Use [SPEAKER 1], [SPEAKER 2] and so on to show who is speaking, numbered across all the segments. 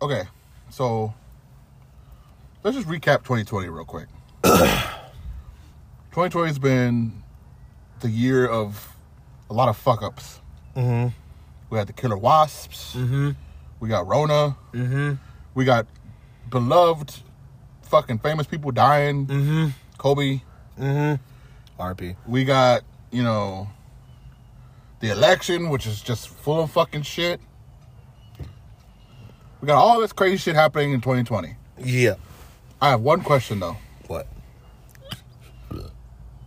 [SPEAKER 1] okay, so let's just recap 2020 real quick. 2020 has been the year of a lot of fuck ups.
[SPEAKER 2] Mm-hmm.
[SPEAKER 1] We had the killer wasps.
[SPEAKER 2] Mm-hmm.
[SPEAKER 1] We got Rona.
[SPEAKER 2] Mm-hmm.
[SPEAKER 1] We got beloved, fucking famous people dying.
[SPEAKER 2] Mm-hmm.
[SPEAKER 1] Kobe.
[SPEAKER 2] Mm-hmm. RP.
[SPEAKER 1] We got you know the election, which is just full of fucking shit. We got all this crazy shit happening in 2020.
[SPEAKER 2] Yeah.
[SPEAKER 1] I have one question though.
[SPEAKER 2] What?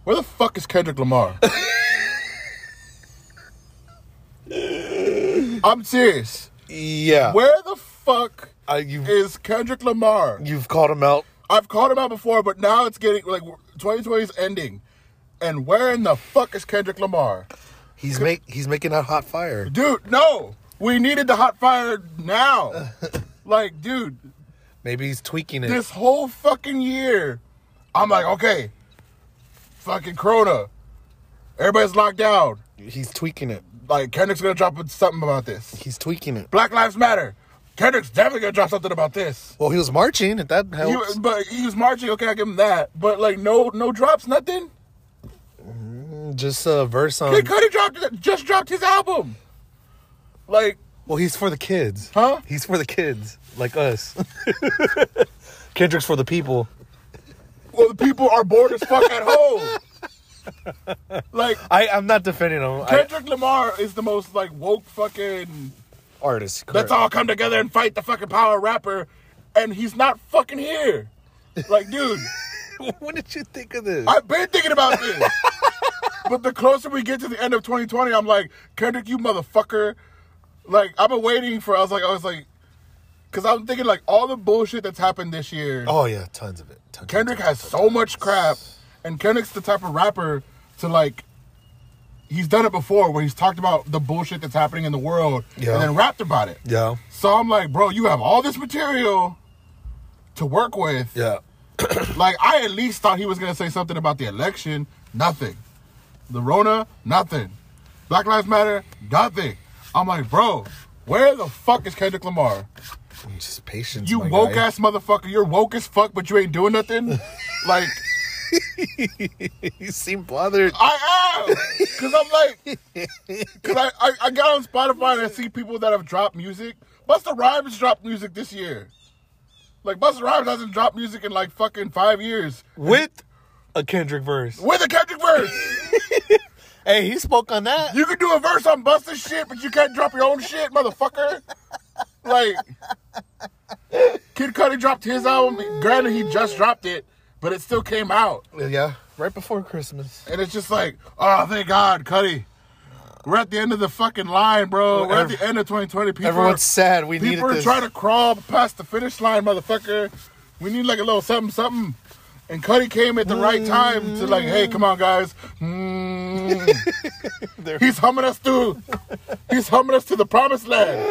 [SPEAKER 1] Where the fuck is Kendrick Lamar? I'm serious.
[SPEAKER 2] Yeah.
[SPEAKER 1] Where the fuck
[SPEAKER 2] Uh, you
[SPEAKER 1] is Kendrick Lamar?
[SPEAKER 2] you've called him out.
[SPEAKER 1] I've called him out before, but now it's getting like 2020 is ending. And where in the fuck is Kendrick Lamar?
[SPEAKER 2] He's make he's making that hot fire.
[SPEAKER 1] Dude, no. We needed the hot fire now. like, dude,
[SPEAKER 2] Maybe he's tweaking it.
[SPEAKER 1] this whole fucking year, I'm like, okay, fucking Corona. Everybody's locked down.
[SPEAKER 2] he's tweaking it.
[SPEAKER 1] Like, Kendrick's gonna drop something about this.
[SPEAKER 2] He's tweaking it.
[SPEAKER 1] Black Lives Matter. Kendrick's definitely gonna drop something about this.
[SPEAKER 2] Well, he was marching. If that
[SPEAKER 1] He-
[SPEAKER 2] helps.
[SPEAKER 1] but he was marching. Okay, I give him that. But like, no, no drops, nothing.
[SPEAKER 2] Just a verse on.
[SPEAKER 1] Kid Cudi dropped just dropped his album. Like,
[SPEAKER 2] Well, he's for the kids.
[SPEAKER 1] Huh?
[SPEAKER 2] He's for the kids, like us. Kendrick's for the people.
[SPEAKER 1] well, the people are bored as fuck at home. Like,
[SPEAKER 2] I, I'm not defending him. I,
[SPEAKER 1] Kendrick Lamar is the most like woke fucking.
[SPEAKER 2] artist.
[SPEAKER 1] Let's
[SPEAKER 2] Correct.
[SPEAKER 1] all come together and fight the fucking power rapper, and he's not fucking here. Like, dude,
[SPEAKER 2] when did you think of this?
[SPEAKER 1] I've been thinking about this. but the closer we get to the end of 2020, I'm like, Kendrick, you motherfucker. Like, I've been waiting for. I was like, I was like, because I'm thinking like all the bullshit that's happened this year.
[SPEAKER 2] oh yeah, tons of it. Tons of
[SPEAKER 1] Kendrick
[SPEAKER 2] it.
[SPEAKER 1] has so much crap, and Kendrick's the type of rapper to like. He's done it before where he's talked about the bullshit that's happening in the world
[SPEAKER 2] Yeah.
[SPEAKER 1] and then rapped about it.
[SPEAKER 2] Yeah.
[SPEAKER 1] So I'm like, bro, you have all this material to work with.
[SPEAKER 2] Yeah.
[SPEAKER 1] Like, I at least thought he was gonna say something about the election. Nothing. The Rona, nothing. Black Lives Matter, nothing. I'm like, bro, where the fuck is Kendrick Lamar?
[SPEAKER 2] Just patience.
[SPEAKER 1] You
[SPEAKER 2] my
[SPEAKER 1] woke
[SPEAKER 2] guy.
[SPEAKER 1] ass motherfucker. You're woke as fuck, but you ain't doing nothing. like,
[SPEAKER 2] you seem bothered.
[SPEAKER 1] I am, cause I'm like, cause I, I I got on Spotify and I see people that have dropped music. Busta Rhymes dropped music this year. Like Busta Rhymes hasn't dropped music in like fucking five years
[SPEAKER 2] With a Kendrick verse.
[SPEAKER 1] with a Kendrick verse.
[SPEAKER 2] Hey, he spoke on that.
[SPEAKER 1] You can do a verse on Busta's shit, but you can't drop your own shit, motherfucker. Like, Kid Cudi dropped his album. Granted, he just dropped it, but it still came out.
[SPEAKER 2] Yeah, right before Christmas.
[SPEAKER 1] And it's just like, oh, thank God, Cuddy. We're at the end of the fucking line, bro. We're at
[SPEAKER 2] Ev-
[SPEAKER 1] the end of 2020. People are,
[SPEAKER 2] Everyone's sad. We needed
[SPEAKER 1] people are
[SPEAKER 2] this.
[SPEAKER 1] trying to crawl past the finish line, motherfucker. We need like a little something, something. And Cuddy came at the right time to like, hey, come on, guys. Mm.
[SPEAKER 2] There-
[SPEAKER 1] He's humming us through. He's humming us to the promised land.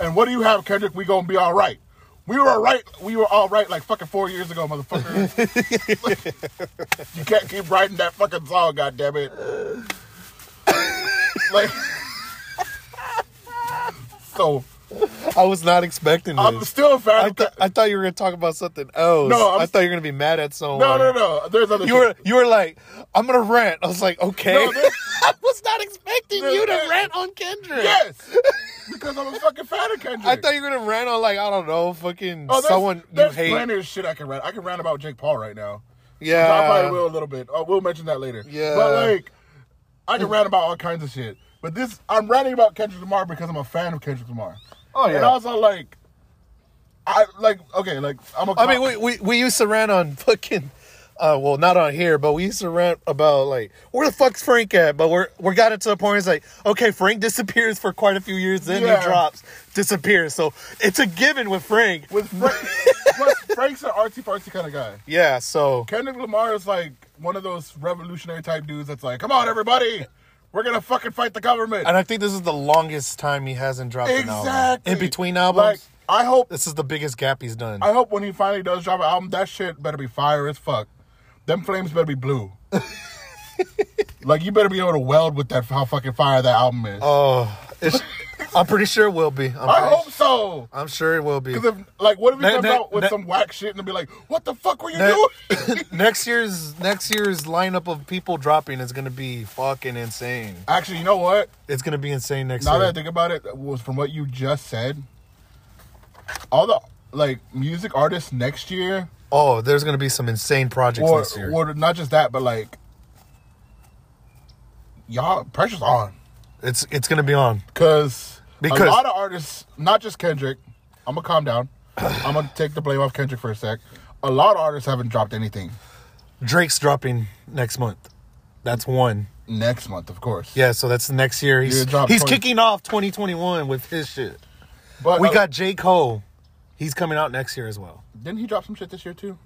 [SPEAKER 1] And what do you have, Kendrick? We gonna be all right. We were all right. We were all right like fucking four years ago, motherfucker. You can't keep writing that fucking song, goddammit. like, so
[SPEAKER 2] I was not expecting this.
[SPEAKER 1] I'm still a fan.
[SPEAKER 2] I,
[SPEAKER 1] of
[SPEAKER 2] th- I thought you were gonna talk about something else.
[SPEAKER 1] No, I'm
[SPEAKER 2] I
[SPEAKER 1] s-
[SPEAKER 2] thought you were gonna be mad at someone.
[SPEAKER 1] no, no, no. There's other.
[SPEAKER 2] You were you were like, I'm gonna rant. I was like, okay.
[SPEAKER 1] No, this-
[SPEAKER 2] I was not expecting
[SPEAKER 1] This-
[SPEAKER 2] you to rant on Kendrick.
[SPEAKER 1] yes, because I'm a fucking fan of Kendrick.
[SPEAKER 2] I thought you were gonna rant on like I don't know, fucking
[SPEAKER 1] Oh, there's,
[SPEAKER 2] someone you
[SPEAKER 1] there's
[SPEAKER 2] hate.
[SPEAKER 1] plenty of shit I can rant. I can rant about Jake Paul right now.
[SPEAKER 2] Yeah.
[SPEAKER 1] I probably will a little bit. Oh, we'll mention that later.
[SPEAKER 2] Yeah.
[SPEAKER 1] But like, I can rant about all kinds of shit. But this, I'm ranting about Kendrick Lamar because I'm a fan of Kendrick Lamar.
[SPEAKER 2] Oh, yeah.
[SPEAKER 1] And also like, I like okay, like I'm a.
[SPEAKER 2] I mean, we, we we used to rant on fucking. Uh, well, not on here, but we used to rant about like where the fuck's Frank at? But we're we got it to the point. It's like okay, Frank disappears for quite a few years, then
[SPEAKER 1] Yeah.
[SPEAKER 2] he drops, disappears. So it's a given with Frank.
[SPEAKER 1] with Frank, plus Frank's an artsy fartsy kind of guy.
[SPEAKER 2] Yeah. So
[SPEAKER 1] Kendrick Lamar is like one of those revolutionary type dudes that's like, come on, everybody, we're gonna fucking fight the government.
[SPEAKER 2] And I think this is the longest time he hasn't dropped an album.
[SPEAKER 1] Exactly.
[SPEAKER 2] In between albums,
[SPEAKER 1] Like, I hope
[SPEAKER 2] this is the biggest gap he's done.
[SPEAKER 1] I hope when he finally does drop an album, that shit better be fire as fuck. Them flames better be blue. like you better be able to weld with that how fucking fire that album is.
[SPEAKER 2] oh, it's, I'm pretty sure it will be. I'm,
[SPEAKER 1] I
[SPEAKER 2] pretty-
[SPEAKER 1] hope so.
[SPEAKER 2] I'm sure it will be.
[SPEAKER 1] Because if like, what if he
[SPEAKER 2] Ne-
[SPEAKER 1] comes
[SPEAKER 2] ne-
[SPEAKER 1] out with
[SPEAKER 2] ne-
[SPEAKER 1] some whack shit and they'll be like, "What the fuck were you
[SPEAKER 2] Ne-
[SPEAKER 1] doing?"
[SPEAKER 2] next year's next year's lineup of people dropping is gonna be fucking insane.
[SPEAKER 1] Actually, you know what?
[SPEAKER 2] It's gonna be insane next
[SPEAKER 1] Now that I
[SPEAKER 2] year.
[SPEAKER 1] think about it, was from what you just said, all the like music artists next year,
[SPEAKER 2] oh, there's gonna be some insane projects
[SPEAKER 1] or,
[SPEAKER 2] next year.
[SPEAKER 1] or not just that, but like y'all pressure's on
[SPEAKER 2] it's it's gonna be on.
[SPEAKER 1] because a
[SPEAKER 2] Because-
[SPEAKER 1] lot of artists, not just Kendrick. I'm gonna calm down. I'm gonna take the blame off Kendrick for a sec. A lot of artists haven't dropped anything
[SPEAKER 2] Drake's dropping next month. That's one.
[SPEAKER 1] next month, of course.
[SPEAKER 2] Yeah, so that's next year.
[SPEAKER 1] Yeah,
[SPEAKER 2] He's
[SPEAKER 1] drop
[SPEAKER 2] he's
[SPEAKER 1] 20.
[SPEAKER 2] kicking off 2021 with his shit.
[SPEAKER 1] but
[SPEAKER 2] We
[SPEAKER 1] uh,
[SPEAKER 2] got J Cole. He's coming out next year as well.
[SPEAKER 1] Didn't he drop some shit this year too?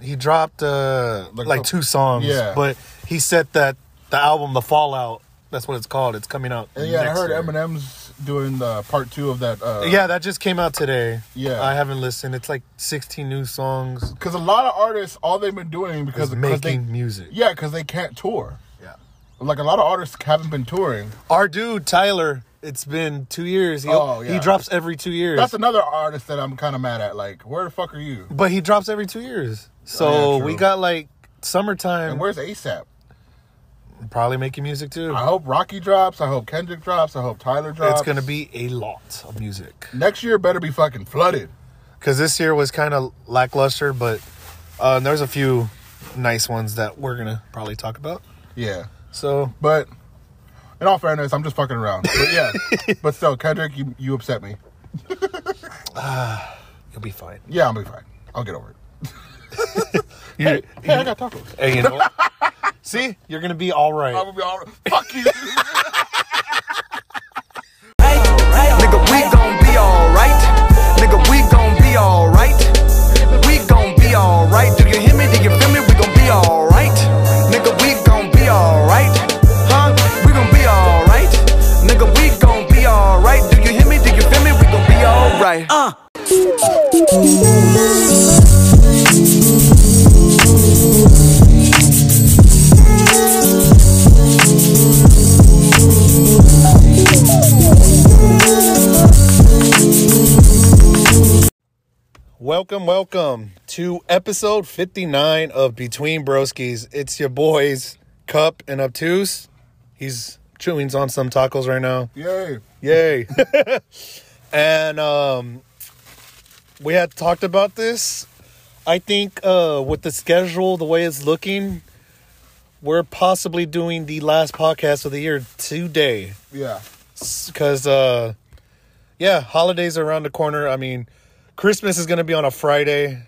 [SPEAKER 2] He dropped uh,
[SPEAKER 1] Like
[SPEAKER 2] like,
[SPEAKER 1] a-
[SPEAKER 2] two songs,
[SPEAKER 1] yeah.
[SPEAKER 2] but he said that the album, The Fallout, that's what it's called. It's coming out.
[SPEAKER 1] And yeah, I
[SPEAKER 2] next
[SPEAKER 1] heard
[SPEAKER 2] year.
[SPEAKER 1] Eminem's doing the part two of that. Uh,
[SPEAKER 2] Yeah, that just came out today.
[SPEAKER 1] Yeah.
[SPEAKER 2] I haven't listened. It's like 16 new songs.
[SPEAKER 1] because a lot of artists, all they've been doing because
[SPEAKER 2] Is
[SPEAKER 1] because they,
[SPEAKER 2] making music.
[SPEAKER 1] yeah, because they can't tour.
[SPEAKER 2] Yeah.
[SPEAKER 1] Like a lot of artists haven't been touring.
[SPEAKER 2] Our dude Tyler, it's been two years. He,
[SPEAKER 1] Oh, yeah.
[SPEAKER 2] he drops every two years,
[SPEAKER 1] That's another artist that I'm kind of mad at. Like, where the fuck are you?
[SPEAKER 2] but he drops every two years. So
[SPEAKER 1] Oh, yeah,
[SPEAKER 2] we
[SPEAKER 1] true.
[SPEAKER 2] got like
[SPEAKER 1] And
[SPEAKER 2] summertime.
[SPEAKER 1] where's ASAP?
[SPEAKER 2] probably making music too.
[SPEAKER 1] I hope Rocky drops. I hope Kendrick drops. I hope Tyler drops.
[SPEAKER 2] It's gonna be a lot of music
[SPEAKER 1] next year. Better be fucking flooded.
[SPEAKER 2] because this year was kind of lackluster, but uh, there's a few nice ones that we're gonna probably talk about.
[SPEAKER 1] Yeah,
[SPEAKER 2] So
[SPEAKER 1] but in all fairness, I'm just fucking around. But yeah, but still, Kendrick, you you upset me.
[SPEAKER 2] you'll be fine.
[SPEAKER 1] Yeah, I'll be fine. I'll get over it.
[SPEAKER 2] You-
[SPEAKER 1] Hey, I got tacos.
[SPEAKER 2] hey, you know what? See, you're gonna be all right.
[SPEAKER 1] I'm gonna be all right. Fuck you.
[SPEAKER 3] Nigga, we gon' be alright. Nigga, we gon' be alright. We gon' be alright. Do you hear me? Do you feel me? We gon' be alright. Nigga, we gon' be alright. Huh? We gon' be alright. Nigga, we gon' be alright. Do you hear me? Do you feel me? We gon' be alright. Uh.
[SPEAKER 2] Welcome, welcome to episode 59 of Between Broskies. It's your boys, Cup and Obtuse. He's chewing on some tacos right now.
[SPEAKER 1] Yay.
[SPEAKER 2] Yay. and um we had talked about this. I think uh with the schedule, the way it's looking, we're possibly doing the last podcast of the year today
[SPEAKER 1] Yeah.
[SPEAKER 2] because uh yeah holidays are around the corner i mean christmas is gonna be on a friday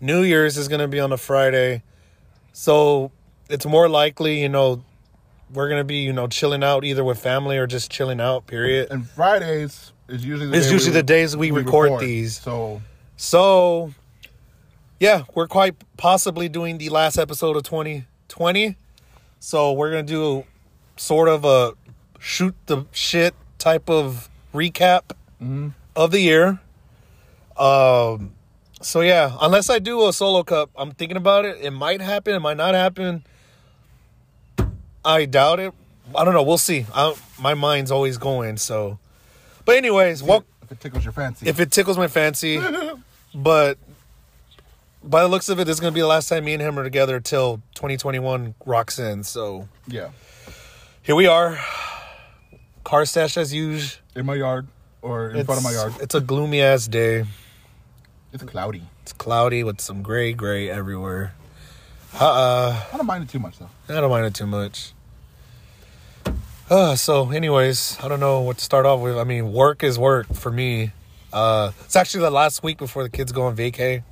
[SPEAKER 2] new year's is gonna be on a friday so it's more likely you know we're gonna be you know chilling out either with family or just chilling out period
[SPEAKER 1] And Fridays is usually the
[SPEAKER 2] It's
[SPEAKER 1] day
[SPEAKER 2] usually the days we record these.
[SPEAKER 1] So
[SPEAKER 2] so yeah we're quite possibly doing the last episode of 2020 so we're gonna do sort of a shoot the shit type of recap of the year. Um, so yeah, unless I do a solo cup, I'm thinking about it. It might happen. It might not happen. I doubt it. I don't know. We'll see. I, my mind's always going. So, but anyways, wel-
[SPEAKER 1] if it tickles your fancy.
[SPEAKER 2] if it tickles my fancy, but by the looks of it, this is gonna be the last time me and him are together till 2021 rocks in. So
[SPEAKER 1] yeah.
[SPEAKER 2] here we are. Car stash as usual.
[SPEAKER 1] In my yard or in front of my yard.
[SPEAKER 2] It's a gloomy ass day.
[SPEAKER 1] It's cloudy.
[SPEAKER 2] It's cloudy with some gray, gray everywhere.
[SPEAKER 1] I don't mind it too much though.
[SPEAKER 2] I don't mind it too much. Uh, so, anyways, I don't know what to start off with. I mean, work is work for me. Uh, it's actually the last week before the kids go on vacay,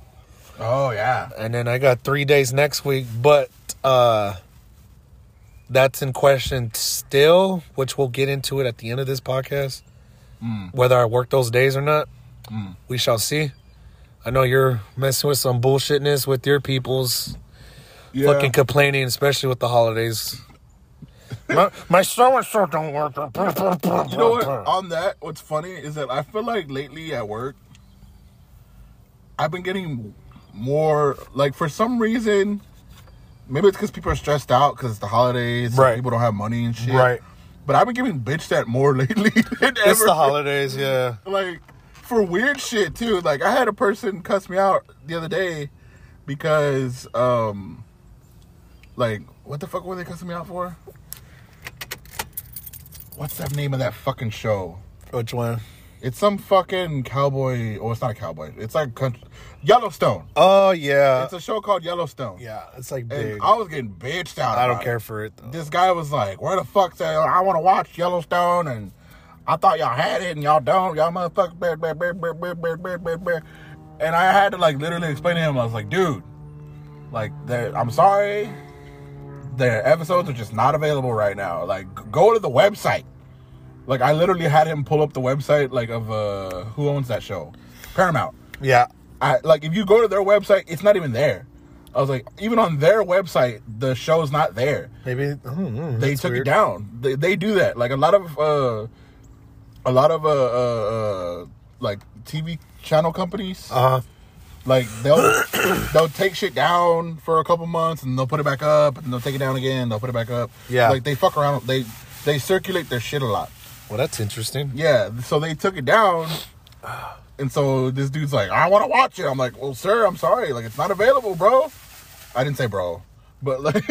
[SPEAKER 1] Oh yeah.
[SPEAKER 2] and then I got three days next week. But uh, that's in question still, which we'll get into it at the end of this podcast. Whether I work those days or not, we shall see. I know you're messing with some bullshitness with your peoples
[SPEAKER 1] Yeah.
[SPEAKER 2] fucking complaining, especially with the holidays. my my so and so don't work.
[SPEAKER 1] you know what? On that, what's funny is that I feel like lately at work, I've been getting more like for some reason. Maybe it's because people are stressed out because it's the holidays. and
[SPEAKER 2] Right.
[SPEAKER 1] People don't have money and shit.
[SPEAKER 2] Right.
[SPEAKER 1] But I've been giving bitch that more lately than ever.
[SPEAKER 2] It's the holidays, yeah.
[SPEAKER 1] like for weird shit too. Like I had a person cuss me out the other day because um like what the fuck were they cussing me out for? What's that name of that fucking show?
[SPEAKER 2] Which one?
[SPEAKER 1] It's some fucking cowboy. Oh, it's not a cowboy. It's like country, Yellowstone.
[SPEAKER 2] Oh yeah,
[SPEAKER 1] It's a show called Yellowstone.
[SPEAKER 2] yeah. It's like
[SPEAKER 1] And
[SPEAKER 2] big.
[SPEAKER 1] I was getting bitched out.
[SPEAKER 2] I don't
[SPEAKER 1] about it.
[SPEAKER 2] care for it though.
[SPEAKER 1] This guy was like, "Where the fuck's that? I want to watch Yellowstone, and I thought y'all had it, and y'all don't. Y'all motherfuckers." Blah, blah, blah, blah, blah, blah, blah, blah, blah." And I had to like literally explain to him. I was like, "Dude, like, that- I'm sorry, their episodes are just not available right now. Like, go to the website." Like, I literally had him pull up the website, like of uh, who owns that show, Paramount.
[SPEAKER 2] Yeah,
[SPEAKER 1] I like if you go to their website, it's not even there. I was like, even on their website, the show's not there.
[SPEAKER 2] maybe I don't know,
[SPEAKER 1] They
[SPEAKER 2] that's
[SPEAKER 1] took
[SPEAKER 2] weird.
[SPEAKER 1] it down. They, they do that. Like a lot of uh, a lot of uh, uh, uh like TV channel companies,
[SPEAKER 2] Uh,
[SPEAKER 1] like they'll they'll take shit down for a couple months and they'll put it back up and they'll take it down again. They'll put it back up.
[SPEAKER 2] Yeah.
[SPEAKER 1] like they fuck around. They they circulate their shit a lot.
[SPEAKER 2] well, that's interesting.
[SPEAKER 1] Yeah, so they took it down. And so this dude's like, I want to watch it. I'm like, well, sir, I'm sorry. Like, it's not available, bro. I didn't say bro, but like,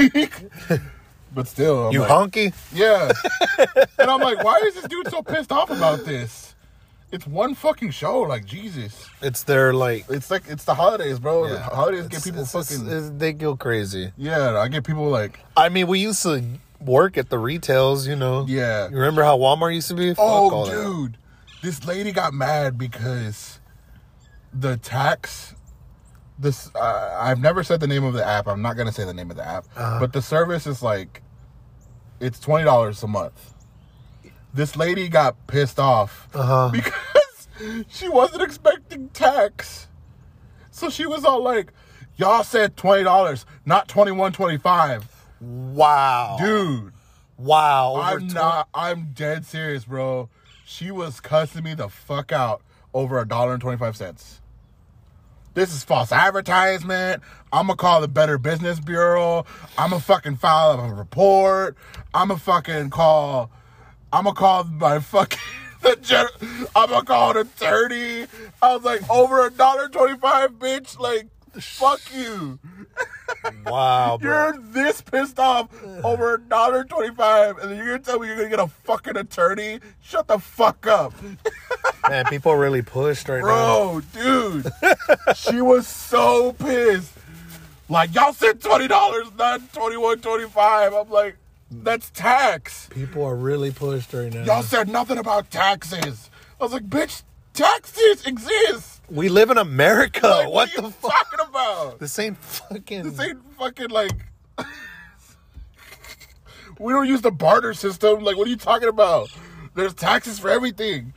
[SPEAKER 1] but still. I'm
[SPEAKER 2] you
[SPEAKER 1] like,
[SPEAKER 2] honky?
[SPEAKER 1] Yeah. and I'm like, why is this dude so pissed off about this? It's one fucking show. Like, Jesus.
[SPEAKER 2] It's their like
[SPEAKER 1] It's like, it's the holidays, bro. The holidays get
[SPEAKER 2] it's-
[SPEAKER 1] people
[SPEAKER 2] it's- it's-
[SPEAKER 1] fucking.
[SPEAKER 2] it's- they go crazy.
[SPEAKER 1] yeah, I get people like,
[SPEAKER 2] I mean, we used to work at the retails, you know.
[SPEAKER 1] Yeah.
[SPEAKER 2] You remember how Walmart used to be? Fuck all
[SPEAKER 1] Oh,
[SPEAKER 2] that.
[SPEAKER 1] dude, this lady got mad because the tax. This uh, I've never said the name of the app. I'm not gonna say the name of the app,
[SPEAKER 2] Uh-huh.
[SPEAKER 1] but the service is like, it's twenty dollars a month. This lady got pissed off
[SPEAKER 2] Uh-huh.
[SPEAKER 1] because she wasn't expecting tax, so she was all like, "Y'all said twenty dollars, not twenty one twenty five,
[SPEAKER 2] Wow,
[SPEAKER 1] dude."
[SPEAKER 2] Wow, over
[SPEAKER 1] I'm
[SPEAKER 2] tw-
[SPEAKER 1] not. I'm dead serious, bro. She was cussing me the fuck out over a dollar and twenty five cents. This is false advertisement. I'm gonna call the Better Business Bureau. I'm gonna fucking file a report. I'm gonna fucking call. I'm gonna call my fucking. The gen- I'm gonna call an attorney. I was like over a dollar twenty five, bitch. Like fuck you.
[SPEAKER 2] Wow, bro.
[SPEAKER 1] You're this pissed off over a dollar twenty-five, and then you're gonna tell me you're gonna get a fucking attorney? Shut the fuck up,
[SPEAKER 2] man. People are really pushed right now.
[SPEAKER 1] bro, dude. she was so pissed. Like y'all said twenty dollars, not twenty-one twenty-five. I'm like, that's tax.
[SPEAKER 2] People are really pushed right now.
[SPEAKER 1] Y'all said nothing about taxes. I was like, bitch, taxes exist.
[SPEAKER 2] we live in America.
[SPEAKER 1] Like,
[SPEAKER 2] Oh, what,
[SPEAKER 1] what, are
[SPEAKER 2] the
[SPEAKER 1] you
[SPEAKER 2] fuck?
[SPEAKER 1] talking about?
[SPEAKER 2] This ain't fucking.
[SPEAKER 1] This ain't fucking like. we don't use the barter system. Like, what are you talking about? There's taxes for everything.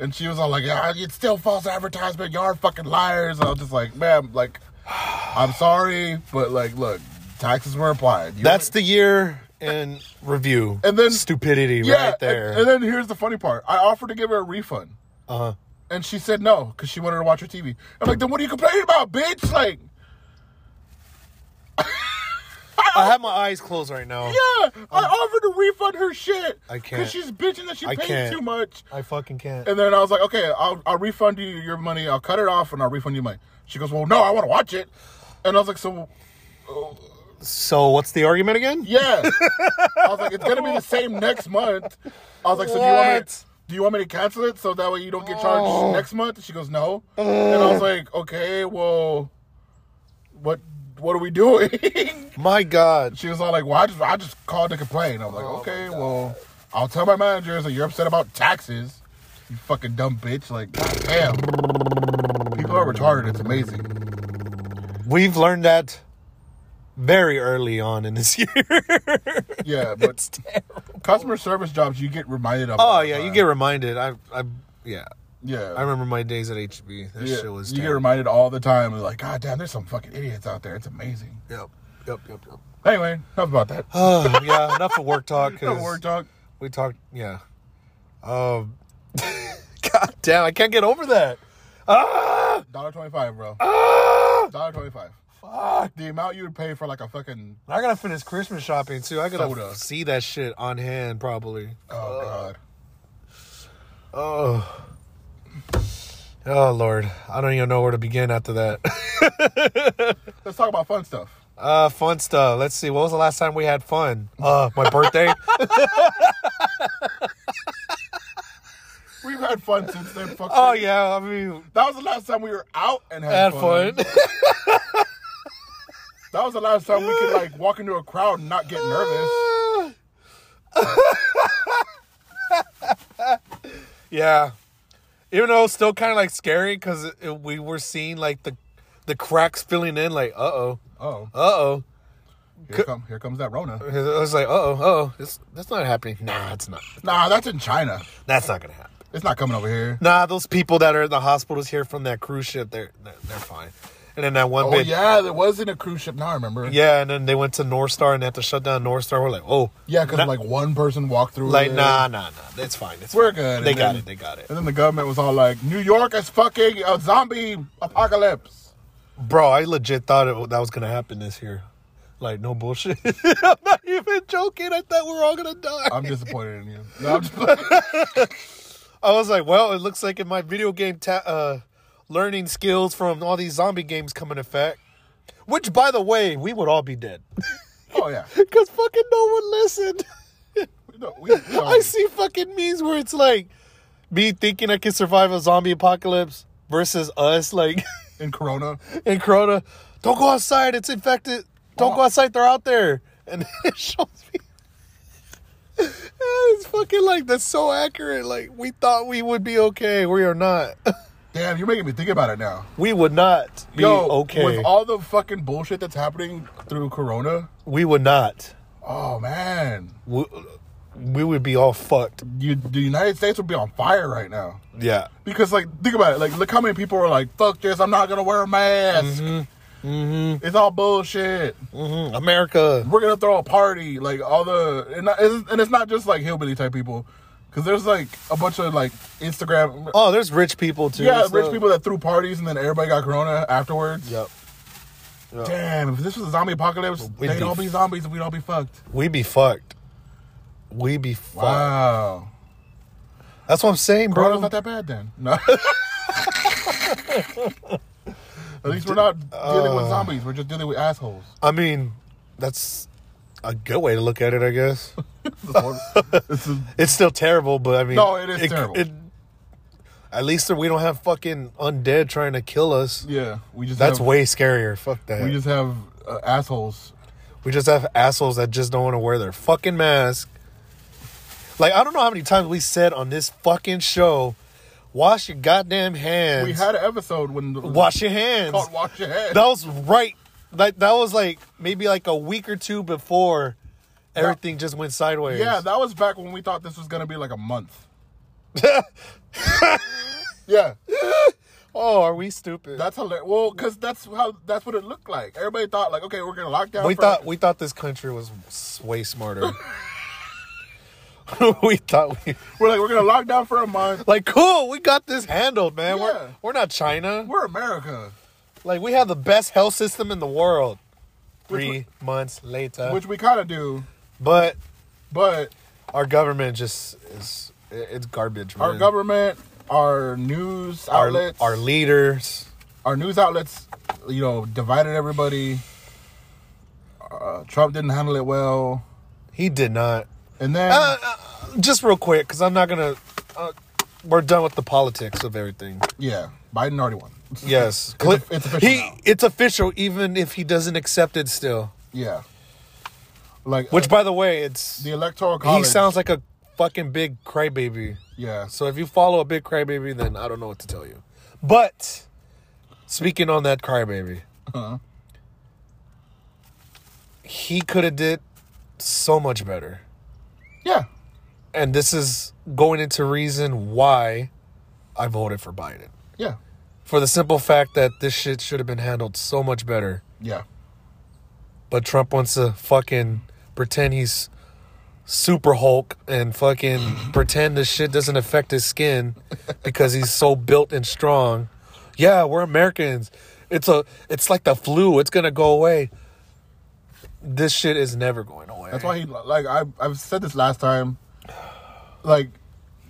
[SPEAKER 1] And she was all like, ah, it's still false advertisement. Y'all are fucking liars. I was just like, ma'am, like, I'm sorry, but like, look, taxes were applied. You
[SPEAKER 2] That's the year in review.
[SPEAKER 1] And then-
[SPEAKER 2] stupidity
[SPEAKER 1] yeah,
[SPEAKER 2] right there.
[SPEAKER 1] And, and then here's the funny part I offered to give her a refund.
[SPEAKER 2] uh huh.
[SPEAKER 1] And she said no because she wanted to watch her TV. I'm like, then what are you complaining about, bitch? Like,
[SPEAKER 2] I have my eyes closed right now.
[SPEAKER 1] Oh. yeah, I offered to refund her shit.
[SPEAKER 2] I can't.
[SPEAKER 1] Because she's bitching that she
[SPEAKER 2] I
[SPEAKER 1] paid
[SPEAKER 2] can't.
[SPEAKER 1] too much.
[SPEAKER 2] I fucking can't.
[SPEAKER 1] And then I was like, okay, I'll, I'll refund you your money. I'll cut it off and I'll refund you money. She goes, well, no, I want to watch it. And I was like, so,
[SPEAKER 2] So what's the argument again?
[SPEAKER 1] yeah. I was like, it's going to be the same next month. I was like, so do you, want me,
[SPEAKER 2] What? Oh.
[SPEAKER 1] do you want me to cancel it so that way you don't get charged next month? She goes, no. And I was like, okay, well, what what are we doing?
[SPEAKER 2] My God.
[SPEAKER 1] she was all like, well, I just, I just called to complain. I was
[SPEAKER 2] Oh,
[SPEAKER 1] like, okay, well, I'll tell my managers that you're upset about taxes. You fucking dumb bitch. Like, damn. People are retarded. It's amazing.
[SPEAKER 2] We've learned that very early on in this year.
[SPEAKER 1] Yeah, but
[SPEAKER 2] it's terrible.
[SPEAKER 1] customer service jobs, you get reminded of. all
[SPEAKER 2] Oh
[SPEAKER 1] the
[SPEAKER 2] yeah, you
[SPEAKER 1] time.
[SPEAKER 2] get reminded. I I yeah.
[SPEAKER 1] Yeah.
[SPEAKER 2] I remember my days at HB. That
[SPEAKER 1] yeah.
[SPEAKER 2] shit was
[SPEAKER 1] you get
[SPEAKER 2] terrible.
[SPEAKER 1] reminded all the time. You're Like, God damn, there's some fucking idiots out there. It's amazing.
[SPEAKER 2] Yep. Yep. Yep. Yep.
[SPEAKER 1] Anyway, enough about that.
[SPEAKER 2] Oh yeah, enough of work talk. 'cause
[SPEAKER 1] No word talk.
[SPEAKER 2] We talked. Yeah. Um. God damn! I can't get over that. Ah!
[SPEAKER 1] Dollar twenty-five, bro. Dollar twenty-five. Fuck the amount you would pay for like a fucking.
[SPEAKER 2] I gotta finish Christmas shopping too. I gotta
[SPEAKER 1] Soda.
[SPEAKER 2] see that shit on hand probably.
[SPEAKER 1] Oh god.
[SPEAKER 2] Oh. Oh Lord. I don't even know where to begin after that.
[SPEAKER 1] Let's talk about fun stuff.
[SPEAKER 2] Uh fun stuff. Let's see. What was the last time we had fun? Uh my birthday.
[SPEAKER 1] We've had fun since then. Fuck
[SPEAKER 2] oh yeah, I mean
[SPEAKER 1] That was the last time we were out and had,
[SPEAKER 2] had
[SPEAKER 1] fun.
[SPEAKER 2] fun.
[SPEAKER 1] That was the last time we could like walk into a crowd and not get nervous.
[SPEAKER 2] yeah. Even though it's still kind of like scary because we were seeing like the the cracks filling in, like uh oh,
[SPEAKER 1] Oh,
[SPEAKER 2] uh oh.
[SPEAKER 1] here come here comes that Rona.
[SPEAKER 2] I was like, uh oh, oh, this that's not happening. Nah, it's not.
[SPEAKER 1] Nah, that's in China.
[SPEAKER 2] That's not gonna happen.
[SPEAKER 1] It's not coming over here.
[SPEAKER 2] Nah, those people that are in the hospitals here from that cruise ship, they're they're, they're fine. And then that one
[SPEAKER 1] Oh
[SPEAKER 2] bitch,
[SPEAKER 1] yeah, there wasn't a cruise ship. Now I remember.
[SPEAKER 2] yeah, and then they went to North Star and they had to shut down North Star. We're like, oh,
[SPEAKER 1] yeah, because
[SPEAKER 2] nah,
[SPEAKER 1] like one person walked through.
[SPEAKER 2] like
[SPEAKER 1] it.
[SPEAKER 2] nah, nah, nah, it's fine. It's
[SPEAKER 1] We're
[SPEAKER 2] fine.
[SPEAKER 1] good,
[SPEAKER 2] They
[SPEAKER 1] and
[SPEAKER 2] got
[SPEAKER 1] then-
[SPEAKER 2] it. They got it,
[SPEAKER 1] And then the government was all like, "New York is fucking a zombie apocalypse."
[SPEAKER 2] bro. I legit thought it, that was gonna happen this year. Like no bullshit. I'm not even joking. I thought we were all gonna die.
[SPEAKER 1] I'm disappointed in you. No, I'm just like,
[SPEAKER 2] I was like, well, it looks like in my video game ta- uh, learning skills from all these zombie games come in effect. Which, by the way, we would all be dead
[SPEAKER 1] oh yeah,
[SPEAKER 2] because fucking no one listened.
[SPEAKER 1] no, we, we
[SPEAKER 2] I
[SPEAKER 1] already-
[SPEAKER 2] see fucking memes where it's like me thinking I can survive a zombie apocalypse versus us, like
[SPEAKER 1] in Corona.
[SPEAKER 2] in Corona. Don't go outside; it's infected. Don't
[SPEAKER 1] Oh.
[SPEAKER 2] go outside; they're out there, and it shows me. It's fucking like that's so accurate. Like we thought we would be okay, we are not.
[SPEAKER 1] Damn, you're making me think about it now.
[SPEAKER 2] We would not be
[SPEAKER 1] Yo,
[SPEAKER 2] okay.
[SPEAKER 1] with all the fucking bullshit that's happening through Corona.
[SPEAKER 2] we would not.
[SPEAKER 1] Oh man,
[SPEAKER 2] We, we would be all fucked.
[SPEAKER 1] you, the United States would be on fire right now.
[SPEAKER 2] Yeah.
[SPEAKER 1] Because like, think about it. Like, look how many people are like, "Fuck this! I'm not gonna wear a mask.
[SPEAKER 2] Mm-hmm.
[SPEAKER 1] It's all bullshit.
[SPEAKER 2] hmm America.
[SPEAKER 1] We're gonna throw a party." Like all the and, not, it's, and it's not just like hillbilly type people, because there's like a bunch of like Instagram.
[SPEAKER 2] Oh, there's rich people too.
[SPEAKER 1] yeah,
[SPEAKER 2] so-
[SPEAKER 1] rich people that threw parties and then everybody got corona afterwards.
[SPEAKER 2] Yep.
[SPEAKER 1] Damn, if this was a zombie apocalypse,
[SPEAKER 2] We'd
[SPEAKER 1] they'd
[SPEAKER 2] be-
[SPEAKER 1] all be zombies and we'd all be fucked.
[SPEAKER 2] We be fucked. We be fucked.
[SPEAKER 1] Wow.
[SPEAKER 2] That's what I'm saying,
[SPEAKER 1] Corona's
[SPEAKER 2] bro.
[SPEAKER 1] not that bad then. No. At least we're not dealing
[SPEAKER 2] Uh.
[SPEAKER 1] with zombies. We're just dealing with assholes.
[SPEAKER 2] I mean, that's a good way to look at it, I guess.
[SPEAKER 1] It's a-
[SPEAKER 2] it's still terrible, but I mean,
[SPEAKER 1] No, it is terrible.
[SPEAKER 2] at least we don't have fucking undead trying to kill us.
[SPEAKER 1] yeah, we just
[SPEAKER 2] That's
[SPEAKER 1] have,
[SPEAKER 2] way scarier. Fuck that.
[SPEAKER 1] we just have uh, assholes.
[SPEAKER 2] We just have assholes that just don't want to wear their fucking mask. Like I don't know how many times we said on this fucking show, wash your goddamn hands.
[SPEAKER 1] We had an episode when the-
[SPEAKER 2] wash your hands.
[SPEAKER 1] called wash your hands.
[SPEAKER 2] That was right. Like that was like maybe like a week or two before everything just went sideways.
[SPEAKER 1] yeah, that was back when we thought this was gonna be like a month. yeah,
[SPEAKER 2] oh, are we stupid?
[SPEAKER 1] that's hilarious. Well, because that's how that's what it looked like. Everybody thought like, okay, we're gonna lock down.
[SPEAKER 2] we
[SPEAKER 1] for-
[SPEAKER 2] thought we thought this country was s- way smarter. we thought we
[SPEAKER 1] we're like we're gonna lock down for a month.
[SPEAKER 2] like cool. We got this handled, man.
[SPEAKER 1] Yeah.
[SPEAKER 2] We're we're not China.
[SPEAKER 1] We're America.
[SPEAKER 2] Like we have the best health system in the world. Three months later,
[SPEAKER 1] which we kind of do,
[SPEAKER 2] but
[SPEAKER 1] but
[SPEAKER 2] our government just is it- it's garbage. Man.
[SPEAKER 1] our government, our news
[SPEAKER 2] our,
[SPEAKER 1] outlets,
[SPEAKER 2] our leaders.
[SPEAKER 1] our news outlets, you know, divided everybody. Uh, Trump didn't handle it well,
[SPEAKER 2] He did not.
[SPEAKER 1] and then
[SPEAKER 2] Uh, uh, just real quick, because I'm not gonna. Uh, we're done with the politics of everything.
[SPEAKER 1] yeah, Biden already won.
[SPEAKER 2] Yes,
[SPEAKER 1] It's- it's official
[SPEAKER 2] He,
[SPEAKER 1] now.
[SPEAKER 2] it's official, even if he doesn't accept it still.
[SPEAKER 1] Yeah, like uh,
[SPEAKER 2] Which, by the way, it's
[SPEAKER 1] the electoral
[SPEAKER 2] he
[SPEAKER 1] college.
[SPEAKER 2] sounds like a fucking big crybaby.
[SPEAKER 1] yeah.
[SPEAKER 2] So if you follow a big crybaby, then I don't know what to tell you. But speaking on that crybaby,
[SPEAKER 1] Uh-huh.
[SPEAKER 2] he could have did so much better.
[SPEAKER 1] Yeah,
[SPEAKER 2] and this is going into reason why I voted for Biden.
[SPEAKER 1] yeah,
[SPEAKER 2] For the simple fact that this shit should have been handled so much better.
[SPEAKER 1] yeah.
[SPEAKER 2] But Trump wants to fucking pretend he's Super Hulk and fucking pretend this shit doesn't affect his skin because he's so built and strong. Yeah, we're Americans. It's a it's like the flu. It's gonna go away. This shit is never going away.
[SPEAKER 1] That's why he like I I've said this last time. Like,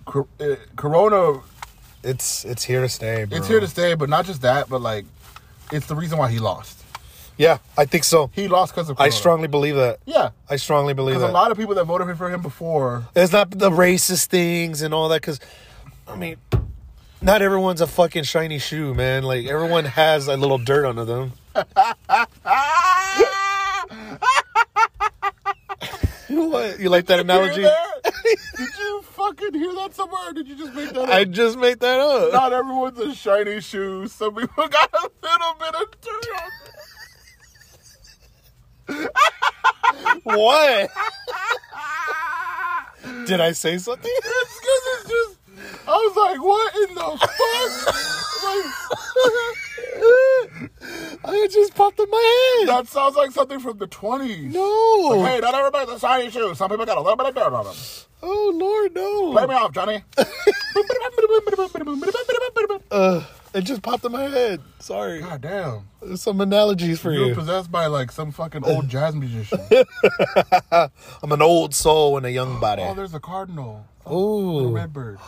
[SPEAKER 1] cor- eh, Corona,
[SPEAKER 2] it's it's here to stay. Bro.
[SPEAKER 1] it's here to stay, but not just that, but like, it's the reason why he lost.
[SPEAKER 2] Yeah, I think so.
[SPEAKER 1] He lost because of
[SPEAKER 2] I
[SPEAKER 1] Corona.
[SPEAKER 2] strongly believe that.
[SPEAKER 1] Yeah,
[SPEAKER 2] I strongly believe
[SPEAKER 1] because
[SPEAKER 2] that.
[SPEAKER 1] a lot of people that voted for him before.
[SPEAKER 2] It's not the racist things and all that because, I mean, not everyone's a fucking shiny shoe, man. Like everyone has a little dirt under them. what you like that
[SPEAKER 1] Did you
[SPEAKER 2] analogy?
[SPEAKER 1] hear that? did you fucking hear that somewhere? Or did you just make that? Up?
[SPEAKER 2] I just made that up.
[SPEAKER 1] not everyone's a shiny shoe. Some people got a little bit of dirt on them.
[SPEAKER 2] What? Did I say something?
[SPEAKER 1] It's 'cause it's just. I was like, what in the fuck? Like,
[SPEAKER 2] I just popped in my head.
[SPEAKER 1] that sounds like something from the 20s.
[SPEAKER 2] No.
[SPEAKER 1] Hey, not everybody's a shiny shoe. Some people got a little bit of dirt on them.
[SPEAKER 2] Oh Lord,
[SPEAKER 1] Play
[SPEAKER 2] no.
[SPEAKER 1] me off, Johnny.
[SPEAKER 2] Uh, it just popped in my head. Sorry.
[SPEAKER 1] God damn.
[SPEAKER 2] There's some analogies for
[SPEAKER 1] You're
[SPEAKER 2] you.
[SPEAKER 1] possessed by like some fucking old jazz musician.
[SPEAKER 2] I'm an old soul in a young body.
[SPEAKER 1] Oh, there's a cardinal.
[SPEAKER 2] Ooh.
[SPEAKER 1] Little Redbird.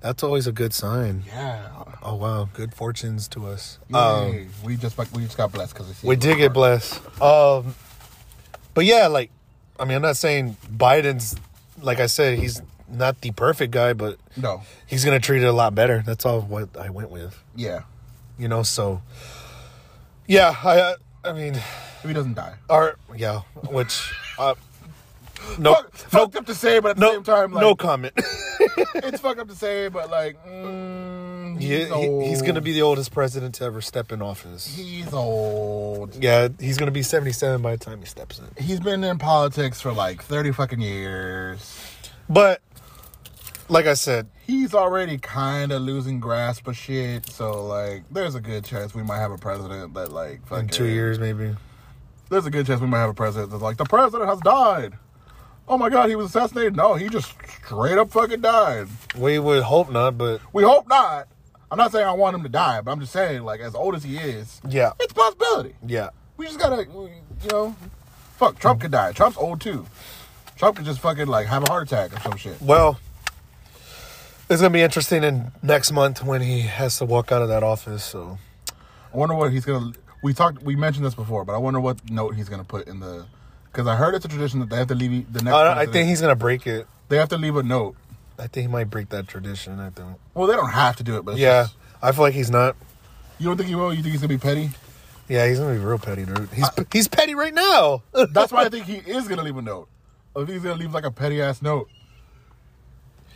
[SPEAKER 2] That's always a good sign.
[SPEAKER 1] Yeah.
[SPEAKER 2] Oh wow, good fortunes to us. Um,
[SPEAKER 1] Yay. we just like we just got blessed because we see.
[SPEAKER 2] we did get blessed. Um, but yeah, like I mean, I'm not saying Biden's like I said, he's not the perfect guy, but
[SPEAKER 1] No.
[SPEAKER 2] he's gonna treat it a lot better. That's all what I went with,
[SPEAKER 1] Yeah.
[SPEAKER 2] you know. So yeah, I uh, I mean,
[SPEAKER 1] If he doesn't die.
[SPEAKER 2] our yeah, which uh, no
[SPEAKER 1] Fuck, fucked up to say, but at the
[SPEAKER 2] no
[SPEAKER 1] same time, like,
[SPEAKER 2] no comment.
[SPEAKER 1] it's fucked up to say, but like, mm,
[SPEAKER 2] he,
[SPEAKER 1] he's, old.
[SPEAKER 2] he, he's gonna be the oldest president to ever step in office.
[SPEAKER 1] He's old.
[SPEAKER 2] Yeah, he's gonna be seventy-seven by the time he steps in.
[SPEAKER 1] He's been in politics for like thirty fucking years.
[SPEAKER 2] But like I said,
[SPEAKER 1] He's already kind of losing grasp of shit. So like, there's a good chance we might have a president that like fucking
[SPEAKER 2] in two years maybe.
[SPEAKER 1] There's a good chance we might have a president that's like the president has died. Oh my god, he was assassinated. No, he just straight up fucking died.
[SPEAKER 2] We would hope not, but
[SPEAKER 1] We hope not. I'm not saying I want him to die, but I'm just saying like as old as he is,
[SPEAKER 2] yeah,
[SPEAKER 1] it's a possibility.
[SPEAKER 2] yeah.
[SPEAKER 1] We just gotta, you know, fuck. Trump could die. Trump's old too. Trump could just fucking like have a heart attack or some shit.
[SPEAKER 2] Well, it's gonna be interesting in next month when he has to walk out of that office. So
[SPEAKER 1] I wonder what he's gonna. We talked. We mentioned this before, but I wonder what note he's gonna put in the. Because I heard it's a tradition that they have to leave the next.
[SPEAKER 2] I, I
[SPEAKER 1] president-
[SPEAKER 2] think he's gonna break it.
[SPEAKER 1] they have to leave a note.
[SPEAKER 2] I think he might break that tradition. I think.
[SPEAKER 1] Well, they don't have to do it, but it's
[SPEAKER 2] Yeah,
[SPEAKER 1] just-
[SPEAKER 2] I feel like he's not.
[SPEAKER 1] you don't think he will. You think he's gonna be petty?
[SPEAKER 2] Yeah, he's gonna be real petty, dude. He's he's petty right now.
[SPEAKER 1] That's why I think he is gonna leave a note. I think he's gonna leave like a petty ass note.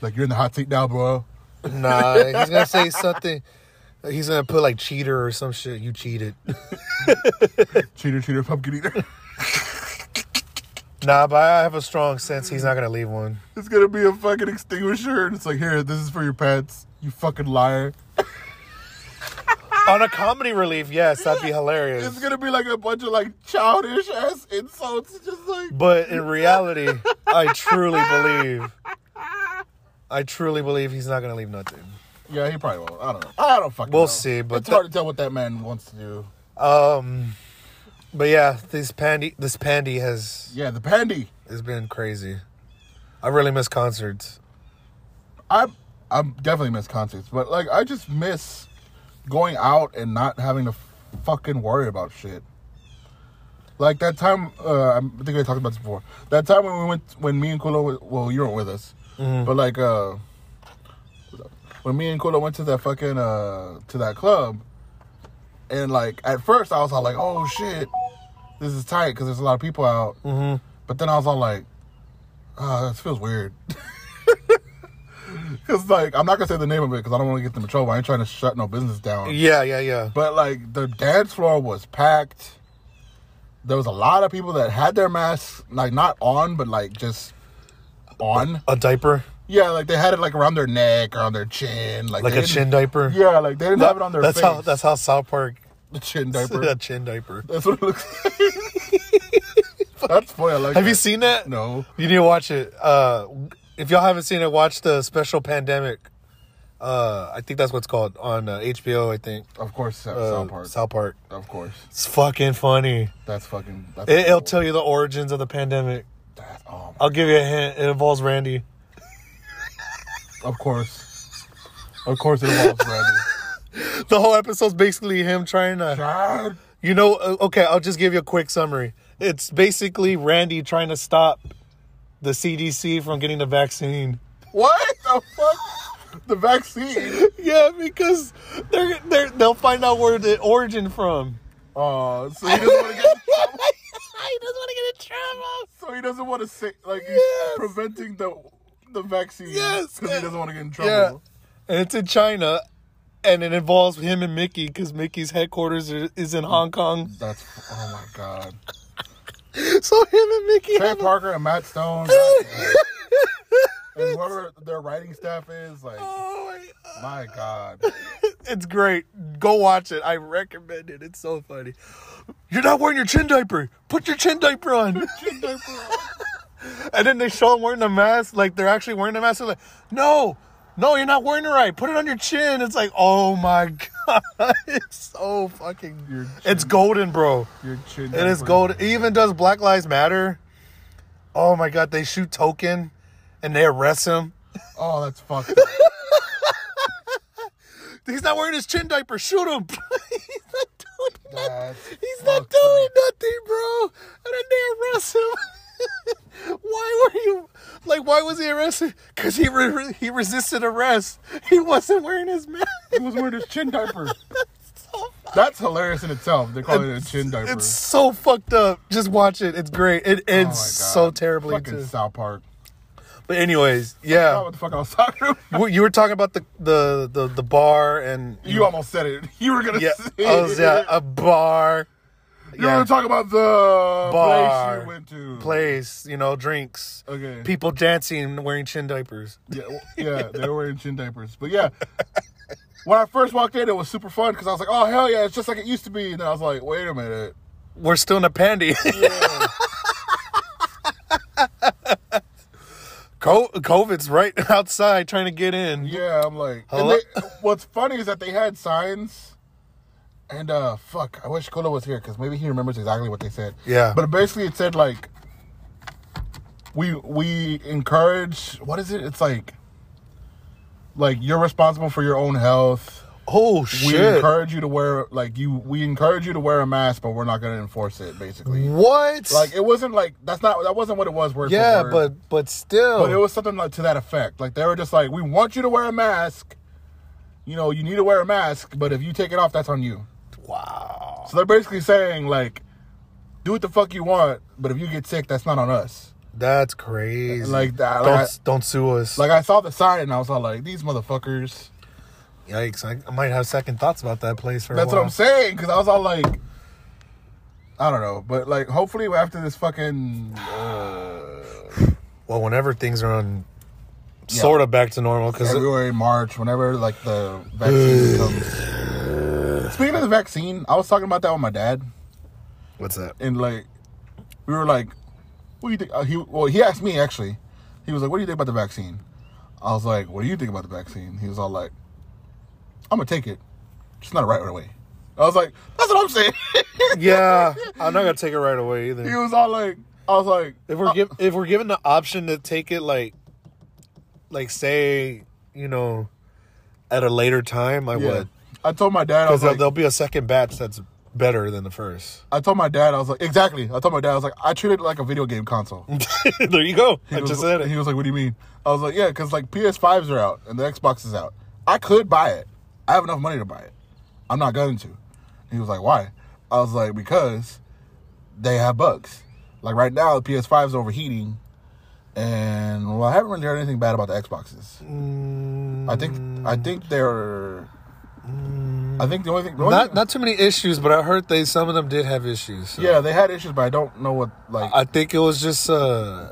[SPEAKER 1] Like you're in the hot seat now, bro.
[SPEAKER 2] nah, he's gonna say something. He's gonna put like cheater or some shit. You cheated.
[SPEAKER 1] Cheater, cheater, pumpkin eater.
[SPEAKER 2] Nah, but I have a strong sense he's not gonna leave one.
[SPEAKER 1] it's gonna be a fucking extinguisher, and it's like, here, this is for your pets. You fucking liar.
[SPEAKER 2] On a comedy relief, yes, that'd be hilarious.
[SPEAKER 1] It's gonna be like a bunch of like childish ass insults. It's Just like
[SPEAKER 2] But in reality, I truly believe. I truly believe he's not gonna leave nothing.
[SPEAKER 1] yeah, he probably won't. I don't know. I don't fucking.
[SPEAKER 2] We'll
[SPEAKER 1] know.
[SPEAKER 2] see, but
[SPEAKER 1] it's
[SPEAKER 2] that-
[SPEAKER 1] hard to tell what that man wants to do.
[SPEAKER 2] Um, but yeah, this pandy, this pandy has
[SPEAKER 1] Yeah, the pandy.
[SPEAKER 2] has been crazy. I really miss concerts.
[SPEAKER 1] I I'm definitely miss concerts, but like I just miss going out and not having to fucking worry about shit. Like that time, uh, I think I talked about this before. That time when we went, when me and Kulo, well, you weren't with us, but like uh, when me and Kulo went to that fucking uh to that club, and like at first I was all like, oh shit, this is tight because there's a lot of people out. Mm-hmm. But then I was all like, ah, this feels weird. Cause like I'm not gonna say the name of it because I don't want to get them in trouble. I ain't trying to shut no business down.
[SPEAKER 2] Yeah, yeah, yeah.
[SPEAKER 1] But like the dance floor was packed. There was a lot of people that had their masks like not on, but like just on.
[SPEAKER 2] A diaper,
[SPEAKER 1] Yeah, like they had it like around their neck or on their chin, like
[SPEAKER 2] like
[SPEAKER 1] they
[SPEAKER 2] a
[SPEAKER 1] didn't-
[SPEAKER 2] chin diaper.
[SPEAKER 1] Yeah, like they didn't have it on their
[SPEAKER 2] that's
[SPEAKER 1] face.
[SPEAKER 2] how that's how South Park
[SPEAKER 1] the chin
[SPEAKER 2] a
[SPEAKER 1] diaper.
[SPEAKER 2] chin diaper.
[SPEAKER 1] that's what it looks like. that's funny. I like.
[SPEAKER 2] Have you
[SPEAKER 1] that.
[SPEAKER 2] seen that?
[SPEAKER 1] No.
[SPEAKER 2] You need to watch it. Uh, if y'all haven't seen it, watch the special pandemic Uh, I think that's what it's called on uh, HBO. I think
[SPEAKER 1] Of course, South,
[SPEAKER 2] uh,
[SPEAKER 1] South Park.
[SPEAKER 2] South Park.
[SPEAKER 1] Of course,
[SPEAKER 2] It's fucking funny.
[SPEAKER 1] that's fucking. That's
[SPEAKER 2] It, it'll tell you the origins of the pandemic.
[SPEAKER 1] That, oh,
[SPEAKER 2] I'll give you a hint. It involves Randy.
[SPEAKER 1] of course, of course, it involves Randy.
[SPEAKER 2] The whole episode's basically him trying to.
[SPEAKER 1] God,
[SPEAKER 2] You know, uh, okay, I'll just give you a quick summary. It's basically Randy trying to stop the CDC from getting the vaccine.
[SPEAKER 1] what the fuck? The vaccine.
[SPEAKER 2] Yeah, because they're, they're they'll find out where the origin from.
[SPEAKER 1] Oh, so he doesn't want to get.
[SPEAKER 2] he doesn't want to get in trouble.
[SPEAKER 1] So he doesn't want to say like he's
[SPEAKER 2] Yes.
[SPEAKER 1] preventing the the vaccine.
[SPEAKER 2] Yes.
[SPEAKER 1] because he doesn't want to get in
[SPEAKER 2] Yeah,
[SPEAKER 1] trouble.
[SPEAKER 2] and it's in China, and it involves him and Mickey because Mickey's headquarters are, is in Hong Kong.
[SPEAKER 1] That's oh my god.
[SPEAKER 2] So him and Mickey.
[SPEAKER 1] Trey
[SPEAKER 2] have a-
[SPEAKER 1] Parker and Matt Stone. and whoever their writing staff is, like,
[SPEAKER 2] Oh my God.
[SPEAKER 1] my God.
[SPEAKER 2] It's great. Go watch it. I recommend it. It's so funny. You're not wearing your chin diaper. Put your chin diaper on. and then they show them wearing a mask. Like they're actually wearing a mask. They're like, no, no, you're not wearing it right. Put it on your chin. It's like, oh my god, it's so fucking.
[SPEAKER 1] Your
[SPEAKER 2] It's golden, bro.
[SPEAKER 1] Your chin.
[SPEAKER 2] It is golden. It even does Black Lives Matter. Oh my god, they shoot Token, and they arrest him.
[SPEAKER 1] Oh, that's fucked. up.
[SPEAKER 2] He's not wearing his chin diaper. Shoot him. He's not doing nothing.
[SPEAKER 1] That's
[SPEAKER 2] He's not
[SPEAKER 1] fucked up.
[SPEAKER 2] doing nothing, bro. And then they arrest him. why were you like? Why was he arrested? Because he re- re- he resisted arrest. He wasn't wearing his mask.
[SPEAKER 1] He was wearing his chin diaper.
[SPEAKER 2] So fucked-
[SPEAKER 1] That's hilarious in itself. They call it a chin diaper.
[SPEAKER 2] It's so fucked up. Just watch it. It's great. It
[SPEAKER 1] Oh my
[SPEAKER 2] ends
[SPEAKER 1] God.
[SPEAKER 2] so terribly
[SPEAKER 1] Fucking
[SPEAKER 2] too.
[SPEAKER 1] South Park.
[SPEAKER 2] But anyways, yeah.
[SPEAKER 1] Oh, what the fuck I was talking about?
[SPEAKER 2] You- You were talking about the the the, the bar and
[SPEAKER 1] You almost said it. You were gonna
[SPEAKER 2] yeah. uh,
[SPEAKER 1] say
[SPEAKER 2] I was at
[SPEAKER 1] it.
[SPEAKER 2] a bar.
[SPEAKER 1] You were gonna talk about the
[SPEAKER 2] bar
[SPEAKER 1] place you went to.
[SPEAKER 2] place, you know, drinks.
[SPEAKER 1] Okay.
[SPEAKER 2] People dancing wearing chin diapers.
[SPEAKER 1] Yeah, well, yeah, they were wearing chin diapers. But yeah, when I first walked in, it was super fun because I was like, "Oh hell yeah, it's just like it used to be." And then I was like, "Wait a minute."
[SPEAKER 2] We're still in a pandy.
[SPEAKER 1] Yeah.
[SPEAKER 2] Co- COVID's right outside trying to get in.
[SPEAKER 1] Yeah, I'm like, and
[SPEAKER 2] Hello?
[SPEAKER 1] they, what's funny is that they had signs, and uh, fuck, I wish Kula was here because maybe he remembers exactly what they said.
[SPEAKER 2] Yeah.
[SPEAKER 1] but basically it said like, we we encourage what is it? It's like, like you're responsible for your own health.
[SPEAKER 2] Oh
[SPEAKER 1] We
[SPEAKER 2] shit.
[SPEAKER 1] encourage you to wear like you. We encourage you to wear a mask, but we're not going to enforce it.
[SPEAKER 2] Mm.
[SPEAKER 1] Basically,
[SPEAKER 2] what?
[SPEAKER 1] like it wasn't like that's not that wasn't what it was. Word for
[SPEAKER 2] yeah,
[SPEAKER 1] word.
[SPEAKER 2] but but still.
[SPEAKER 1] But it was something like to that effect. Like they were just like, we want you to wear a mask. You know, you need to wear a mask, but if you take it off, that's on you.
[SPEAKER 2] wow.
[SPEAKER 1] So they're basically saying like, do what the fuck you want, but if you get sick, that's not on us.
[SPEAKER 2] That's crazy.
[SPEAKER 1] Like that-
[SPEAKER 2] Don't
[SPEAKER 1] like I-
[SPEAKER 2] don't sue us.
[SPEAKER 1] Like I saw the sign and I was all like, these motherfuckers.
[SPEAKER 2] Yikes! I, I might have second thoughts about that place for a
[SPEAKER 1] That's what
[SPEAKER 2] while.
[SPEAKER 1] I'm saying because I was all like, I don't know, but like hopefully after this fucking uh,
[SPEAKER 2] Well, whenever things are on, sort of back to normal because
[SPEAKER 1] February, March, whenever like the vaccine comes. Speaking of the vaccine, I was talking about that with my dad.
[SPEAKER 2] what's that?
[SPEAKER 1] and like we were like, "What do you think?" Uh, he well, he asked me actually. He was like, "What do you think about the vaccine?" I was like, "What do you think about the vaccine?" He was all like, "I'm gonna take it, just not right away." I was like, "That's what I'm saying."
[SPEAKER 2] yeah, I'm not gonna take it right away either.
[SPEAKER 1] he was all like, "I was like,
[SPEAKER 2] If we're giv if we're given the option to take it like like say, you know, at a later time, I
[SPEAKER 1] yeah."
[SPEAKER 2] would.
[SPEAKER 1] I told my dad, I
[SPEAKER 2] Because
[SPEAKER 1] was like,
[SPEAKER 2] there'll be a second batch that's better than the first.
[SPEAKER 1] I told my dad, I was like, exactly. I told my dad, I was like, I treat it like a video game console.
[SPEAKER 2] there you go. I
[SPEAKER 1] He was-
[SPEAKER 2] just said
[SPEAKER 1] He
[SPEAKER 2] it.
[SPEAKER 1] was like, "What do you mean?" I was like, "Yeah, because like PS5s are out and the Xbox is out. I could buy it. I have enough money to buy it. I'm not going to." He was like, "Why?" I was like, "Because they have bugs. Like right now, the PS5 is overheating, and well, I haven't really heard anything bad about the Xboxes.
[SPEAKER 2] Mm.
[SPEAKER 1] I think I think they're. I think the only thing, the only
[SPEAKER 2] Mm. Not
[SPEAKER 1] thing-
[SPEAKER 2] not too many issues, but I heard they some of them did have issues. so.
[SPEAKER 1] yeah, they had issues, but I don't know what like. I,
[SPEAKER 2] I think it was just uh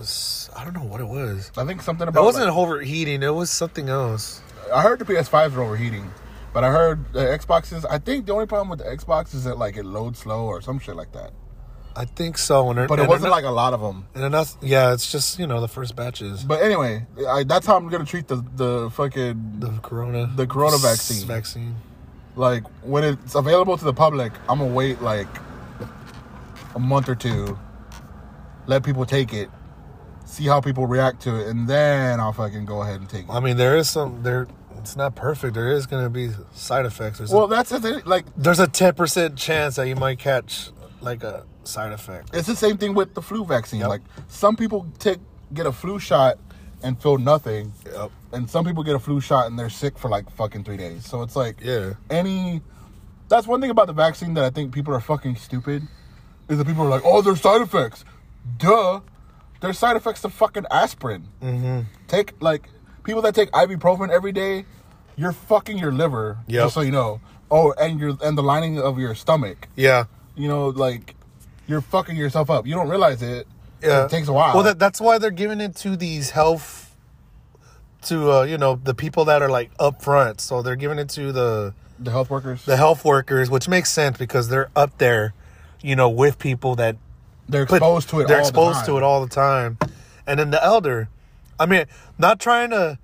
[SPEAKER 2] s- I don't know what it was.
[SPEAKER 1] think something
[SPEAKER 2] It
[SPEAKER 1] about
[SPEAKER 2] wasn't
[SPEAKER 1] like-
[SPEAKER 2] overheating, it was something else.
[SPEAKER 1] I heard the PS5s are overheating, but I heard the Xboxes. I think the only problem with the Xbox is that like it loads slow or some shit like that.
[SPEAKER 2] I think so. And they're-
[SPEAKER 1] But it
[SPEAKER 2] and
[SPEAKER 1] wasn't
[SPEAKER 2] they're
[SPEAKER 1] like a lot of them.
[SPEAKER 2] not- and they're not- yeah, it's just you know the first batches.
[SPEAKER 1] But anyway, I, that's how I'm gonna treat the the fucking
[SPEAKER 2] The corona,
[SPEAKER 1] The corona
[SPEAKER 2] s-
[SPEAKER 1] vaccine.
[SPEAKER 2] vaccine.
[SPEAKER 1] like when it's available to the public, I'm gonna wait like a month or two, let people take it, see how people react to it, and then I'll fucking go ahead and take
[SPEAKER 2] I
[SPEAKER 1] it.
[SPEAKER 2] mean, there is some there. It's not perfect. There is going to be side effects. There's
[SPEAKER 1] Well,
[SPEAKER 2] a,
[SPEAKER 1] that's the thing. Like
[SPEAKER 2] there's a ten percent chance that you might catch like a side effect.
[SPEAKER 1] it's the same thing with the flu vaccine.
[SPEAKER 2] Yep.
[SPEAKER 1] Like some people take get a flu shot and feel nothing,
[SPEAKER 2] Yep.
[SPEAKER 1] and some people get a flu shot and they're sick for like fucking three days. So it's like
[SPEAKER 2] Yeah.
[SPEAKER 1] any. That's one thing about the vaccine that I think people are fucking stupid, is that people are like, oh, there's side effects, duh, there's side effects to fucking aspirin. Mm-hmm. Take like people that take ibuprofen every day, you're fucking your liver.
[SPEAKER 2] Yep.
[SPEAKER 1] Just so you know. Oh, and your and the lining of your stomach
[SPEAKER 2] Yeah.
[SPEAKER 1] you know, like you're fucking yourself up. You don't realize it.
[SPEAKER 2] Yeah.
[SPEAKER 1] It takes a while.
[SPEAKER 2] Well, that, that's why they're giving it to these health, to uh, you know the people that are like up front. So they're giving it to the
[SPEAKER 1] the health workers.
[SPEAKER 2] the health workers, which makes sense because they're up there, you know, with people that
[SPEAKER 1] they're
[SPEAKER 2] put-
[SPEAKER 1] exposed to it
[SPEAKER 2] They're
[SPEAKER 1] all the
[SPEAKER 2] exposed
[SPEAKER 1] time.
[SPEAKER 2] to it all the time, and then the elder. I mean, not trying to,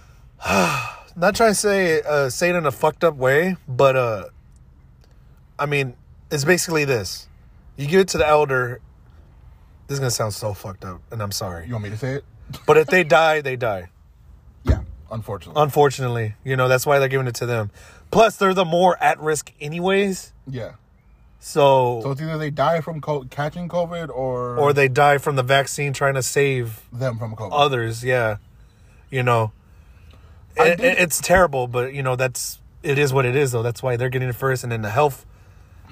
[SPEAKER 2] not trying to say uh, say it in a fucked up way, but uh, I mean, it's basically this: you give it to the elder. This is gonna sound so fucked up, and I'm sorry,
[SPEAKER 1] You want me to say it?
[SPEAKER 2] but if they die, they die.
[SPEAKER 1] Yeah, unfortunately.
[SPEAKER 2] Unfortunately, you know that's why they're giving it to them. Plus, they're the more at risk, anyways.
[SPEAKER 1] yeah.
[SPEAKER 2] So,
[SPEAKER 1] So it's either they die from co- catching COVID or
[SPEAKER 2] or they Uh, die from the vaccine trying to save
[SPEAKER 1] them from COVID.
[SPEAKER 2] others. Yeah, you know,
[SPEAKER 1] I
[SPEAKER 2] It-
[SPEAKER 1] did-
[SPEAKER 2] it's terrible, but you know that's it is what it is though. That's why they're getting it first, and then the health,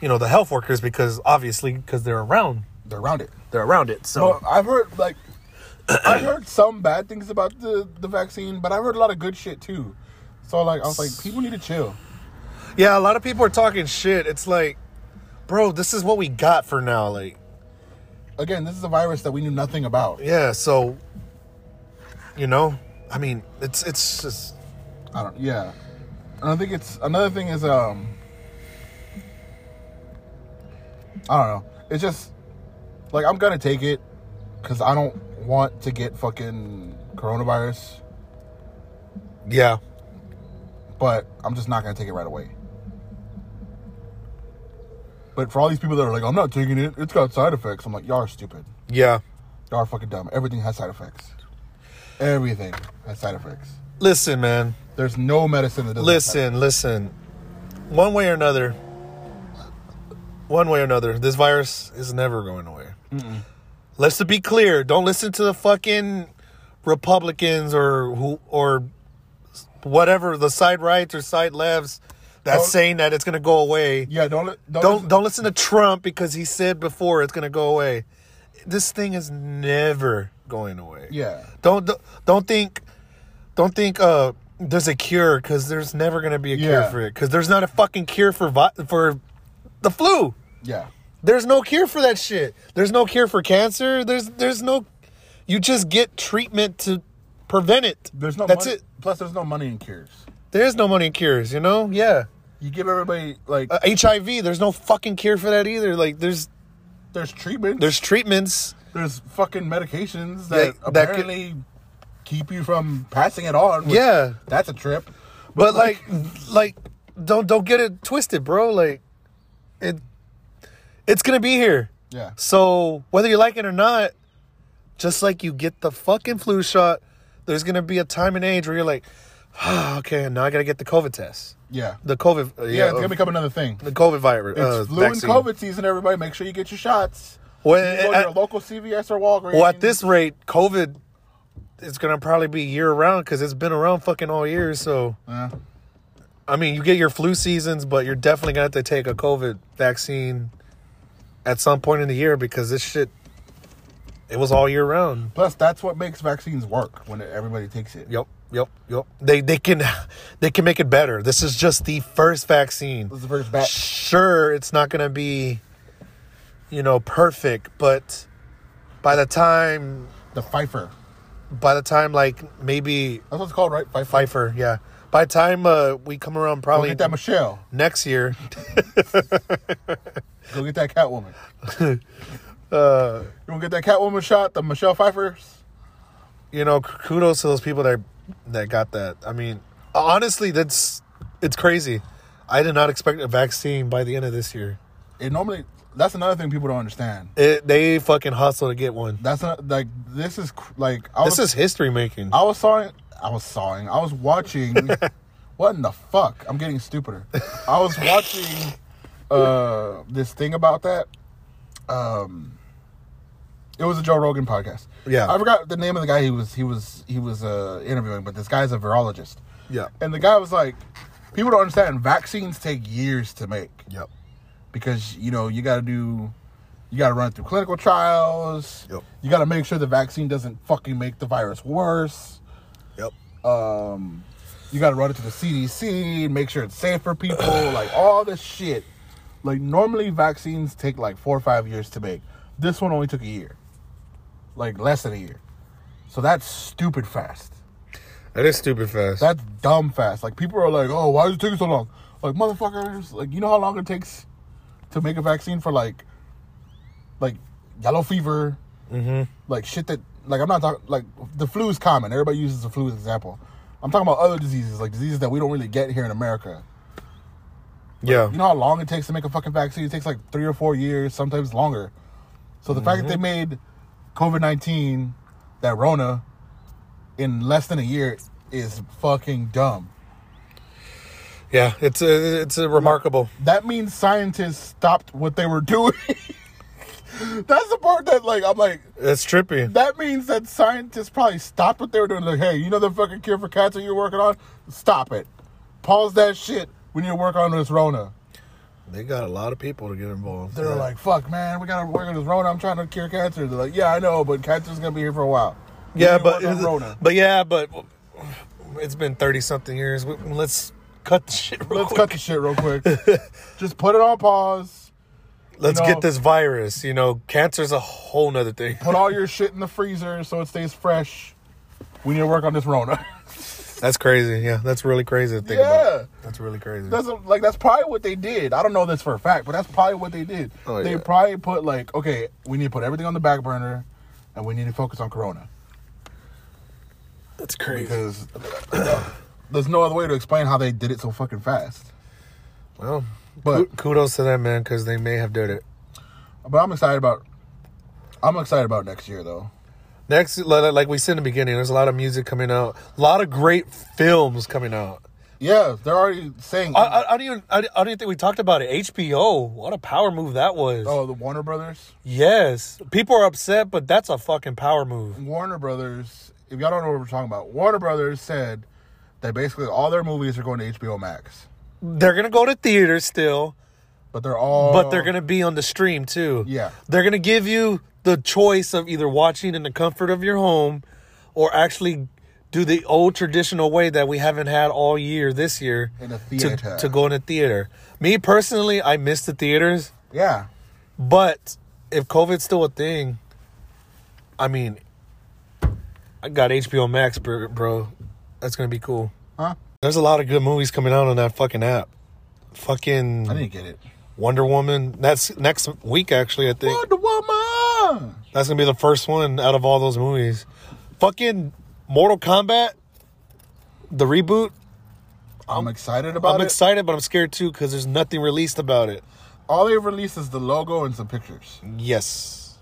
[SPEAKER 2] you know, the health workers because obviously because they're around,
[SPEAKER 1] they're around it.
[SPEAKER 2] they're around it. So
[SPEAKER 1] Well, I've heard like I've heard some bad things about the the vaccine, but I've heard a lot of good shit too. So like I was like, people need to chill.
[SPEAKER 2] yeah, a lot of people are talking shit. It's like, bro, this is what we got for now. Like,
[SPEAKER 1] Again, this is a virus that we knew nothing about.
[SPEAKER 2] yeah, so you know, I mean, it's it's just
[SPEAKER 1] I don't. Yeah, and I think it's another thing is um, I don't know. It's just like I'm gonna take it because I don't want to get fucking coronavirus,
[SPEAKER 2] yeah,
[SPEAKER 1] but I'm just not gonna take it right away. But for all these people that are like, I'm not taking it, it's got side effects. I'm like, y'all are stupid.
[SPEAKER 2] yeah.
[SPEAKER 1] Y'all are fucking dumb. Everything has side effects. Everything has side effects.
[SPEAKER 2] Listen, man.
[SPEAKER 1] There's no medicine that doesn't. have side
[SPEAKER 2] Listen, listen. One way or another, one way or another, this virus is never going away. Let's to be clear. Don't listen to the fucking Republicans or who or whatever the side rights or side lefts that's
[SPEAKER 1] Don't-
[SPEAKER 2] saying that it's going to go away.
[SPEAKER 1] Yeah, don't li- don't
[SPEAKER 2] Don't
[SPEAKER 1] listen-
[SPEAKER 2] don't listen to Trump because he said before it's going to go away. This thing is never going away.
[SPEAKER 1] Yeah.
[SPEAKER 2] Don't don't think don't think uh there's a cure because there's never gonna be a cure
[SPEAKER 1] Yeah.
[SPEAKER 2] for it because there's not a fucking cure for vi- for the flu.
[SPEAKER 1] Yeah.
[SPEAKER 2] There's no cure for that shit. There's no cure for cancer. There's there's no you just get treatment to prevent it.
[SPEAKER 1] There's no.
[SPEAKER 2] that's
[SPEAKER 1] money.
[SPEAKER 2] it.
[SPEAKER 1] Plus, there's no money in cures.
[SPEAKER 2] There's no money in cures. You know? Yeah.
[SPEAKER 1] You give everybody like
[SPEAKER 2] Uh, HIV. There's no fucking cure for that either. Like there's
[SPEAKER 1] there's treatment. There's
[SPEAKER 2] there's treatments.
[SPEAKER 1] there's fucking medications
[SPEAKER 2] Yeah,
[SPEAKER 1] that
[SPEAKER 2] that could-
[SPEAKER 1] apparently keep you from passing it on. which-
[SPEAKER 2] Yeah.
[SPEAKER 1] that's a trip.
[SPEAKER 2] But like, like, don't don't get it twisted, bro. Like, it it's gonna be here.
[SPEAKER 1] Yeah.
[SPEAKER 2] So whether you like it or not, just like you get the fucking flu shot, there's gonna be a time and age where you're like, ah, okay, now I gotta get the COVID test,
[SPEAKER 1] Yeah,
[SPEAKER 2] the COVID, uh,
[SPEAKER 1] yeah,
[SPEAKER 2] yeah,
[SPEAKER 1] it's gonna become another thing.
[SPEAKER 2] the COVID virus,
[SPEAKER 1] It's
[SPEAKER 2] uh,
[SPEAKER 1] flu and
[SPEAKER 2] vaccine.
[SPEAKER 1] COVID season. Everybody, make sure you get your shots.
[SPEAKER 2] Well,
[SPEAKER 1] You go to
[SPEAKER 2] at-
[SPEAKER 1] your local CVS or Walgreens.
[SPEAKER 2] Well, at this rate, COVID is gonna probably be year round because it's been around fucking all year. So,
[SPEAKER 1] Yeah.
[SPEAKER 2] I mean, you get your flu seasons, but you're definitely gonna have to take a COVID vaccine at some point in the year because this shit, it was all year round.
[SPEAKER 1] Plus, that's what makes vaccines work when everybody takes it.
[SPEAKER 2] Yep, yep, yep. They they can they can make it better. This is just the first vaccine.
[SPEAKER 1] This is the first batch.
[SPEAKER 2] Sure, it's not gonna be, you know, perfect, but by the time
[SPEAKER 1] The Pfeiffer.
[SPEAKER 2] by the time like maybe
[SPEAKER 1] That's what it's called, right? Pfeiffer.
[SPEAKER 2] Pfeiffer, yeah. By the time uh, we come around,
[SPEAKER 1] Go
[SPEAKER 2] probably
[SPEAKER 1] get that Michelle.
[SPEAKER 2] next year,
[SPEAKER 1] Go get that Catwoman.
[SPEAKER 2] Uh,
[SPEAKER 1] you want to get that Catwoman shot? The Michelle Pfeiffer's?
[SPEAKER 2] you know, k- kudos to those people that that got that. I mean, honestly, that's it's crazy. I did not expect a vaccine by the end of this year.
[SPEAKER 1] It normally, that's another thing people don't understand.
[SPEAKER 2] It, they fucking hustle to get one.
[SPEAKER 1] That's not, like, this is, cr- like, I was,
[SPEAKER 2] This is history making.
[SPEAKER 1] I was sawing, I was sawing, I was watching, what in the fuck? I'm getting stupider. I was watching uh, this thing about that. Um, it was a Joe Rogan podcast.
[SPEAKER 2] Yeah.
[SPEAKER 1] I forgot the name of the guy he was he was he was uh, interviewing, but this guy's a virologist.
[SPEAKER 2] Yeah.
[SPEAKER 1] And the guy was like, people don't understand. Vaccines take years to make
[SPEAKER 2] Yep.
[SPEAKER 1] because you know you got to do you got to run through clinical trials
[SPEAKER 2] Yep.
[SPEAKER 1] you got to make sure the vaccine doesn't fucking make the virus worse
[SPEAKER 2] Yep.
[SPEAKER 1] um you got to run it to the cdc make sure it's safe for people like all this shit like normally vaccines take like four or five years to make this one only took a year like less than a year so that's stupid fast
[SPEAKER 2] That is stupid fast.
[SPEAKER 1] that's dumb fast. Like people are like, oh, why is it taking so long? Like motherfuckers, like you know how long it takes to make a vaccine for like, like yellow fever, mm-hmm. like shit that like I'm not talking like the flu is common. Everybody uses the flu as an example. I'm talking about other diseases, like diseases that we don't really get here in America.
[SPEAKER 2] yeah.
[SPEAKER 1] You know how long it takes to make a fucking vaccine? It takes like three or four years, sometimes longer. So the fact that they made COVID nineteen, that Rona, in less than a year is fucking dumb.
[SPEAKER 2] yeah. It's a, it's a remarkable.
[SPEAKER 1] that means scientists stopped what they were doing. That's the part that like I'm like
[SPEAKER 2] That's trippy.
[SPEAKER 1] that means that scientists probably stopped what they were doing. Like, hey, you know the fucking cure for cancer you're working on? Stop it. Pause that shit. We need to work on this Rona.
[SPEAKER 2] They got a lot of people to get involved.
[SPEAKER 1] They're
[SPEAKER 2] Yeah.
[SPEAKER 1] like, fuck, man, we gotta work on this Rona. I'm trying to cure cancer. They're like, yeah, I know, but cancer's gonna be here for a while. We
[SPEAKER 2] yeah,
[SPEAKER 1] need to
[SPEAKER 2] but
[SPEAKER 1] work on Rona.
[SPEAKER 2] but yeah, but it's been thirty something years. We- Let's cut the shit. Real
[SPEAKER 1] let's
[SPEAKER 2] quick.
[SPEAKER 1] cut the shit real quick. Just put it on pause.
[SPEAKER 2] Let's
[SPEAKER 1] you know-
[SPEAKER 2] get this virus. You know, cancer's a whole nother thing.
[SPEAKER 1] Put all your shit in the freezer so it stays fresh. We need to work on this Rona.
[SPEAKER 2] That's crazy. Yeah, that's really crazy to think
[SPEAKER 1] Yeah.
[SPEAKER 2] about. That's really crazy.
[SPEAKER 1] That's a, like that's probably what they did. I don't know this for a fact, but that's probably what they did.
[SPEAKER 2] Oh,
[SPEAKER 1] they
[SPEAKER 2] yeah.
[SPEAKER 1] probably put like, okay, we need to put everything on the back burner, and we need to focus on Corona
[SPEAKER 2] that's crazy.
[SPEAKER 1] because there's no other way to explain how they did it so fucking fast.
[SPEAKER 2] Well,
[SPEAKER 1] But-
[SPEAKER 2] but kudos to them, man, because they may have did it.
[SPEAKER 1] But I'm excited about, I'm excited about next year though.
[SPEAKER 2] Next, li- li- like we said in the beginning, there's a lot of music coming out, a lot of great films coming out.
[SPEAKER 1] Yeah, they're already saying.
[SPEAKER 2] I, I, I don't even, I, I don't even think we talked about it. HBO, what a power move that was.
[SPEAKER 1] oh, the Warner Brothers.
[SPEAKER 2] Yes, people are upset, but that's a fucking power move.
[SPEAKER 1] Warner Brothers. If y'all don't know what we're talking about, Warner Brothers said that basically all their movies are going to HBO Max,
[SPEAKER 2] They're gonna go to theaters still,
[SPEAKER 1] but they're all.
[SPEAKER 2] but they're gonna be on the stream too.
[SPEAKER 1] Oh. Yeah.
[SPEAKER 2] they're gonna give you the choice of either watching in the comfort of your home, or actually do the old traditional way that we haven't had all year this year
[SPEAKER 1] In a
[SPEAKER 2] to,
[SPEAKER 1] theater.
[SPEAKER 2] to go in a theater. Me personally, I miss the theaters,
[SPEAKER 1] Yeah.
[SPEAKER 2] but if COVID's still a thing, I mean, I got HBO Max, bro. bro. That's gonna be cool.
[SPEAKER 1] Huh?
[SPEAKER 2] There's a lot of good movies coming out on that fucking app. Fucking
[SPEAKER 1] I didn't get it.
[SPEAKER 2] Wonder Woman. That's next week, actually. I think
[SPEAKER 1] Wonder Woman.
[SPEAKER 2] that's gonna be the first one out of all those movies. Fucking Mortal Kombat, the reboot.
[SPEAKER 1] I'm excited about
[SPEAKER 2] I'm
[SPEAKER 1] it.
[SPEAKER 2] excited, but I'm scared too because there's nothing released about it.
[SPEAKER 1] All they've released is the logo and some pictures.
[SPEAKER 2] Yes,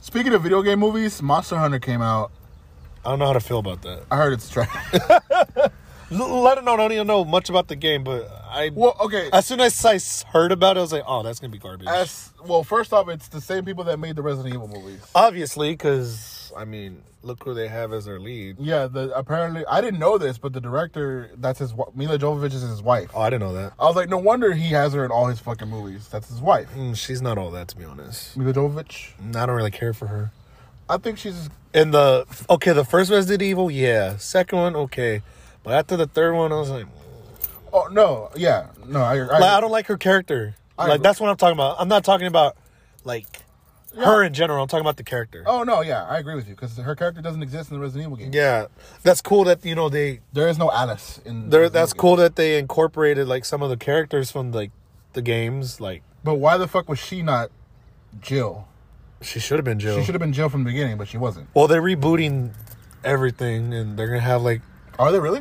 [SPEAKER 1] Speaking of video game movies, Monster Hunter came out.
[SPEAKER 2] I don't know how to feel about that.
[SPEAKER 1] I heard it's trash.
[SPEAKER 2] L- Let it know. I don't even know much about the game, but I.
[SPEAKER 1] well, okay.
[SPEAKER 2] as soon as I s- heard about it, I was like, "Oh, that's gonna be garbage."
[SPEAKER 1] As, well, first off, it's the same people that made the Resident Evil movies.
[SPEAKER 2] Obviously, because I mean, look who they have as their lead.
[SPEAKER 1] Yeah, the apparently I didn't know this, but the director that's his wi- Mila Jovovich is his wife.
[SPEAKER 2] Oh, I didn't know that.
[SPEAKER 1] I was like, no wonder he has her in all his fucking movies. That's his wife,
[SPEAKER 2] Mm, she's not all that, to be honest.
[SPEAKER 1] Mila Jovovich.
[SPEAKER 2] I don't really care for her.
[SPEAKER 1] I think she's
[SPEAKER 2] And the okay, the first Resident Evil, yeah. Second one, okay. But after the third one, I was like,
[SPEAKER 1] oh no, yeah, no, I, I,
[SPEAKER 2] like, I don't like her character.
[SPEAKER 1] I
[SPEAKER 2] like
[SPEAKER 1] agree.
[SPEAKER 2] that's what I'm talking about. I'm not talking about like her in general. I'm talking about the character.
[SPEAKER 1] Oh no, yeah, I agree with you because her character doesn't exist in the Resident Evil game.
[SPEAKER 2] Yeah, that's cool that you know they.
[SPEAKER 1] There is no Alice in.
[SPEAKER 2] There,
[SPEAKER 1] Resident
[SPEAKER 2] that's
[SPEAKER 1] Evil.
[SPEAKER 2] cool that they incorporated like some of the characters from like the games, like
[SPEAKER 1] But why the fuck was she not Jill?
[SPEAKER 2] She should have been Jill.
[SPEAKER 1] She should have been Jill from the beginning, but she wasn't.
[SPEAKER 2] Well, they're rebooting everything, and they're gonna have like
[SPEAKER 1] Are they really?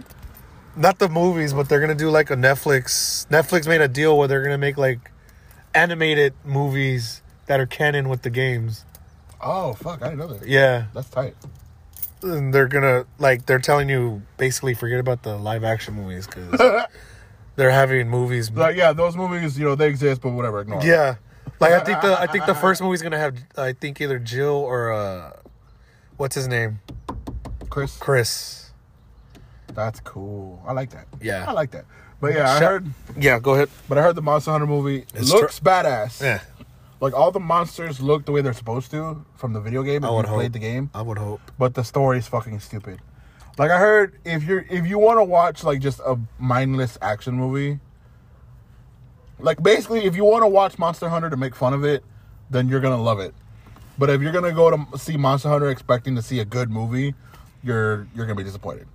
[SPEAKER 2] not the movies, but they're gonna do like a Netflix. Netflix made a deal where they're gonna make like animated movies that are canon with the games.
[SPEAKER 1] Oh fuck, I didn't know that.
[SPEAKER 2] Yeah,
[SPEAKER 1] That's tight.
[SPEAKER 2] and they're gonna like they're telling you basically forget about the live action movies because they're having movies.
[SPEAKER 1] Like yeah, those movies, you know, they exist, but whatever, ignore. 'em.
[SPEAKER 2] yeah, like I think the I think the first movie's gonna have I think either Jill or uh, what's his name,
[SPEAKER 1] Chris,
[SPEAKER 2] Chris.
[SPEAKER 1] that's cool. I like that.
[SPEAKER 2] Yeah.
[SPEAKER 1] I like that. But yeah, I
[SPEAKER 2] Shut-
[SPEAKER 1] heard.
[SPEAKER 2] Yeah, go ahead.
[SPEAKER 1] But I heard the Monster Hunter movie
[SPEAKER 2] It's
[SPEAKER 1] looks badass.
[SPEAKER 2] Yeah,
[SPEAKER 1] Like all the monsters look the way they're supposed to from the video game. If
[SPEAKER 2] I would
[SPEAKER 1] you
[SPEAKER 2] hope
[SPEAKER 1] played the game,
[SPEAKER 2] I would hope.
[SPEAKER 1] but the story is fucking stupid. Like I heard, if you're if you want to watch like just a mindless action movie, like basically if you want to watch Monster Hunter to make fun of it, then you're gonna love it. But if you're gonna go to see Monster Hunter expecting to see a good movie, you're you're gonna be disappointed.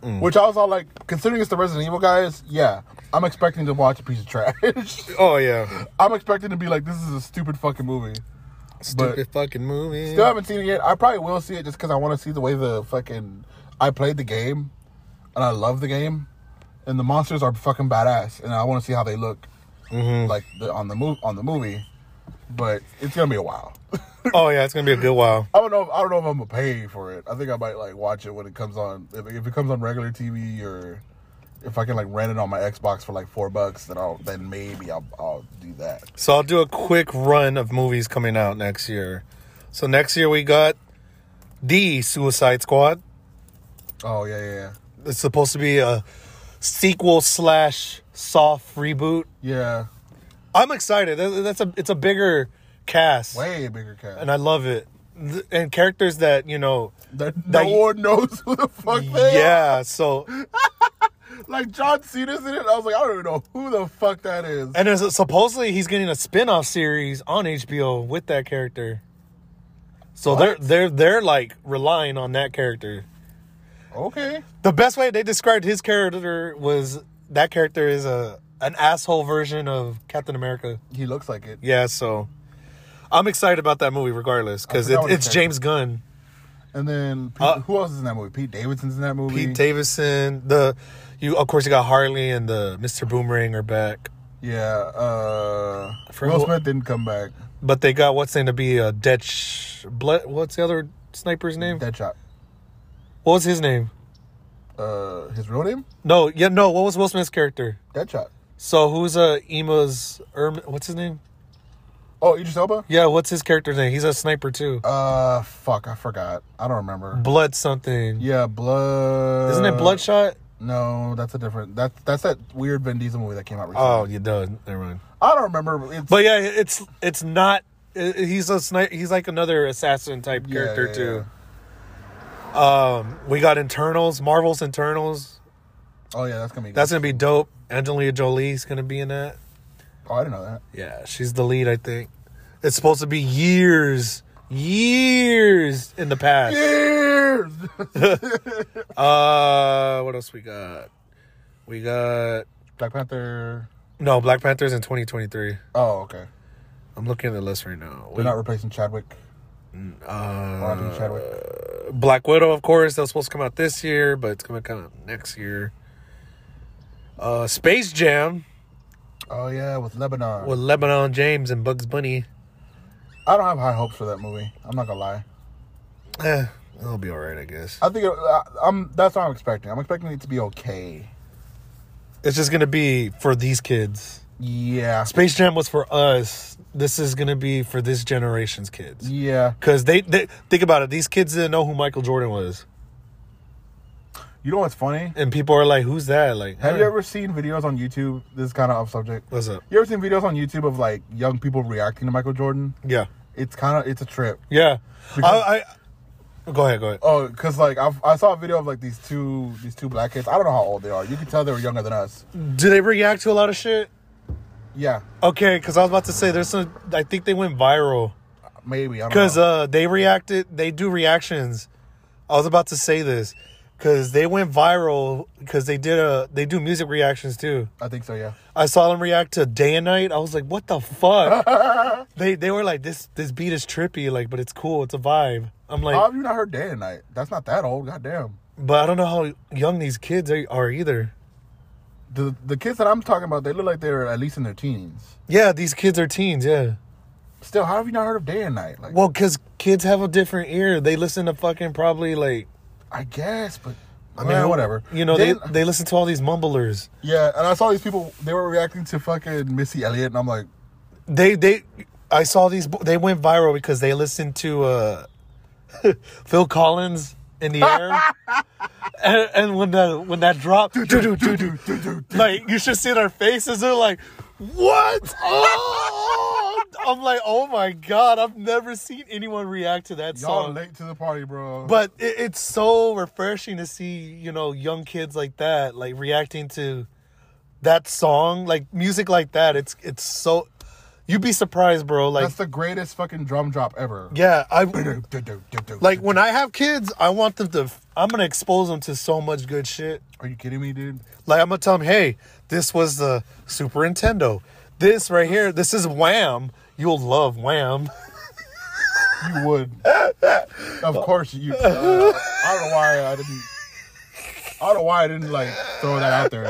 [SPEAKER 1] Which I was all like, considering it's the Resident Evil guys, yeah, I'm expecting to watch a piece of trash.
[SPEAKER 2] Oh yeah,
[SPEAKER 1] I'm expecting to be like, this is a stupid fucking movie.
[SPEAKER 2] stupid fucking movie.
[SPEAKER 1] Still haven't seen it yet. I probably will see it just because I want to see the way the fucking I played the game, and I love the game, and the monsters are fucking badass, and I want to see how they look, like the, on the move on the movie. But it's gonna be a while.
[SPEAKER 2] Oh yeah, it's gonna be a good while.
[SPEAKER 1] I don't know. If, I don't know if I'm gonna pay for it. I think I might like watch it when it comes on. If, if it comes on regular TV or if I can like rent it on my Xbox for like four bucks, then I'll then maybe I'll, I'll do that.
[SPEAKER 2] So I'll do a quick run of movies coming out next year. So next year we got the Suicide Squad.
[SPEAKER 1] Oh yeah, yeah, yeah.
[SPEAKER 2] It's supposed to be a sequel slash soft reboot.
[SPEAKER 1] yeah.
[SPEAKER 2] I'm excited. That- That's a it's a bigger cast,
[SPEAKER 1] Way bigger cat.
[SPEAKER 2] and I love it. Th- And characters that you know,
[SPEAKER 1] that no
[SPEAKER 2] That-
[SPEAKER 1] one knows who the fuck they are.
[SPEAKER 2] yeah. So
[SPEAKER 1] Like John Cena's in it. I was like, I don't even know who the fuck that is.
[SPEAKER 2] and there's supposedly he's getting a spin off series on HBO with that character. So they're they're they're like relying on that character.
[SPEAKER 1] Okay.
[SPEAKER 2] The best way they described his character was that character is a an asshole version of Captain America.
[SPEAKER 1] He looks like it.
[SPEAKER 2] Yeah, so I'm excited about that movie regardless because
[SPEAKER 1] I
[SPEAKER 2] it,
[SPEAKER 1] forgot what
[SPEAKER 2] it's
[SPEAKER 1] his
[SPEAKER 2] James Gunn,
[SPEAKER 1] And then Pete,
[SPEAKER 2] Uh,
[SPEAKER 1] who else is in that movie? Pete Davidson's in that movie.
[SPEAKER 2] Pete Davidson. The you of course you got Harley and the Mr. Boomerang are back,
[SPEAKER 1] yeah. Uh,
[SPEAKER 2] forgot
[SPEAKER 1] Will
[SPEAKER 2] who-
[SPEAKER 1] Smith didn't come back.
[SPEAKER 2] but they got what's named to be a Detch. Ble- what's the other sniper's name?
[SPEAKER 1] Deadshot.
[SPEAKER 2] What was his name?
[SPEAKER 1] Uh, his real name?
[SPEAKER 2] No, yeah, no. What was Will Smith's character?
[SPEAKER 1] Deadshot.
[SPEAKER 2] So who's uh Ema's? Erm what's his name?
[SPEAKER 1] Oh, Idris Elba.
[SPEAKER 2] Yeah, what's his character's name? He's a sniper too.
[SPEAKER 1] Uh, fuck, I forgot. I don't remember.
[SPEAKER 2] Blood something.
[SPEAKER 1] Yeah, blood.
[SPEAKER 2] Isn't it Bloodshot?
[SPEAKER 1] No, that's a different. That's that's that weird Vin Diesel movie that came out recently.
[SPEAKER 2] Oh, you don't. Never mind.
[SPEAKER 1] I don't remember. It's,
[SPEAKER 2] But yeah, it's it's not. i- He's a sniper. He's like another assassin type
[SPEAKER 1] Yeah,
[SPEAKER 2] character
[SPEAKER 1] yeah,
[SPEAKER 2] too. Um, we got internals, Marvel's internals.
[SPEAKER 1] oh yeah, that's gonna be. Good.
[SPEAKER 2] That's gonna be dope. Angelina Jolie's gonna be in that.
[SPEAKER 1] Oh, I didn't know that.
[SPEAKER 2] Yeah, she's the lead, I think. It's supposed to be years, years in the past.
[SPEAKER 1] Years.
[SPEAKER 2] Uh, what else we got? We got
[SPEAKER 1] Black Panther.
[SPEAKER 2] no Black Panthers in 2023.
[SPEAKER 1] Oh, okay.
[SPEAKER 2] I'm looking at the list right now.
[SPEAKER 1] They're not replacing Chadwick. Uh, Chadwick.
[SPEAKER 2] Black Widow, of course, that was supposed to come out this year, but it's gonna come out next year. Uh, Space Jam
[SPEAKER 1] Oh yeah, with Lebanon.
[SPEAKER 2] with Lebanon James and Bugs Bunny.
[SPEAKER 1] I don't have high hopes for that movie. I'm not gonna lie.
[SPEAKER 2] Eh, it'll be all right, I guess.
[SPEAKER 1] I think it, I, I'm. That's what I'm expecting. I'm expecting it to be okay.
[SPEAKER 2] It's just gonna be for these kids.
[SPEAKER 1] Yeah.
[SPEAKER 2] Space Jam was for us. This is gonna be for this generation's kids.
[SPEAKER 1] Yeah.
[SPEAKER 2] Cause they, they think about it. These kids didn't know who Michael Jordan was,
[SPEAKER 1] You know what's funny?
[SPEAKER 2] and people are like, "Who's that?" Like,
[SPEAKER 1] Have
[SPEAKER 2] huh?
[SPEAKER 1] you ever seen videos on YouTube? This is kind of off subject.
[SPEAKER 2] What's up?
[SPEAKER 1] You ever seen videos on YouTube of like young people reacting to Michael Jordan?
[SPEAKER 2] Yeah,
[SPEAKER 1] It's kind of it's a trip.
[SPEAKER 2] yeah.
[SPEAKER 1] Because-
[SPEAKER 2] I, I go ahead, go ahead.
[SPEAKER 1] Oh, cause like i I saw a video of like these two these two black kids. I don't know how old they are. You can tell they were younger than us.
[SPEAKER 2] Do they react to a lot of shit?
[SPEAKER 1] Yeah,
[SPEAKER 2] Okay, because I was about to say there's some. I think they went viral uh,
[SPEAKER 1] maybe. I don't
[SPEAKER 2] because
[SPEAKER 1] know.
[SPEAKER 2] uh, they reacted. They do reactions. I was about to say this. because they went viral because they did a they do music reactions too.
[SPEAKER 1] I think so, yeah.
[SPEAKER 2] I saw them react to Day and Night. I was like, what the fuck? they they were like, this this beat is trippy, like, but it's cool. It's a vibe. I'm like,
[SPEAKER 1] How have you not heard Day and Night? That's not that old, goddamn.
[SPEAKER 2] but I don't know how young these kids are, are either.
[SPEAKER 1] The the kids that I'm talking about, they look like they're at least in their teens.
[SPEAKER 2] Yeah, these kids are teens. Yeah.
[SPEAKER 1] Still, how have you not heard of Day and Night? Like,
[SPEAKER 2] Well, because kids have a different ear. They listen to fucking probably like.
[SPEAKER 1] I guess, but I
[SPEAKER 2] I
[SPEAKER 1] mean,
[SPEAKER 2] mean,
[SPEAKER 1] whatever.
[SPEAKER 2] You know, they,
[SPEAKER 1] Day and-
[SPEAKER 2] they listen to all these mumblers.
[SPEAKER 1] yeah. And I saw these people; they were reacting to fucking Missy Elliott, and I'm like,
[SPEAKER 2] They they I saw these. They went viral because they listened to uh, Phil Collins in the air, and, and when the when that dropped,
[SPEAKER 1] do do do do do. do.
[SPEAKER 2] like you should see their faces. They're like, "What?" Oh! I'm like, "Oh my god!" I've never seen anyone react to that
[SPEAKER 1] Y'all
[SPEAKER 2] song.
[SPEAKER 1] late to the party, bro.
[SPEAKER 2] but it, it's so refreshing to see you know young kids like that like reacting to that song like music like that it's it's so you'd be surprised bro like
[SPEAKER 1] that's the greatest fucking drum drop ever.
[SPEAKER 2] yeah i
[SPEAKER 1] Do, do, do, do, do.
[SPEAKER 2] like when i have kids i want them to i'm gonna expose them to so much good shit
[SPEAKER 1] are you kidding me, dude?
[SPEAKER 2] like i'm gonna tell them hey this was the super nintendo this right here this is wham you'll love wham
[SPEAKER 1] You would. of course you. Uh, I don't know why I didn't. I don't know why I didn't like throw that out there.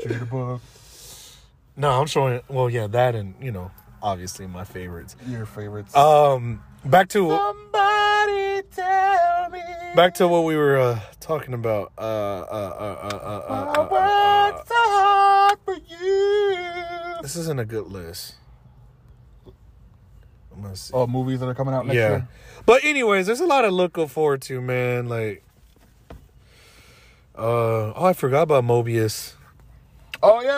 [SPEAKER 1] Jitterbug,
[SPEAKER 2] no i'm showing it well yeah that and you know obviously my favorites
[SPEAKER 1] your favorites.
[SPEAKER 2] um back to
[SPEAKER 1] Somebody tell me.
[SPEAKER 2] back to what we were uh, talking about. Uh, uh, uh, uh, uh,
[SPEAKER 1] I
[SPEAKER 2] uh, uh, uh,
[SPEAKER 1] worked so hard for you.
[SPEAKER 2] this isn't a good list. I'm gonna see.
[SPEAKER 1] Oh, movies that are coming out next
[SPEAKER 2] yeah,
[SPEAKER 1] year.
[SPEAKER 2] but anyways, there's a lot to look forward to, man. Like, uh, oh, I forgot about Mobius.
[SPEAKER 1] Oh yeah,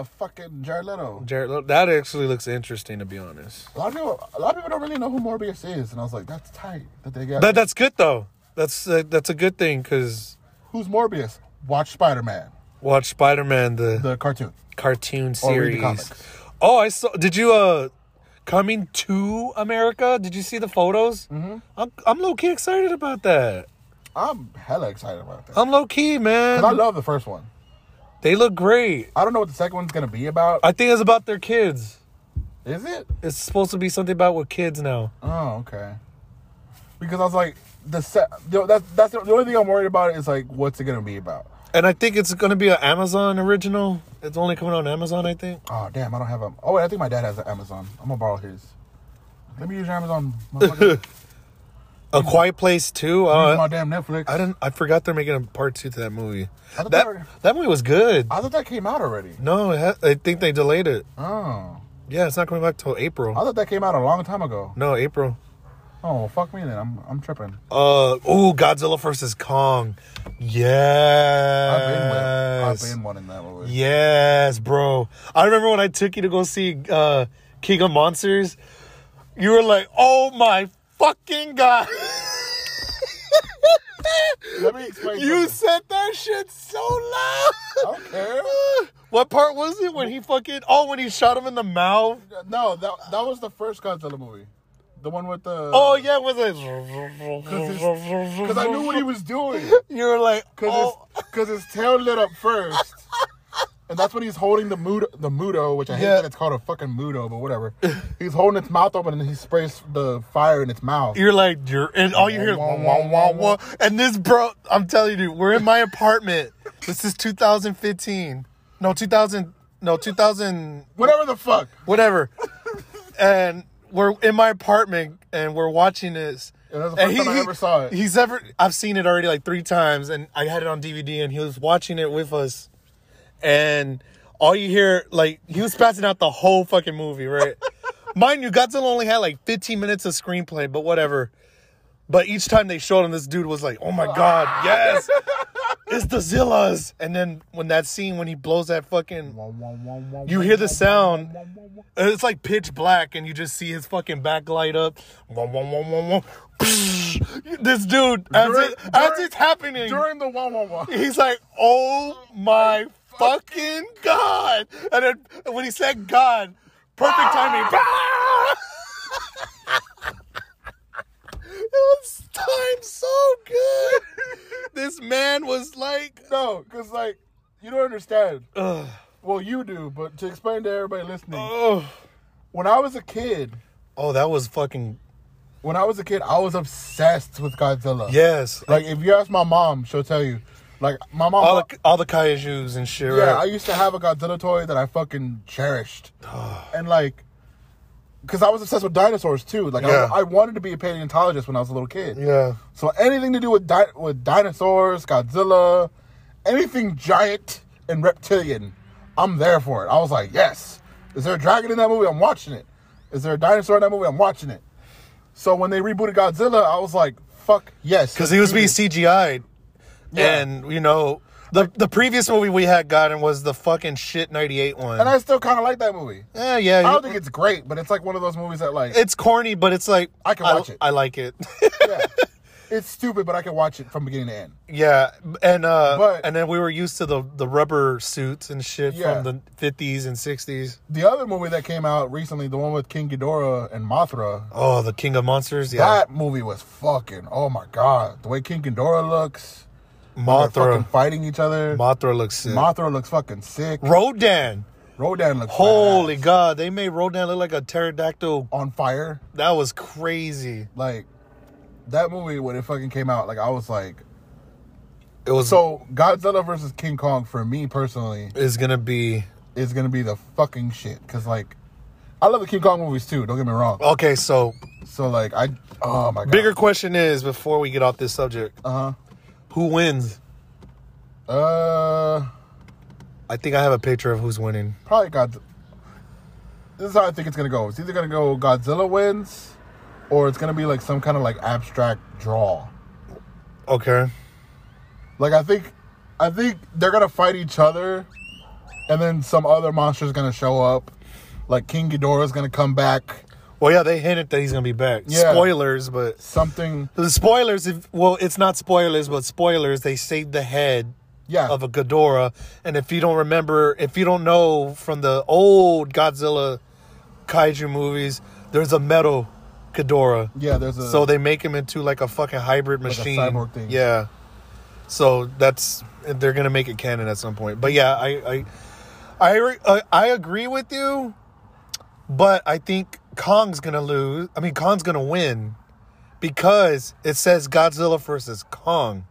[SPEAKER 1] uh, fucking Jared Leto.
[SPEAKER 2] Jared, Leto- that actually looks interesting, to be honest.
[SPEAKER 1] A lot of people, a lot of people don't really know who Morbius is, and I was like, that's tight that they got.
[SPEAKER 2] That that's good though. That's uh, that's a good thing because
[SPEAKER 1] Who's Morbius? Watch Spider Man,
[SPEAKER 2] watch Spider-Man the,
[SPEAKER 1] the cartoon.
[SPEAKER 2] cartoon
[SPEAKER 1] Or read the
[SPEAKER 2] series.
[SPEAKER 1] comics.
[SPEAKER 2] Oh, I saw. Did you uh coming to America? Did you see the photos? Mm-hmm. I'm I'm low key excited about that.
[SPEAKER 1] I'm hella excited about that.
[SPEAKER 2] I'm low key, man.
[SPEAKER 1] 'Cause I love the first one.
[SPEAKER 2] they look great.
[SPEAKER 1] I don't know what the second one's gonna be about.
[SPEAKER 2] I think it's about their kids.
[SPEAKER 1] Is it?
[SPEAKER 2] It's supposed to be something about with kids now.
[SPEAKER 1] Oh, okay. Because I was like, the set. You know, that's that's the, the only thing I'm worried about is like, what's it gonna be about?
[SPEAKER 2] And I think it's gonna be an Amazon original. It's only coming on Amazon, I think.
[SPEAKER 1] Oh damn, I don't have a. Oh wait, I think my dad has an Amazon. I'm gonna borrow his. Let me use your Amazon. motherfucker. Use
[SPEAKER 2] A
[SPEAKER 1] Mm-hmm.
[SPEAKER 2] Quiet Place Two.
[SPEAKER 1] my
[SPEAKER 2] Uh,
[SPEAKER 1] damn Netflix.
[SPEAKER 2] I didn't. I forgot they're making a part two to that movie.
[SPEAKER 1] I thought
[SPEAKER 2] That
[SPEAKER 1] they were-
[SPEAKER 2] that movie was good.
[SPEAKER 1] I thought that came out already.
[SPEAKER 2] No, it ha- I think they delayed it.
[SPEAKER 1] Oh,
[SPEAKER 2] Yeah, it's not coming back till
[SPEAKER 1] I
[SPEAKER 2] April.
[SPEAKER 1] thought that came out a long time ago.
[SPEAKER 2] No, April.
[SPEAKER 1] Oh fuck me then. I'm I'm tripping.
[SPEAKER 2] Uh oh, Godzilla versus Kong.
[SPEAKER 1] I've been one. I've
[SPEAKER 2] Yes.
[SPEAKER 1] been one in that movie.
[SPEAKER 2] Yes, bro. I remember when I took you to go see uh King of Monsters, you were like, "Oh my fucking god."
[SPEAKER 1] Let me explain. something.
[SPEAKER 2] you said that shit so loud.
[SPEAKER 1] I don't care.
[SPEAKER 2] What part was it when he fucking Oh, when he shot him in the mouth?
[SPEAKER 1] No, that that was the first Godzilla movie, the one with the.
[SPEAKER 2] Oh yeah, was it?
[SPEAKER 1] Because I knew what he was doing.
[SPEAKER 2] You were like,
[SPEAKER 1] Because
[SPEAKER 2] "Oh,
[SPEAKER 1] because his tail lit up first, and that's when he's holding the mood the mudo, which I hate
[SPEAKER 2] Yeah.
[SPEAKER 1] that it's called a fucking mudo, but whatever. he's holding its mouth open and he sprays the fire in its mouth.
[SPEAKER 2] You're like, you're, and all you hear is wah, wah, wah, wah. And this bro, I'm telling you, we're in my apartment. This is 2015. No, 2000, no, 2000,
[SPEAKER 1] Whatever the fuck.
[SPEAKER 2] whatever. And we're in my apartment and we're watching this.
[SPEAKER 1] Yeah, that's the first time I ever saw it.
[SPEAKER 2] He's ever, I've seen it already like three times and I had it on DVD and he was watching it with us. And all you hear, like, he was passing out the whole fucking movie, right? Mind you, Godzilla only had like 15 minutes of screenplay, but whatever. But each time they showed him, this dude was like, "Oh my god, yes, it's the Zillas!" And then when that scene when he blows that fucking, you hear the sound, and it's like pitch black, and you just see his fucking back light up. Wah, wah, wah, wah, wah. This dude, as,
[SPEAKER 1] During-
[SPEAKER 2] it, as
[SPEAKER 1] during-
[SPEAKER 2] it's happening,
[SPEAKER 1] During the wah wah wah.
[SPEAKER 2] he's like, "Oh my fucking god!" And then when he said "God," perfect timing.
[SPEAKER 1] Ah!
[SPEAKER 2] it was timed so good. this man was like,
[SPEAKER 1] No, because like you don't understand. Well, you do, but to explain to everybody listening,
[SPEAKER 2] oh,
[SPEAKER 1] when I was a kid,
[SPEAKER 2] oh, that was fucking
[SPEAKER 1] when I was a kid, I was obsessed with Godzilla.
[SPEAKER 2] yes.
[SPEAKER 1] Like if you ask my mom, she'll tell you. Like my mom,
[SPEAKER 2] all the all the kaiju's and shit.
[SPEAKER 1] yeah, I
[SPEAKER 2] right?
[SPEAKER 1] used to have a Godzilla toy that I fucking cherished, and like, because I was obsessed with dinosaurs too. Like
[SPEAKER 2] Yeah.
[SPEAKER 1] I, I wanted to be a paleontologist when I was a little kid.
[SPEAKER 2] yeah.
[SPEAKER 1] So anything to do with di- with dinosaurs, Godzilla, anything giant and reptilian, I'm there for it. I was like, yes. Is there a dragon in that movie? I'm watching it. Is there a dinosaur in that movie? I'm watching it. So when they rebooted Godzilla, I was like, fuck yes.
[SPEAKER 2] because he was being CGI'd,
[SPEAKER 1] Yeah.
[SPEAKER 2] and you know the the previous movie we had gotten was the fucking shit '98 one.
[SPEAKER 1] And I still kind of like that movie.
[SPEAKER 2] Eh, yeah,
[SPEAKER 1] I
[SPEAKER 2] you-
[SPEAKER 1] don't think it's great, but it's like one of those movies that like,
[SPEAKER 2] it's corny, but it's like
[SPEAKER 1] I can watch it.
[SPEAKER 2] I like it.
[SPEAKER 1] yeah, it's stupid, but I can watch it from beginning to end.
[SPEAKER 2] yeah, and uh,
[SPEAKER 1] But-
[SPEAKER 2] and then we were used to the the rubber suits and shit
[SPEAKER 1] Yeah.
[SPEAKER 2] from the '50s and '60s.
[SPEAKER 1] The other movie that came out recently, the one with King Ghidorah and Mothra,
[SPEAKER 2] Oh, the King of Monsters. Yeah,
[SPEAKER 1] That movie was fucking. Oh my god, the way King Ghidorah looks. They're fucking
[SPEAKER 2] Mothra.
[SPEAKER 1] fighting each other.
[SPEAKER 2] Mothra looks sick.
[SPEAKER 1] Mothra looks fucking sick.
[SPEAKER 2] Rodan.
[SPEAKER 1] Rodan looks
[SPEAKER 2] Holy
[SPEAKER 1] badass.
[SPEAKER 2] God, they made Rodan look like a pterodactyl.
[SPEAKER 1] on fire.
[SPEAKER 2] That was crazy.
[SPEAKER 1] Like that movie when it fucking came out. Like I was like,
[SPEAKER 2] It was
[SPEAKER 1] so Godzilla versus King Kong for me personally
[SPEAKER 2] Is gonna be
[SPEAKER 1] is gonna be the fucking shit. Cause like, I love the King Kong movies too. Don't get me wrong.
[SPEAKER 2] okay. So
[SPEAKER 1] So like I, oh my god,
[SPEAKER 2] Bigger question is before we get off this subject,
[SPEAKER 1] Uh
[SPEAKER 2] who wins?
[SPEAKER 1] huh. Uh.
[SPEAKER 2] I think I have a picture of who's winning.
[SPEAKER 1] probably God. This is how I think it's gonna go. It's either gonna go Godzilla wins, or it's gonna be like some kind of like abstract draw.
[SPEAKER 2] Okay.
[SPEAKER 1] Like I think, I think they're gonna fight each other, and then some other monster's gonna show up. Like King Ghidorah's gonna come back.
[SPEAKER 2] Well, yeah, they hinted that he's gonna be back.
[SPEAKER 1] Yeah.
[SPEAKER 2] Spoilers, but
[SPEAKER 1] Something.
[SPEAKER 2] the spoilers. If, well, it's not spoilers, but spoilers. They saved the head
[SPEAKER 1] Yeah.
[SPEAKER 2] of a Ghidorah, and if you don't remember, if you don't know from the old Godzilla kaiju movies, there's a metal Ghidorah.
[SPEAKER 1] Yeah. There's a.
[SPEAKER 2] So they make him into like a fucking hybrid
[SPEAKER 1] Uh, a
[SPEAKER 2] machine.
[SPEAKER 1] cyborg thing.
[SPEAKER 2] Yeah. So that's they're gonna make it canon at some point. But yeah, I I I, re- uh, I agree with you, but I think Kong's gonna lose. I mean, Kong's gonna win because it says Godzilla versus Kong.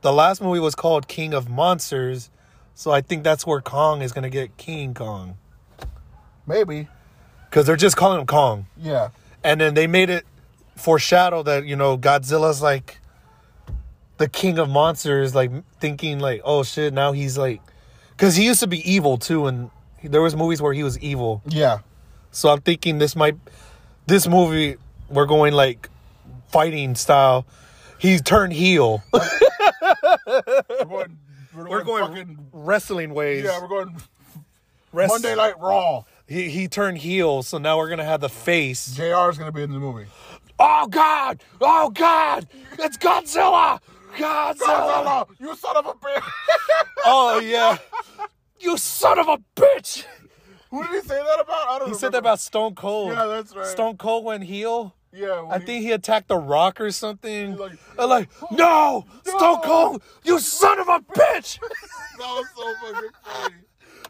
[SPEAKER 2] The last movie was called King of Monsters, so I think that's where Kong is gonna get King Kong
[SPEAKER 1] maybe.
[SPEAKER 2] because they're just calling him Kong
[SPEAKER 1] Yeah.
[SPEAKER 2] and then they made it foreshadow that you know Godzilla's like the king of monsters, like thinking like, oh shit, now he's like, because he used to be evil too, and there was movies where he was evil.
[SPEAKER 1] Yeah.
[SPEAKER 2] So I'm thinking this might, this movie we're going like fighting style. He turned heel.
[SPEAKER 1] We're going. We're,
[SPEAKER 2] We're going
[SPEAKER 1] Fucking,
[SPEAKER 2] wrestling ways.
[SPEAKER 1] yeah. We're going.
[SPEAKER 2] Wrest-
[SPEAKER 1] Monday Night Raw.
[SPEAKER 2] He, he turned heel, so now we're gonna have the face.
[SPEAKER 1] Jr's gonna be in the movie.
[SPEAKER 2] Oh god! Oh god! It's Godzilla! Godzilla!
[SPEAKER 1] Godzilla, you son of a bitch!
[SPEAKER 2] Oh yeah. You son of a bitch!
[SPEAKER 1] Who did he say that about? I don't.
[SPEAKER 2] He said
[SPEAKER 1] remember.
[SPEAKER 2] that about Stone Cold.
[SPEAKER 1] Yeah, that's right.
[SPEAKER 2] Stone Cold went heel.
[SPEAKER 1] Yeah, when
[SPEAKER 2] I
[SPEAKER 1] he-
[SPEAKER 2] think he attacked The Rock or something.
[SPEAKER 1] like-
[SPEAKER 2] Like, like no, Stone Cold, you son of a bitch!
[SPEAKER 1] that was so fucking funny.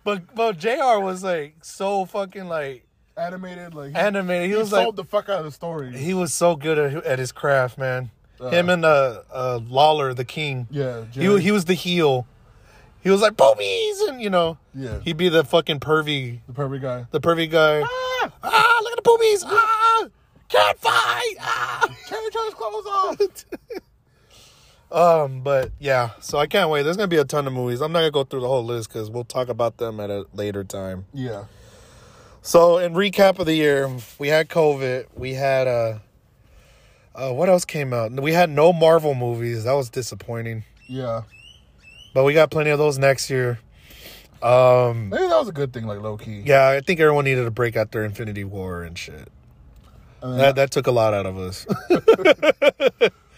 [SPEAKER 2] but but Jr. was like so fucking like
[SPEAKER 1] Animated, like he,
[SPEAKER 2] animated. He,
[SPEAKER 1] he
[SPEAKER 2] was
[SPEAKER 1] sold
[SPEAKER 2] like
[SPEAKER 1] the fuck out of the story.
[SPEAKER 2] he was so good at, at his craft, man. Him and uh, uh Lawler, the King.
[SPEAKER 1] Uh-huh. yeah,
[SPEAKER 2] He he was the heel. He was like boobies, and you know,
[SPEAKER 1] Yeah.
[SPEAKER 2] he'd be the fucking pervy
[SPEAKER 1] the perfect guy.
[SPEAKER 2] the pervy guy. Ah, look at the boobies. Ah, can't fight. Ah.
[SPEAKER 1] Change his clothes off.
[SPEAKER 2] um, but yeah, so I can't wait. There's gonna be a ton of movies. I'm not gonna go through the whole list because we'll talk about them at a later time.
[SPEAKER 1] yeah,
[SPEAKER 2] So in recap of the year, we had COVID. We had uh, uh, what else came out? We had no Marvel movies. That was disappointing.
[SPEAKER 1] yeah.
[SPEAKER 2] But we got plenty of those next year. Um,
[SPEAKER 1] Maybe that was a good thing, like low key.
[SPEAKER 2] Yeah, I think everyone needed a break after Infinity War and shit.
[SPEAKER 1] And then
[SPEAKER 2] That that took a lot out of us.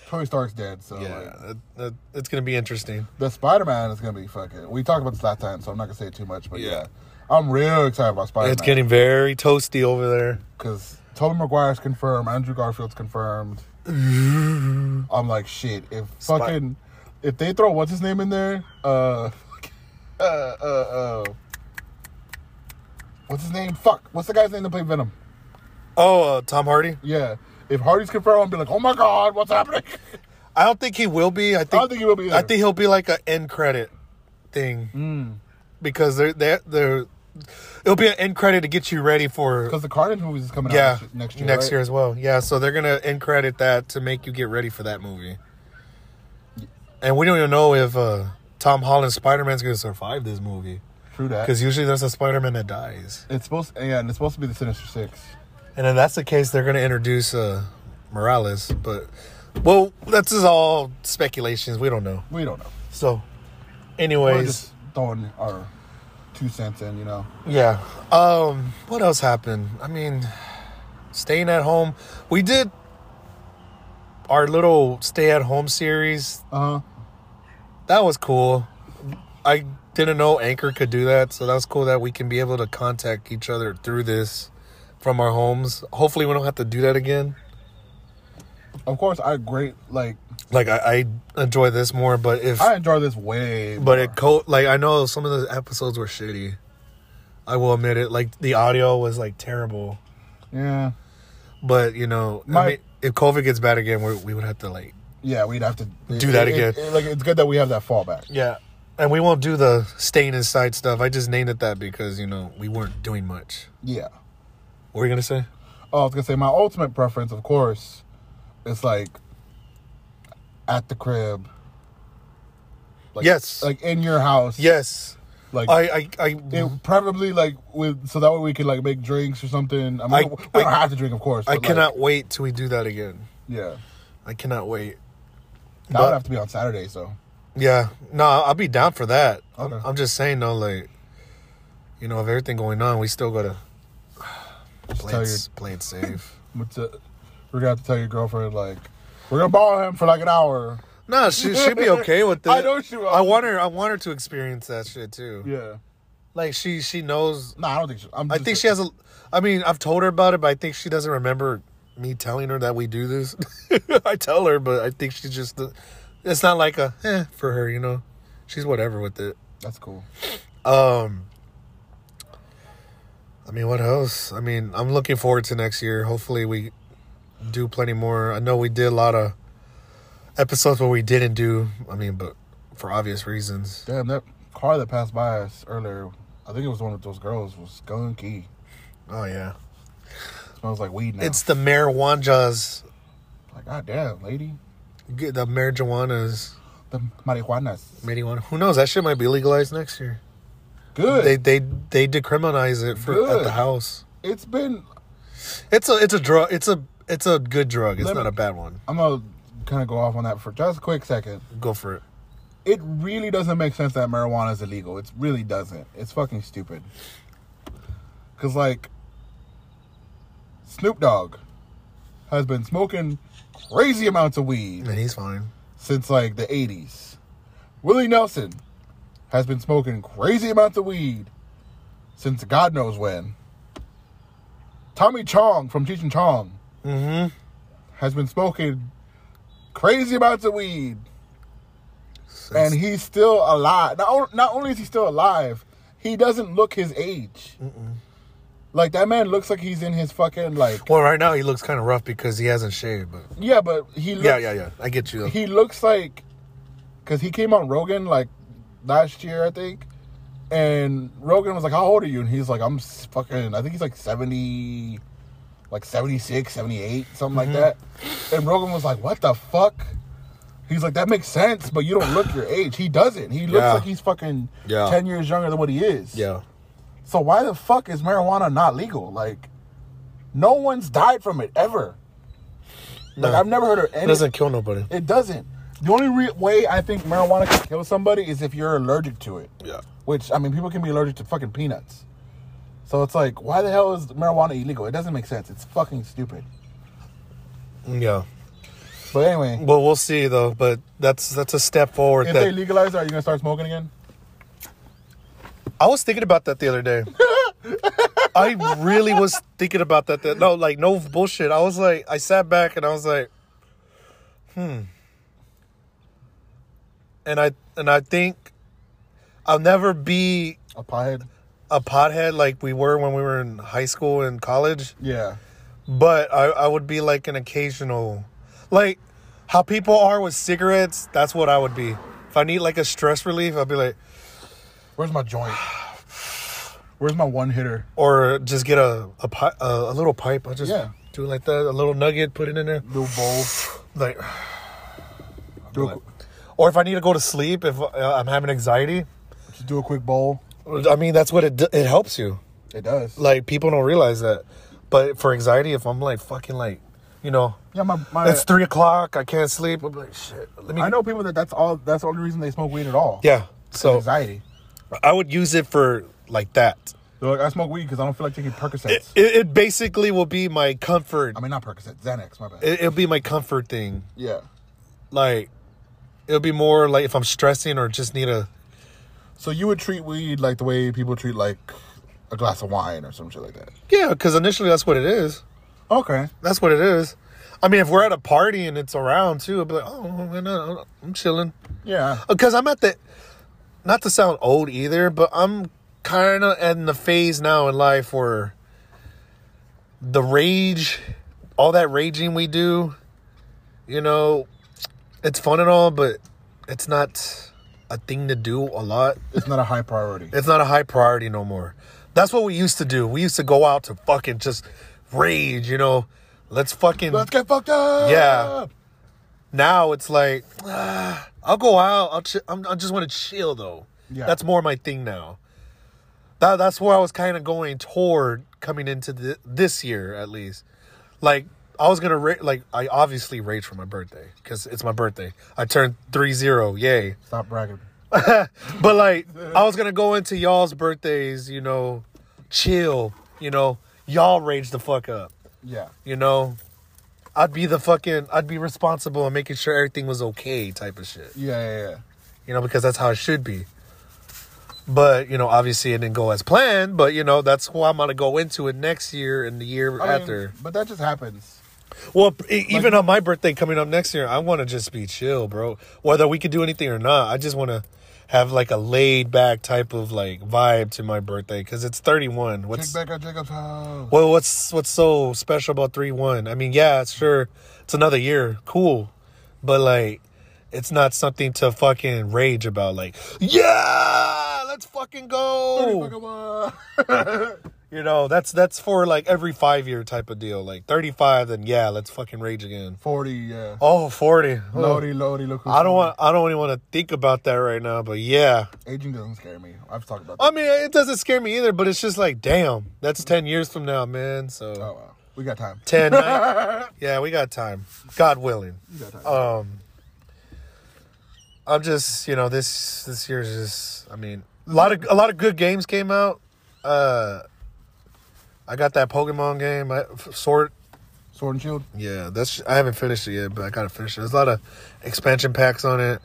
[SPEAKER 1] Tony Stark's dead, so like,
[SPEAKER 2] yeah, that- that- it's gonna be interesting.
[SPEAKER 1] the Spider Man is gonna be fucking. We talked about this last time, so I'm not gonna say too much. But yeah, I'm real excited about Spider
[SPEAKER 2] It's
[SPEAKER 1] Man
[SPEAKER 2] getting very toasty over there.
[SPEAKER 1] because Tobey Maguire's confirmed, Andrew Garfield's confirmed. I'm like shit. If fucking if they throw what's his name in there, uh, uh, uh, uh, what's his name? Fuck, what's the guy's name that played Venom?
[SPEAKER 2] Oh, uh, Tom Hardy.
[SPEAKER 1] Yeah, if Hardy's confirmed, I'll be like, oh my god, what's happening?
[SPEAKER 2] I don't think he will be. I think,
[SPEAKER 1] I don't think he will be. Either. Mm.
[SPEAKER 2] I think he'll be like an end credit thing because they're they they're it'll be an end credit to get you ready for
[SPEAKER 1] because the Carnage movies is coming
[SPEAKER 2] yeah
[SPEAKER 1] out next year. right?
[SPEAKER 2] as well. Yeah, so they're gonna end credit that to make you get ready for that movie. And we don't even know if uh, Tom Holland's Spider Man's gonna survive this movie
[SPEAKER 1] True that.
[SPEAKER 2] because usually there's a Spider Man that dies,
[SPEAKER 1] It's supposed, yeah, and it's supposed to be the Sinister Six.
[SPEAKER 2] and if that's the case, they're gonna introduce uh, Morales. But well, that's just all speculations. We don't know.
[SPEAKER 1] We don't know.
[SPEAKER 2] So,
[SPEAKER 1] We're
[SPEAKER 2] anyways.
[SPEAKER 1] just throwing our two cents in, you know.
[SPEAKER 2] Yeah. Um. What else happened? I mean, staying at home. We did our little stay-at-home series.
[SPEAKER 1] Uh huh.
[SPEAKER 2] That was cool. I didn't know Anchor could do that, so that was cool that we can be able to contact each other through this from our homes. Hopefully, we don't have to do that again.
[SPEAKER 1] Of course, I great like
[SPEAKER 2] Like I, I enjoy this more, but if
[SPEAKER 1] I enjoy this way,
[SPEAKER 2] but it co- like I know some of the episodes were shitty. I will admit it. Like the audio was like terrible.
[SPEAKER 1] yeah,
[SPEAKER 2] But you know, I
[SPEAKER 1] My-
[SPEAKER 2] mean, if COVID gets bad again, we, we would have to like
[SPEAKER 1] yeah, we'd have to
[SPEAKER 2] Do that
[SPEAKER 1] it- it-
[SPEAKER 2] again.
[SPEAKER 1] it- like it's good that we have that fallback.
[SPEAKER 2] yeah, and we won't do the staying inside stuff. I just named it that because you know we weren't doing much.
[SPEAKER 1] Yeah.
[SPEAKER 2] What were you gonna say?
[SPEAKER 1] Oh, I was gonna say my ultimate preference, of course, is like at the crib. Like,
[SPEAKER 2] Yes.
[SPEAKER 1] Like in your house.
[SPEAKER 2] Yes,
[SPEAKER 1] Like
[SPEAKER 2] I I I
[SPEAKER 1] It probably like with so that way we can like make drinks or something. I mean,
[SPEAKER 2] I-
[SPEAKER 1] we don't
[SPEAKER 2] I-
[SPEAKER 1] have to drink, of course. but,
[SPEAKER 2] I
[SPEAKER 1] like,
[SPEAKER 2] cannot wait till we do that again.
[SPEAKER 1] yeah,
[SPEAKER 2] I cannot wait.
[SPEAKER 1] that
[SPEAKER 2] But-
[SPEAKER 1] would have to be on Saturday. So
[SPEAKER 2] Yeah, no, I'll be down for that. I'm-
[SPEAKER 1] Okay.
[SPEAKER 2] I'm just saying though, like you know, of everything going on, we still gotta play
[SPEAKER 1] tell
[SPEAKER 2] it,
[SPEAKER 1] your-
[SPEAKER 2] s- play it safe.
[SPEAKER 1] what's it- we're gonna have to tell your girlfriend like we're gonna ball him for like an hour.
[SPEAKER 2] No, she she'd be okay with it.
[SPEAKER 1] I know she will.
[SPEAKER 2] I want her. I want her to experience that shit too.
[SPEAKER 1] Yeah.
[SPEAKER 2] Like she she knows.
[SPEAKER 1] No, I don't think so. I'm
[SPEAKER 2] I
[SPEAKER 1] just-
[SPEAKER 2] think she has a. I mean, I've told her about it, but I think she doesn't remember me telling her that we do this. I tell her, but I think she just. It's not like a eh for her, you know. She's whatever with it.
[SPEAKER 1] That's cool.
[SPEAKER 2] Um. I mean, what else? I mean, I'm looking forward to next year. Hopefully, we do plenty more. I know we did a lot of episodes where we didn't do. I mean, but for obvious reasons.
[SPEAKER 1] Damn, that car that passed by us earlier, I think it was one of those girls, was skunky.
[SPEAKER 2] Oh yeah,
[SPEAKER 1] Smells like weed now.
[SPEAKER 2] it's the marijuana's,
[SPEAKER 1] like, god damn, lady.
[SPEAKER 2] the marijuana's.
[SPEAKER 1] The marijuana's.
[SPEAKER 2] marijuana. Who knows? That shit might be legalized next year.
[SPEAKER 1] Good.
[SPEAKER 2] They they they decriminalize it for at
[SPEAKER 1] Good.
[SPEAKER 2] the house.
[SPEAKER 1] it's been,
[SPEAKER 2] It's a it's a drug. It's a it's a good drug. It's
[SPEAKER 1] Let me-
[SPEAKER 2] not a bad one.
[SPEAKER 1] I'm going to kind of go off on that for just a quick second.
[SPEAKER 2] Go for it.
[SPEAKER 1] It really doesn't make sense that marijuana is illegal. It really doesn't. It's fucking stupid. Because, like, Snoop Dogg has been smoking crazy amounts of weed.
[SPEAKER 2] And he's fine.
[SPEAKER 1] since like the 80s. Willie Nelson has been smoking crazy amounts of weed since God knows when. Tommy Chong from Cheech and Chong
[SPEAKER 2] Mm-hmm.
[SPEAKER 1] has been smoking crazy amounts of weed, and he's still alive. Not, on- not only is he still alive, he doesn't look his age. Like that man looks like he's in his fucking like
[SPEAKER 2] well, right now he looks kind of rough because he hasn't shaved. But
[SPEAKER 1] yeah, but he looks
[SPEAKER 2] yeah, yeah, yeah. I get you.
[SPEAKER 1] he looks like because he came on Rogan like last year, I think. And Rogan was like, "How old are you?" And he's like, "I'm s- fucking. I think he's like seventy, like 76, 78, something like that."
[SPEAKER 2] Mm-hmm.
[SPEAKER 1] And Rogan was like, "What the fuck?" He's like, "That makes sense, but you don't look your age." He doesn't. He looks
[SPEAKER 2] Yeah.
[SPEAKER 1] like he's fucking
[SPEAKER 2] Yeah.
[SPEAKER 1] ten years younger than what he is.
[SPEAKER 2] yeah.
[SPEAKER 1] So why the fuck is marijuana not legal? Like, no one's died from it ever. Like
[SPEAKER 2] No.
[SPEAKER 1] I've never heard of any.
[SPEAKER 2] It doesn't kill nobody.
[SPEAKER 1] It doesn't. The only re- way I think marijuana can kill somebody is if you're allergic to it.
[SPEAKER 2] Yeah.
[SPEAKER 1] Which I mean, people can be allergic to fucking peanuts. So it's like, why the hell is marijuana illegal? It doesn't make sense. It's fucking stupid.
[SPEAKER 2] Yeah.
[SPEAKER 1] But anyway,
[SPEAKER 2] Well, we'll see though. But that's that's a step forward.
[SPEAKER 1] if
[SPEAKER 2] That
[SPEAKER 1] they legalize it, are you gonna start smoking again?
[SPEAKER 2] I was thinking about that the other day. I really was thinking about that. The, no, like no bullshit. I was like, I sat back and I was like, hmm. and I and I think I'll never be
[SPEAKER 1] A pothead.
[SPEAKER 2] a pothead like we were when we were in high school and college,
[SPEAKER 1] Yeah.
[SPEAKER 2] but I, I would be like an occasional, like how people are with cigarettes. That's what I would be. If I need like a stress relief, I'd be like,
[SPEAKER 1] Where's my joint? Where's my one hitter?
[SPEAKER 2] or just get a a, pi- a, a little pipe. I just
[SPEAKER 1] Yeah.
[SPEAKER 2] do it like that, a little nugget, put it in there,
[SPEAKER 1] Little bowl.
[SPEAKER 2] like.
[SPEAKER 1] Do a,
[SPEAKER 2] Or if I need to go to sleep, if uh, I'm having anxiety,
[SPEAKER 1] just do a quick bowl.
[SPEAKER 2] I mean that's what it d- it helps you.
[SPEAKER 1] It does.
[SPEAKER 2] Like people don't realize that, but for anxiety, if I'm like fucking like, you know,
[SPEAKER 1] yeah, my, my
[SPEAKER 2] it's three o'clock, I can't sleep. I'm like shit. Let me.
[SPEAKER 1] I know people that that's all. That's the only reason they smoke weed at all.
[SPEAKER 2] Yeah. So
[SPEAKER 1] anxiety.
[SPEAKER 2] I would use it for like that.
[SPEAKER 1] They're like, I smoke weed because I don't feel like taking Percocets.
[SPEAKER 2] It, it, it basically will be my comfort.
[SPEAKER 1] I mean, not Percocets, Xanax. My bad.
[SPEAKER 2] it, it'll be my comfort thing.
[SPEAKER 1] yeah.
[SPEAKER 2] Like it'll be more like if I'm stressing or just need a
[SPEAKER 1] So you would treat weed like the way people treat like a glass of wine or some shit like that.
[SPEAKER 2] yeah. Because initially that's what it is.
[SPEAKER 1] Okay.
[SPEAKER 2] That's what it is. I mean, if we're at a party and it's around too, I'll be like, oh, I'm, not- I'm chilling.
[SPEAKER 1] Yeah.
[SPEAKER 2] Because I'm at the, not to sound old either, but I'm kind of in the phase now in life where the rage, all that raging we do, you know, it's fun and all, but it's not a thing to do a lot.
[SPEAKER 1] It's not a high priority.
[SPEAKER 2] It's not a high priority no more. That's what we used to do. We used to go out to fucking just rage, you know. Let's fucking
[SPEAKER 1] Let's get fucked up.
[SPEAKER 2] Yeah. now it's like ah, I'll go out. I'll chi- I'm, I just want to chill though.
[SPEAKER 1] Yeah.
[SPEAKER 2] That's more my thing now. That that's where I was kind of going toward coming into the, this year at least. Like I was gonna ra- like I obviously rage for my birthday because it's my birthday. I turned three zero. Yay!
[SPEAKER 1] Stop bragging.
[SPEAKER 2] But like I was gonna go into y'all's birthdays, you know, chill. You know, y'all rage the fuck up
[SPEAKER 1] Yeah.
[SPEAKER 2] you know i'd be the fucking i'd be responsible and making sure everything was okay type of shit
[SPEAKER 1] Yeah. Yeah. yeah.
[SPEAKER 2] you know because that's how it should be but you know obviously it didn't go as planned but you know that's why i'm gonna go into it next year and the year
[SPEAKER 1] I mean,
[SPEAKER 2] after
[SPEAKER 1] but that just happens.
[SPEAKER 2] well e- even on my birthday coming up next year i want to just be chill bro whether we could do anything or not i just want to have like a laid back type of like vibe to my birthday because it's 31
[SPEAKER 1] Kick
[SPEAKER 2] what's
[SPEAKER 1] back at Jacob's house.
[SPEAKER 2] Well, what's what's so special about three one? I mean, yeah, it's sure, it's another year, cool, but like, it's not something to fucking rage about. Like, yeah, let's fucking go. You know, that's that's for like every five year type of deal. Like thirty five, then yeah, let's fucking rage again.
[SPEAKER 1] 40, yeah.
[SPEAKER 2] Oh, 40. Oh.
[SPEAKER 1] Lordy, lordy, look who's
[SPEAKER 2] I
[SPEAKER 1] coming.
[SPEAKER 2] don't want. I don't even want to think about that right now. But yeah,
[SPEAKER 1] Aging doesn't scare me. I've talked about that.
[SPEAKER 2] I mean, it doesn't scare me either. But it's just like, damn, that's ten years from now, man. So.
[SPEAKER 1] Oh, wow. We got time.
[SPEAKER 2] 10 nine- yeah we got time god willing
[SPEAKER 1] got time.
[SPEAKER 2] um i'm just you know this this year's just i mean a lot of a lot of good games came out uh i got that pokemon game I, sort
[SPEAKER 1] Sword and Shield.
[SPEAKER 2] yeah that's i haven't finished it yet but i gotta finish it there's a lot of expansion packs on it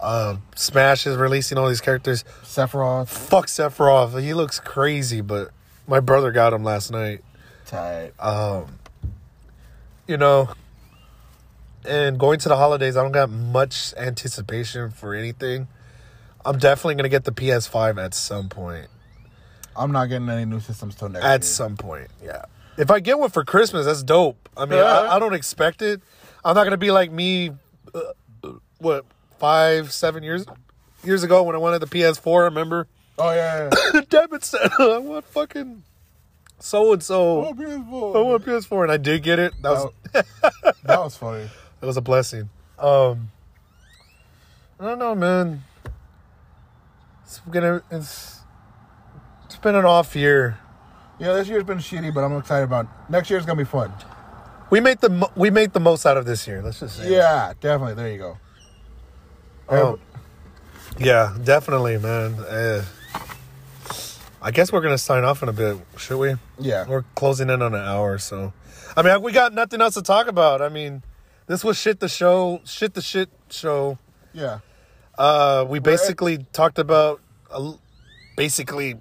[SPEAKER 2] um smash is releasing all these characters
[SPEAKER 1] Sephiroth.
[SPEAKER 2] fuck sephiroth he looks crazy but my brother got him last night
[SPEAKER 1] Tight.
[SPEAKER 2] you know, and going to the holidays, I don't got much anticipation for anything. I'm definitely gonna get the PS5 at some point.
[SPEAKER 1] I'm not getting any new systems till next year.
[SPEAKER 2] At some point, yeah. If I get one for Christmas, that's dope. I mean,
[SPEAKER 1] Yeah.
[SPEAKER 2] I, I don't expect it. I'm not gonna be like me. Uh, uh, what five, seven years years ago when I wanted the PS4. Remember,
[SPEAKER 1] Oh, yeah. yeah.
[SPEAKER 2] the debit said, "I want fucking so and
[SPEAKER 1] oh,
[SPEAKER 2] so.
[SPEAKER 1] beautiful.
[SPEAKER 2] I want PS4," and I did get it. That was
[SPEAKER 1] that, was- that was funny.
[SPEAKER 2] It was a blessing. Um, I don't know, man. It's gonna it's it's been an off year.
[SPEAKER 1] Yeah, this year's been shitty, but I'm excited about Next year's going to be fun.
[SPEAKER 2] We made the mo- we made the most out of this year. Let's just say,
[SPEAKER 1] Yeah, definitely. There you go.
[SPEAKER 2] Um, yeah, definitely, man. Uh, I guess we're gonna sign off in a bit, should we?
[SPEAKER 1] Yeah.
[SPEAKER 2] we're closing in on an hour, so I mean, we got nothing else to talk about. I mean, this was shit the show, shit the shit show.
[SPEAKER 1] Yeah.
[SPEAKER 2] Uh, we basically talked about a l basically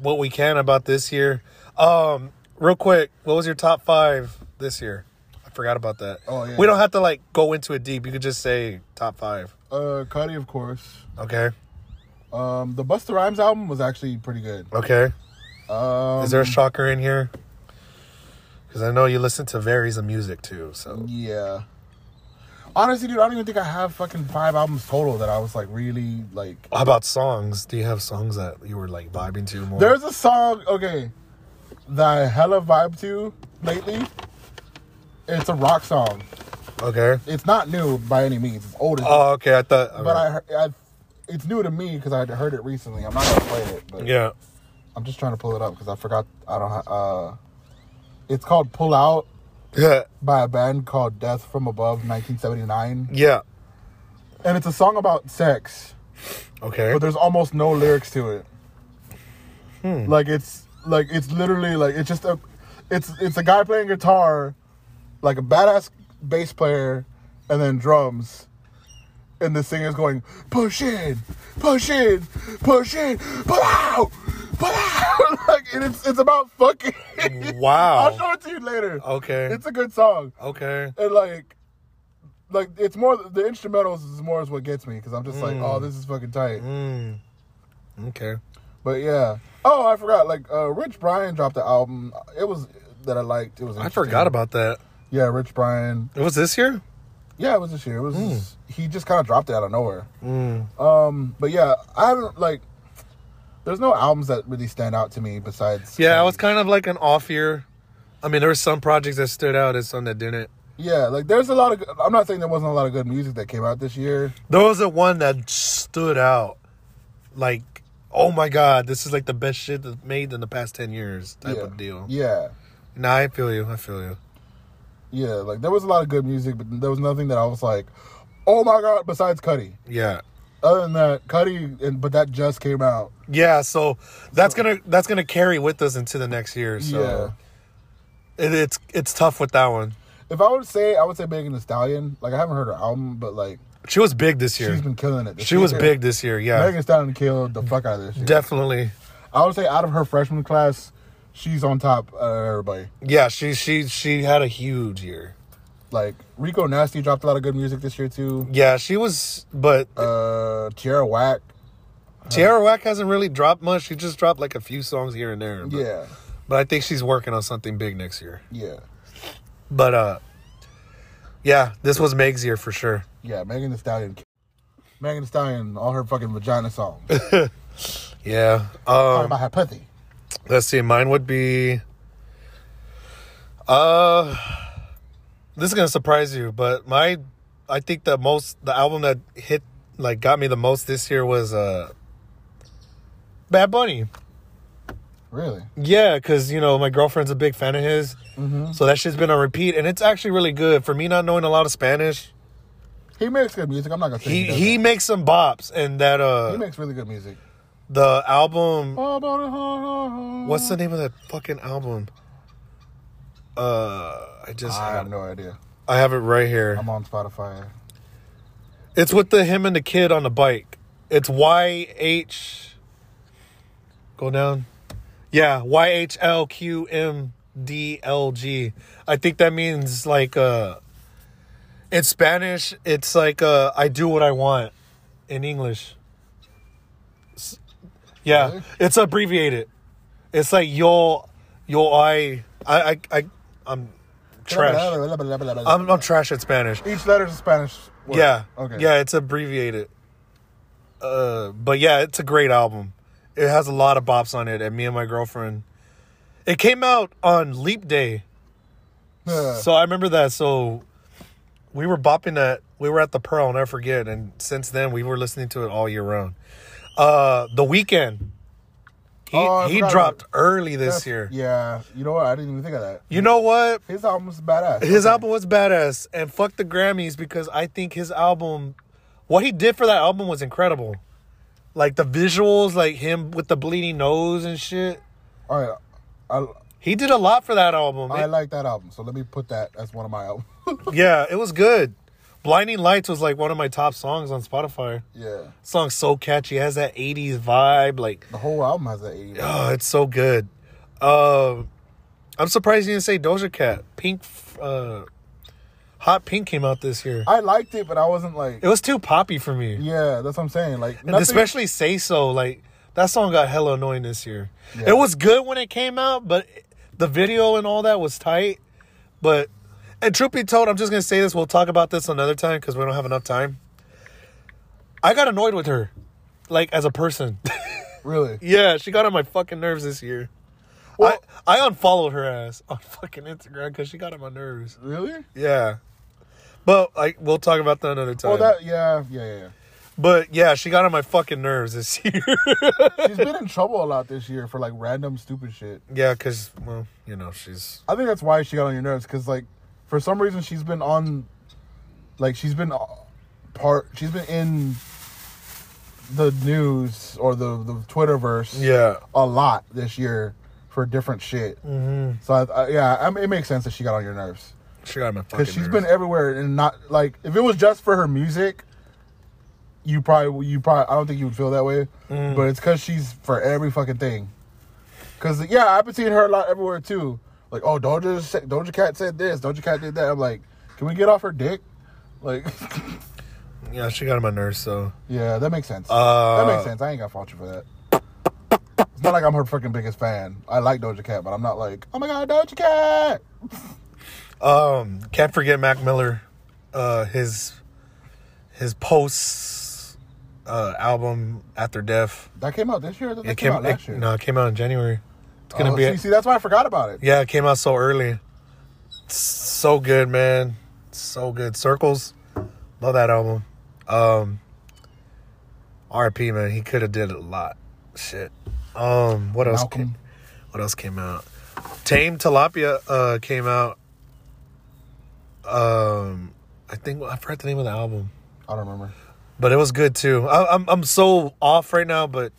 [SPEAKER 2] what we can about this year. Um, real quick, what was your top five this year? I forgot about that.
[SPEAKER 1] Oh, yeah.
[SPEAKER 2] We don't have to like go into it deep. You could just say top five.
[SPEAKER 1] uh, Cuddy, of course.
[SPEAKER 2] Okay.
[SPEAKER 1] Um, the Busta Rhymes album was actually pretty good.
[SPEAKER 2] Okay.
[SPEAKER 1] Um,
[SPEAKER 2] Is there a shocker in here? Because I know you listen to varies of music too. So
[SPEAKER 1] Yeah. Honestly, dude, I don't even think I have fucking five albums total that I was like really like.
[SPEAKER 2] how about songs? Do you have songs that you were like vibing to more?
[SPEAKER 1] There's a song, okay, that I hella vibe to lately. It's a rock song.
[SPEAKER 2] okay.
[SPEAKER 1] It's not new by any means. It's old as
[SPEAKER 2] Oh, okay. I thought.
[SPEAKER 1] but I, heard- I, it's new to me because I heard it recently. I'm not gonna play it, but
[SPEAKER 2] yeah.
[SPEAKER 1] I'm just trying to pull it up because I forgot. I don't. ha- Uh, it's called "Pull Out"
[SPEAKER 2] Yeah.
[SPEAKER 1] by a band called Death from Above, 1979,
[SPEAKER 2] Yeah.
[SPEAKER 1] and it's a song about sex.
[SPEAKER 2] Okay.
[SPEAKER 1] but there's almost no lyrics to it. Like it's like it's literally like it's just a it's it's a guy playing guitar, like a badass bass player, and then drums. And the singer's going, push in, push in, push in, pull out, pull out. like, and it's, it's about fucking. I'll
[SPEAKER 2] Wow.
[SPEAKER 1] show it to you later.
[SPEAKER 2] Okay.
[SPEAKER 1] It's a good song
[SPEAKER 2] Okay.
[SPEAKER 1] and like like it's more the instrumentals is more is what gets me because i'm just like oh this is fucking tight
[SPEAKER 2] Hmm. Okay.
[SPEAKER 1] but yeah oh i forgot like uh rich brian dropped the album it was that i liked it was
[SPEAKER 2] I
[SPEAKER 1] interesting.
[SPEAKER 2] forgot about that.
[SPEAKER 1] yeah rich brian
[SPEAKER 2] It was this year.
[SPEAKER 1] yeah it was this year it was
[SPEAKER 2] Hmm.
[SPEAKER 1] he just kind of dropped it out of nowhere um but yeah i haven't like there's no albums that really stand out to me besides
[SPEAKER 2] Yeah, it was kind of like an off year. I mean, there were some projects that stood out and some that didn't.
[SPEAKER 1] yeah like there's a lot of good- i'm not saying there wasn't a lot of good music that came out this year
[SPEAKER 2] There was a one that stood out, like, oh my god, this is like the best shit that's made in the past ten years type
[SPEAKER 1] yeah.
[SPEAKER 2] of deal.
[SPEAKER 1] yeah
[SPEAKER 2] Nah, I feel you. I feel you.
[SPEAKER 1] Yeah, like there was a lot of good music, but there was nothing that I was like, oh my god, besides Cuddy.
[SPEAKER 2] Yeah,
[SPEAKER 1] Other than that, Cuddy and but that just came out.
[SPEAKER 2] yeah. So that's gonna that's gonna carry with us into the next year. So it, it's it's tough with that one.
[SPEAKER 1] If I would say I would say Megan Thee Stallion. Like I haven't heard her album, but like
[SPEAKER 2] She was big this year.
[SPEAKER 1] she's been killing it. this
[SPEAKER 2] she was
[SPEAKER 1] year.
[SPEAKER 2] big this year. Yeah,
[SPEAKER 1] Megan Thee Stallion killed the fuck out of this shit.
[SPEAKER 2] definitely.
[SPEAKER 1] I would say out of her freshman class, she's on top of everybody.
[SPEAKER 2] Yeah, she she she had a huge year.
[SPEAKER 1] Like Rico Nasty dropped a lot of good music this year too.
[SPEAKER 2] Yeah, she was, but
[SPEAKER 1] Uh Tierra Whack. Uh-huh.
[SPEAKER 2] Tierra Whack hasn't really dropped much. She just dropped like a few songs here and there. But,
[SPEAKER 1] Yeah.
[SPEAKER 2] but I think she's working on something big next year.
[SPEAKER 1] Yeah.
[SPEAKER 2] But uh, yeah, this was Meg's year for sure.
[SPEAKER 1] Yeah, Megan Thee Stallion Megan Thee Stallion, all her fucking vagina songs.
[SPEAKER 2] Um, Yeah.
[SPEAKER 1] Talking
[SPEAKER 2] Um,
[SPEAKER 1] about her pussy.
[SPEAKER 2] let's see. Mine would be. Uh, this is gonna surprise you, but my, I think the most the album that hit like got me the most this year was uh. Bad Bunny.
[SPEAKER 1] Really?
[SPEAKER 2] Yeah, because you know my girlfriend's a big fan of his, so that shit's been on repeat, and it's actually really good for me not knowing a lot of Spanish.
[SPEAKER 1] He makes good music. I'm not gonna say
[SPEAKER 2] He
[SPEAKER 1] he
[SPEAKER 2] he makes some bops, and that
[SPEAKER 1] he
[SPEAKER 2] uh
[SPEAKER 1] makes really good music.
[SPEAKER 2] the album.
[SPEAKER 1] What's
[SPEAKER 2] What's the name of that fucking album? Uh, I just
[SPEAKER 1] I
[SPEAKER 2] have,
[SPEAKER 1] have no idea.
[SPEAKER 2] I have it right here.
[SPEAKER 1] I'm on Spotify.
[SPEAKER 2] It's with the him and the kid on the bike. It's Y H. Go down. Yeah, Y H L Q M D L G. I think that means like uh in Spanish it's like uh I do what I want in English. S- Yeah,
[SPEAKER 1] Really?
[SPEAKER 2] it's abbreviated. It's like yo yo I I I, I I'm trash. I'm I'm trash at Spanish.
[SPEAKER 1] Each letter's a Spanish. Word.
[SPEAKER 2] Yeah.
[SPEAKER 1] Okay.
[SPEAKER 2] Yeah, it's abbreviated. Uh, but yeah, it's a great album. It has a lot of bops on it, and me and my girlfriend. It came out on Leap Day,
[SPEAKER 1] Yeah.
[SPEAKER 2] so I remember that. So we were bopping that. We were at the Pearl, and I forget. And since then, we were listening to it all year round. Uh, the weekend. He,
[SPEAKER 1] Oh, I
[SPEAKER 2] he
[SPEAKER 1] forgot
[SPEAKER 2] dropped
[SPEAKER 1] about-
[SPEAKER 2] early this year.
[SPEAKER 1] Yeah. You know what? I didn't even think of that.
[SPEAKER 2] You know what?
[SPEAKER 1] His album's badass.
[SPEAKER 2] His album was badass, and fuck the Grammys because I think his album, what he did for that album was incredible. Like the visuals, like him with the bleeding nose and shit.
[SPEAKER 1] All right. I,
[SPEAKER 2] He did a lot for that album.
[SPEAKER 1] I
[SPEAKER 2] It-
[SPEAKER 1] like that album, so let me put that as one of my albums.
[SPEAKER 2] yeah, it was good. Blinding Lights was like one of my top songs on Spotify.
[SPEAKER 1] yeah.
[SPEAKER 2] Song's so catchy, has that 80s vibe. Like,
[SPEAKER 1] The whole album has that 80.
[SPEAKER 2] oh, it's so good. Um I'm surprised you didn't say Doja Cat. Pink, uh, Hot Pink came out this year.
[SPEAKER 1] I liked it, but I wasn't like.
[SPEAKER 2] It was too poppy for me.
[SPEAKER 1] Yeah, that's what I'm saying. Like,
[SPEAKER 2] And especially Say So, like that song got hella annoying this year.
[SPEAKER 1] Yeah.
[SPEAKER 2] It was good when it came out, but the video and all that was tight. But and truth be told, I'm just gonna say this. We'll talk about this another time because we don't have enough time. I got annoyed with her, like as a person.
[SPEAKER 1] really.
[SPEAKER 2] yeah, she got on my fucking nerves this year.
[SPEAKER 1] Well-
[SPEAKER 2] I, I unfollowed her ass on fucking Instagram because she got on my nerves.
[SPEAKER 1] Really?
[SPEAKER 2] Yeah, but like we'll talk about that another time.
[SPEAKER 1] Well, that yeah, yeah, yeah.
[SPEAKER 2] but yeah, she got on my fucking nerves this year.
[SPEAKER 1] yeah. She's been in trouble a lot this year for like random stupid shit.
[SPEAKER 2] Yeah, because, well, you know, she's.
[SPEAKER 1] I think that's why she got on your nerves because like for some reason she's been on, like she's been uh, part. She's been in the news or the the Twitterverse.
[SPEAKER 2] Yeah.
[SPEAKER 1] a lot this year for different shit. Mm-hmm. So I, I, yeah, I mean, it makes sense that she got on your nerves
[SPEAKER 2] She got on my fucking
[SPEAKER 1] because she's
[SPEAKER 2] nerves.
[SPEAKER 1] been everywhere and not like if it was just for her music, you probably you probably I don't think you would feel that way.
[SPEAKER 2] Mm.
[SPEAKER 1] But it's because she's for every fucking thing. Because yeah, I've been seeing her a lot everywhere too. Like oh Doja sa- Doja Cat said this, Doja Cat did that. I'm like, can we get off her dick? Like
[SPEAKER 2] Yeah, she got on my nerves, so.
[SPEAKER 1] yeah, that makes sense.
[SPEAKER 2] Uh,
[SPEAKER 1] that makes sense. I ain't gonna fault you for that. It's not like I'm her fucking biggest fan. I like Doja Cat, but I'm not like, oh my god, Doja Cat.
[SPEAKER 2] Um, can't forget Mac Miller. Uh, his. His posts. Uh, album after death.
[SPEAKER 1] That came out this year. I thought That came, out last year.
[SPEAKER 2] No, it came out in January. It's gonna
[SPEAKER 1] Oh,
[SPEAKER 2] be.
[SPEAKER 1] see, see, that's why I forgot about it.
[SPEAKER 2] yeah, it came out so early. It's so good, man. So good. Circles. Love that album. Um, RP, man. He could have did a lot. Shit. Um, what else?
[SPEAKER 1] Malcolm.
[SPEAKER 2] Came, what else came out? Tame Tilapia uh, came out. Um, I think I forgot the name of the album
[SPEAKER 1] I don't remember.
[SPEAKER 2] but it was good too. I, I'm I'm so off right now, but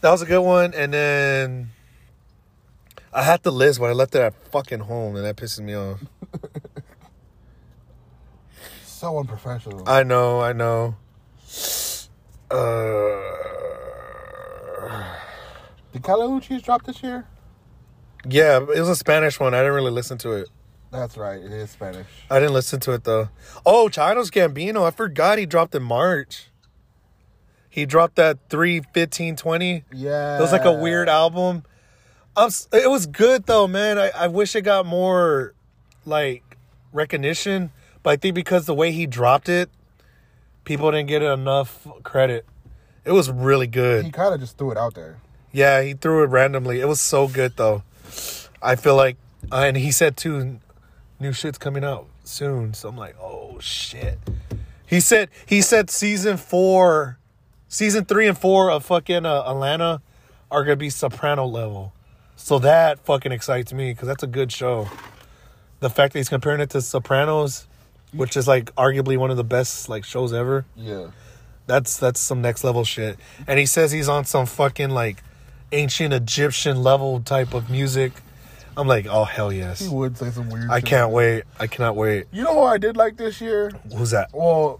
[SPEAKER 2] that was a good one. And then I had the list, but I left it at fucking home, and that pisses me off.
[SPEAKER 1] So unprofessional.
[SPEAKER 2] I know, I know. Uh,
[SPEAKER 1] Did Calauchis drop this year?
[SPEAKER 2] yeah, it was a Spanish one. I didn't really listen to it.
[SPEAKER 1] That's right. It is Spanish.
[SPEAKER 2] I didn't listen to it though. Oh, Chino's Gambino. I forgot he dropped in March. He dropped that three fifteen twenty.
[SPEAKER 1] Yeah.
[SPEAKER 2] It was like a weird album. I'm, s- it was good though, man. I, I wish it got more like recognition, but I think because the way he dropped it, people didn't get enough credit. It was really
[SPEAKER 1] He
[SPEAKER 2] good.
[SPEAKER 1] kind of just threw it out there.
[SPEAKER 2] Yeah, he threw it randomly. It was so good though. I feel like, uh, and he said too, new shit's coming out soon. So I'm like, oh shit. He said he said season four, season three and four of fucking uh, Atlanta are gonna be Soprano level. So that fucking excites me because that's a good show. The fact that he's comparing it to Sopranos, which is like arguably one of the best like shows ever.
[SPEAKER 1] Yeah.
[SPEAKER 2] That's that's some next level shit. And he says he's on some fucking like ancient Egyptian level type of music. I'm like, oh hell
[SPEAKER 1] He
[SPEAKER 2] yes.
[SPEAKER 1] would say some weird.
[SPEAKER 2] I
[SPEAKER 1] shit.
[SPEAKER 2] can't wait. I cannot wait.
[SPEAKER 1] You know who I did like this year?
[SPEAKER 2] Who's that?
[SPEAKER 1] Well,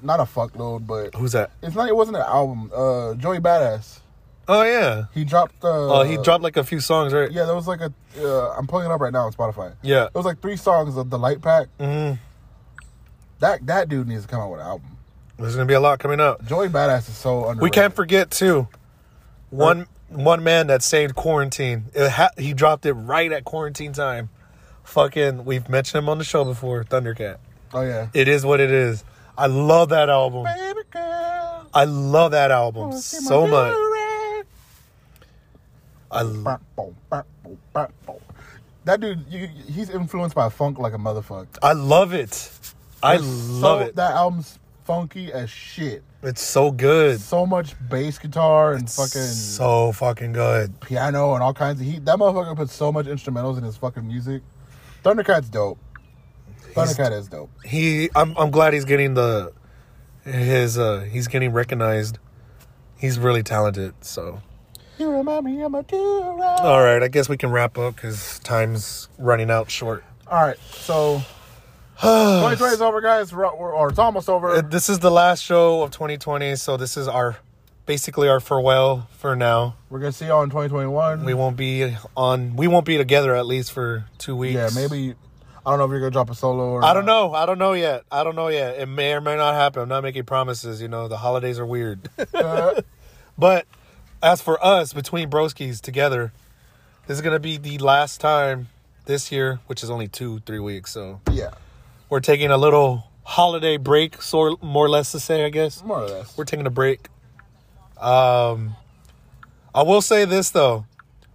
[SPEAKER 1] not a fuckload, but
[SPEAKER 2] Who's that?
[SPEAKER 1] it's not. It wasn't an album. Uh, Joey Badass.
[SPEAKER 2] Oh yeah.
[SPEAKER 1] He dropped. Uh,
[SPEAKER 2] Oh, he dropped like a few songs, right?
[SPEAKER 1] Yeah, there was like a. Uh, I'm pulling it up right now on Spotify.
[SPEAKER 2] Yeah.
[SPEAKER 1] it was like three songs of the light pack. Mm-hmm. That that dude needs to come out with an album.
[SPEAKER 2] There's gonna be a lot coming up.
[SPEAKER 1] Joey Badass is so underrated.
[SPEAKER 2] We can't forget too. One one man that saved quarantine. It ha- he dropped it right at quarantine time. Fucking, we've mentioned him on the show before. Thundercat.
[SPEAKER 1] Oh yeah.
[SPEAKER 2] It is what it is. I love that album.
[SPEAKER 1] Baby girl,
[SPEAKER 2] I love that album
[SPEAKER 1] wanna Oh, see my
[SPEAKER 2] so much.
[SPEAKER 1] jewelry.
[SPEAKER 2] I l-
[SPEAKER 1] Bop, bop, bop, bop, bop, bop. That dude, you, he's influenced by funk like a motherfucker.
[SPEAKER 2] I love it. I love
[SPEAKER 1] so,
[SPEAKER 2] it.
[SPEAKER 1] That album's funky as shit.
[SPEAKER 2] It's so good.
[SPEAKER 1] So much bass guitar and fucking
[SPEAKER 2] so fucking good.
[SPEAKER 1] piano and all kinds of heat. That motherfucker puts so much instrumentals in his fucking music. Thundercat's dope. Thundercat is dope.
[SPEAKER 2] he I'm I'm glad he's getting the his uh he's getting recognized. He's really talented, so
[SPEAKER 1] You remind me of my All
[SPEAKER 2] all right, I guess we can wrap up cuz time's running out short.
[SPEAKER 1] All right, so 2020 is over, guys. We're, we're, or it's almost over.
[SPEAKER 2] Uh, This is the last show of 2020, so this is our basically our farewell for now.
[SPEAKER 1] we're gonna see y'all in 2021.
[SPEAKER 2] We won't be on we won't be together at least for 2 weeks.
[SPEAKER 1] yeah, maybe. I don't know if you're gonna drop a solo or
[SPEAKER 2] I don't know. I don't know yet. I don't know yet. It may or may not happen. I'm not making promises. You know, the holidays are weird. but as for us, between broskies together, this is gonna be the last time this year, which is only two, three weeks. So
[SPEAKER 1] Yeah,
[SPEAKER 2] we're taking a little holiday break, so more or less to say, I guess.
[SPEAKER 1] more or less.
[SPEAKER 2] We're taking a break. Um, I will say this though.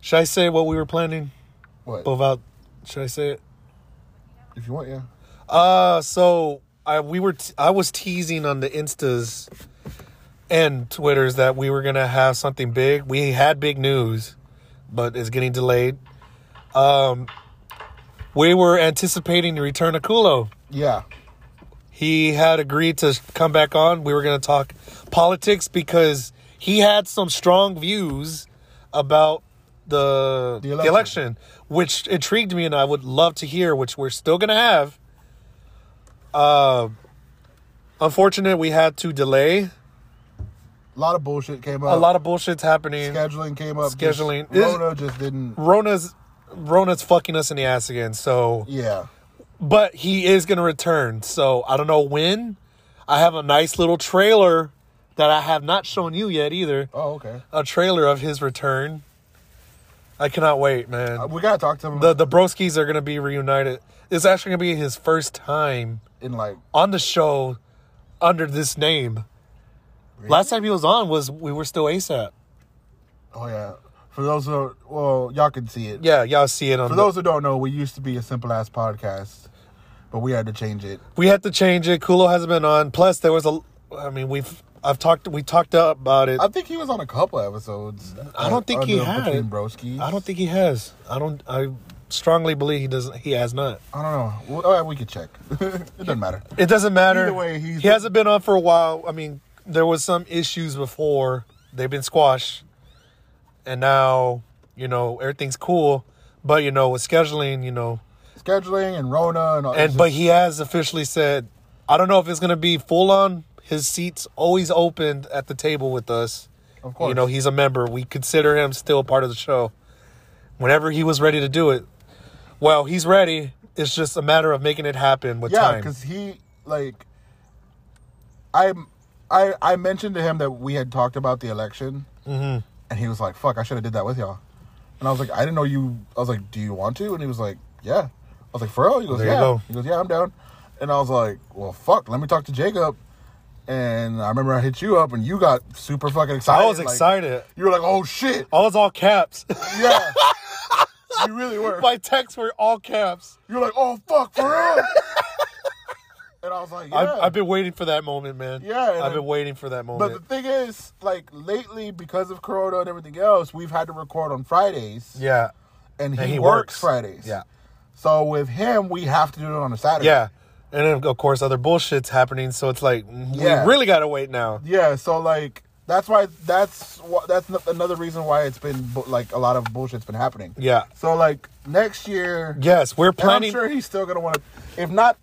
[SPEAKER 2] Should I say what we were planning?
[SPEAKER 1] What?
[SPEAKER 2] About should I say it?
[SPEAKER 1] If you want, yeah.
[SPEAKER 2] Uh, so I we were t- I was teasing on the instas and twitters that we were gonna have something big. We had big news, but it's getting delayed. Um, we were anticipating the return of Kulo.
[SPEAKER 1] Yeah.
[SPEAKER 2] He had agreed to come back on. We were gonna talk politics because he had some strong views about the the
[SPEAKER 1] The
[SPEAKER 2] election,
[SPEAKER 1] election.
[SPEAKER 2] which intrigued me, and I would love to hear. Which we're still gonna have. Uh, Unfortunate, we had to delay.
[SPEAKER 1] A lot of bullshit came up.
[SPEAKER 2] A lot of bullshit's happening.
[SPEAKER 1] scheduling came up.
[SPEAKER 2] Scheduling.
[SPEAKER 1] Just, Rona just didn't.
[SPEAKER 2] Rona's Rona's fucking us in the ass again. So,
[SPEAKER 1] Yeah.
[SPEAKER 2] but he is gonna return. So I don't know when. I have a nice little trailer that I have not shown you yet either.
[SPEAKER 1] Oh, okay.
[SPEAKER 2] A trailer of his return. I cannot wait, man.
[SPEAKER 1] Uh, We gotta talk to him
[SPEAKER 2] The the broskies are gonna be reunited. It's actually gonna be his first time
[SPEAKER 1] in like.
[SPEAKER 2] on the show under this name. Last time he was on was we were still ASAP.
[SPEAKER 1] Oh yeah. For those who, well, y'all can see it.
[SPEAKER 2] Yeah, y'all see it on
[SPEAKER 1] For
[SPEAKER 2] the-
[SPEAKER 1] those who don't know, we used to be a simple ass podcast, but we had to change it.
[SPEAKER 2] we had to change it. Kulo hasn't been on. Plus, there was a. I mean, we've I've talked we talked about it.
[SPEAKER 1] I think he was on a couple episodes.
[SPEAKER 2] I don't think he had.
[SPEAKER 1] Between broskies.
[SPEAKER 2] I don't think he has. I don't. I strongly believe he doesn't. He has not.
[SPEAKER 1] I don't know. Well, all right, we could check. it doesn't matter.
[SPEAKER 2] It doesn't matter.
[SPEAKER 1] Either way, he's-
[SPEAKER 2] he hasn't been on for a while. I mean, there was some issues before. They've been squashed, and now you know everything's cool. But you know, with scheduling, you know,
[SPEAKER 1] Scheduling and Rona and all
[SPEAKER 2] and but he has officially said, I don't know if it's gonna be full on. His seat's always open at the table with us.
[SPEAKER 1] Of course.
[SPEAKER 2] you know he's a member. We consider him still part of the show. Whenever he was ready to do it, well, he's ready. It's just a matter of making it happen with
[SPEAKER 1] yeah,
[SPEAKER 2] time.
[SPEAKER 1] because he like I I I mentioned to him that we had talked about the election,
[SPEAKER 2] Mm-hmm.
[SPEAKER 1] and he was like, "Fuck, I should have did that with y'all." And I was like, "I didn't know you." I was like, "Do you want to?" And he was like, "Yeah." I was like, "For real?" He goes,
[SPEAKER 2] There you
[SPEAKER 1] "Yeah."
[SPEAKER 2] go.
[SPEAKER 1] He goes, "Yeah, I'm down." And I was like, "Well, fuck, let me talk to Jacob." And I remember I hit you up, and you got super fucking excited.
[SPEAKER 2] I was
[SPEAKER 1] like-
[SPEAKER 2] excited.
[SPEAKER 1] You were like, "Oh shit!"
[SPEAKER 2] I was all caps.
[SPEAKER 1] Yeah, you really were.
[SPEAKER 2] My texts were all caps.
[SPEAKER 1] You're like, "Oh fuck, for real." and I was like, yeah.
[SPEAKER 2] I've, I've been waiting for that moment, man.
[SPEAKER 1] Yeah, and
[SPEAKER 2] I've been
[SPEAKER 1] I-
[SPEAKER 2] waiting for that
[SPEAKER 1] But the
[SPEAKER 2] moment.
[SPEAKER 1] thing is, like lately, because of Corona and everything else, we've had to record on Fridays.
[SPEAKER 2] yeah,
[SPEAKER 1] and he,
[SPEAKER 2] and he
[SPEAKER 1] works.
[SPEAKER 2] works.
[SPEAKER 1] Fridays.
[SPEAKER 2] Yeah.
[SPEAKER 1] So with him, we have to do it on a Saturday.
[SPEAKER 2] yeah, and then of course other bullshit's happening. So it's like
[SPEAKER 1] Yeah.
[SPEAKER 2] we really gotta wait now.
[SPEAKER 1] Yeah. So like that's why that's wh- that's n- another reason why it's been bu- like a lot of bullshit's been happening.
[SPEAKER 2] Yeah.
[SPEAKER 1] So like next year,
[SPEAKER 2] Yes, we're
[SPEAKER 1] and I'm
[SPEAKER 2] planning.
[SPEAKER 1] sure he's still gonna want to. If not,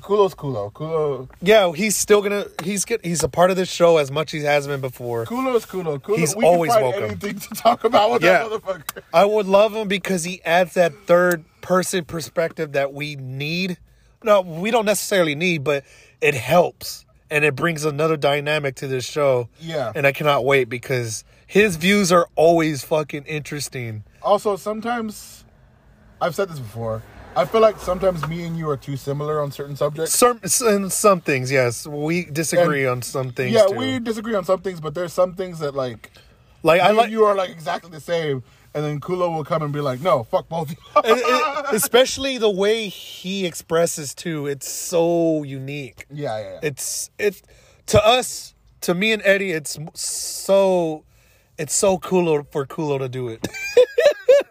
[SPEAKER 1] Kulo's Kulo. Kulo.
[SPEAKER 2] Yeah, he's still gonna. He's get, he's a part of this show as much as he has been before.
[SPEAKER 1] Kulo's Kulo. Kulo.
[SPEAKER 2] He's
[SPEAKER 1] we can
[SPEAKER 2] always
[SPEAKER 1] find
[SPEAKER 2] welcome.
[SPEAKER 1] Anything to talk about with
[SPEAKER 2] Yeah.
[SPEAKER 1] that motherfucker.
[SPEAKER 2] I would love him because he adds that third person perspective that we need. No, we don't necessarily need, but it helps and it brings another dynamic to this show.
[SPEAKER 1] Yeah.
[SPEAKER 2] and I cannot wait because his views are always fucking interesting.
[SPEAKER 1] Also, sometimes I've said this before. I feel like sometimes me and you are too similar on certain subjects.
[SPEAKER 2] Some in some things, yes, we disagree on some things.
[SPEAKER 1] yeah,
[SPEAKER 2] too.
[SPEAKER 1] we disagree on some things, but there's some things that like
[SPEAKER 2] like. I
[SPEAKER 1] me and
[SPEAKER 2] like
[SPEAKER 1] you are like exactly the same, and then Kulo will come and be like, "No, fuck both." of you."
[SPEAKER 2] it- it- especially the way he expresses too. It's so unique.
[SPEAKER 1] yeah, yeah, yeah.
[SPEAKER 2] It's it to us, to me and Eddie. It's m- so it's so cool for Kulo to do it,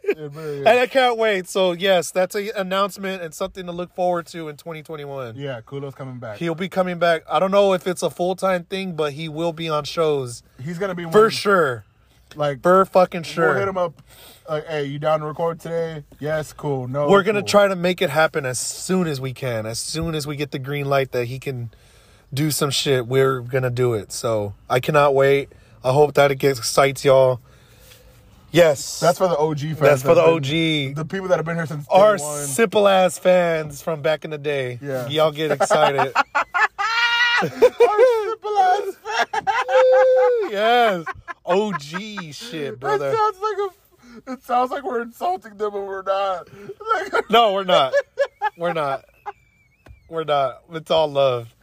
[SPEAKER 1] It really is.
[SPEAKER 2] and I can't wait. So yes, that's an announcement and something to look forward to in 2021.
[SPEAKER 1] yeah, Kulo's coming back.
[SPEAKER 2] He'll be coming back. I don't know if it's a full time thing, but he will be on shows
[SPEAKER 1] He's gonna be one,
[SPEAKER 2] for sure.
[SPEAKER 1] Like,
[SPEAKER 2] For fucking sure.
[SPEAKER 1] we'll hit him up. Like, hey, you down to record today? Yes, cool. No,
[SPEAKER 2] we're gonna
[SPEAKER 1] cool.
[SPEAKER 2] try to make it happen as soon as we can. As soon as we get the green light that he can do some shit, we're gonna do it. So I cannot wait. I hope that it gets excites y'all. Yes.
[SPEAKER 1] That's for the OG fans.
[SPEAKER 2] That's for the
[SPEAKER 1] been-
[SPEAKER 2] OG.
[SPEAKER 1] The people that have been here since day
[SPEAKER 2] our
[SPEAKER 1] one.
[SPEAKER 2] simple ass fans from back in the day.
[SPEAKER 1] Yeah.
[SPEAKER 2] Y'all get excited.
[SPEAKER 1] Simple as
[SPEAKER 2] yes. OG shit, brother.
[SPEAKER 1] That sounds like a. It sounds like we're insulting them, but we're not. Like,
[SPEAKER 2] No, we're not. We're not. We're not. It's all love.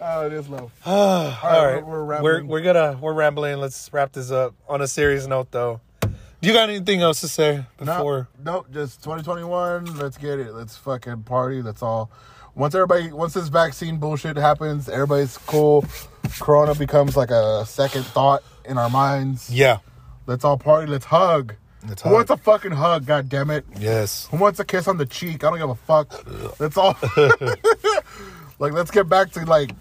[SPEAKER 1] oh, it is low.
[SPEAKER 2] all right.
[SPEAKER 1] we're- we're
[SPEAKER 2] we're
[SPEAKER 1] rambling.
[SPEAKER 2] we're gonna we're rambling. Let's wrap this up on a serious note though. Do you got anything else to say before?
[SPEAKER 1] No, nope. Just 2021. Let's get it. Let's fucking party. That's all. Once everybody, once this vaccine bullshit happens, everybody's cool. Corona becomes like a second thought in our minds.
[SPEAKER 2] Yeah.
[SPEAKER 1] Let's all party. Let's hug.
[SPEAKER 2] Let's
[SPEAKER 1] Who
[SPEAKER 2] hug.
[SPEAKER 1] wants a fucking hug? God damn it.
[SPEAKER 2] Yes.
[SPEAKER 1] Who wants a kiss on the cheek? I don't give a fuck. Let's all like let's get back to like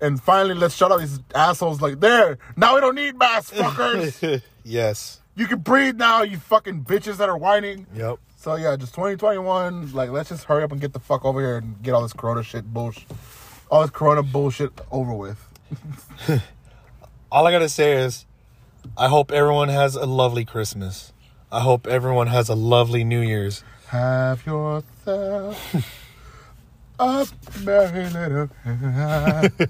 [SPEAKER 1] and finally let's shut out these assholes like there. Now we don't need masks, fuckers.
[SPEAKER 2] yes.
[SPEAKER 1] you can breathe now, you fucking bitches that are whining.
[SPEAKER 2] Yep.
[SPEAKER 1] So yeah, just 2021, like let's just hurry up and get the fuck over here and get all this corona shit bullshit all this corona bullshit over with.
[SPEAKER 2] all I gotta say is, I hope everyone has a lovely Christmas. I hope everyone has a lovely New Year's.
[SPEAKER 1] Have yourself a merry little Christmas.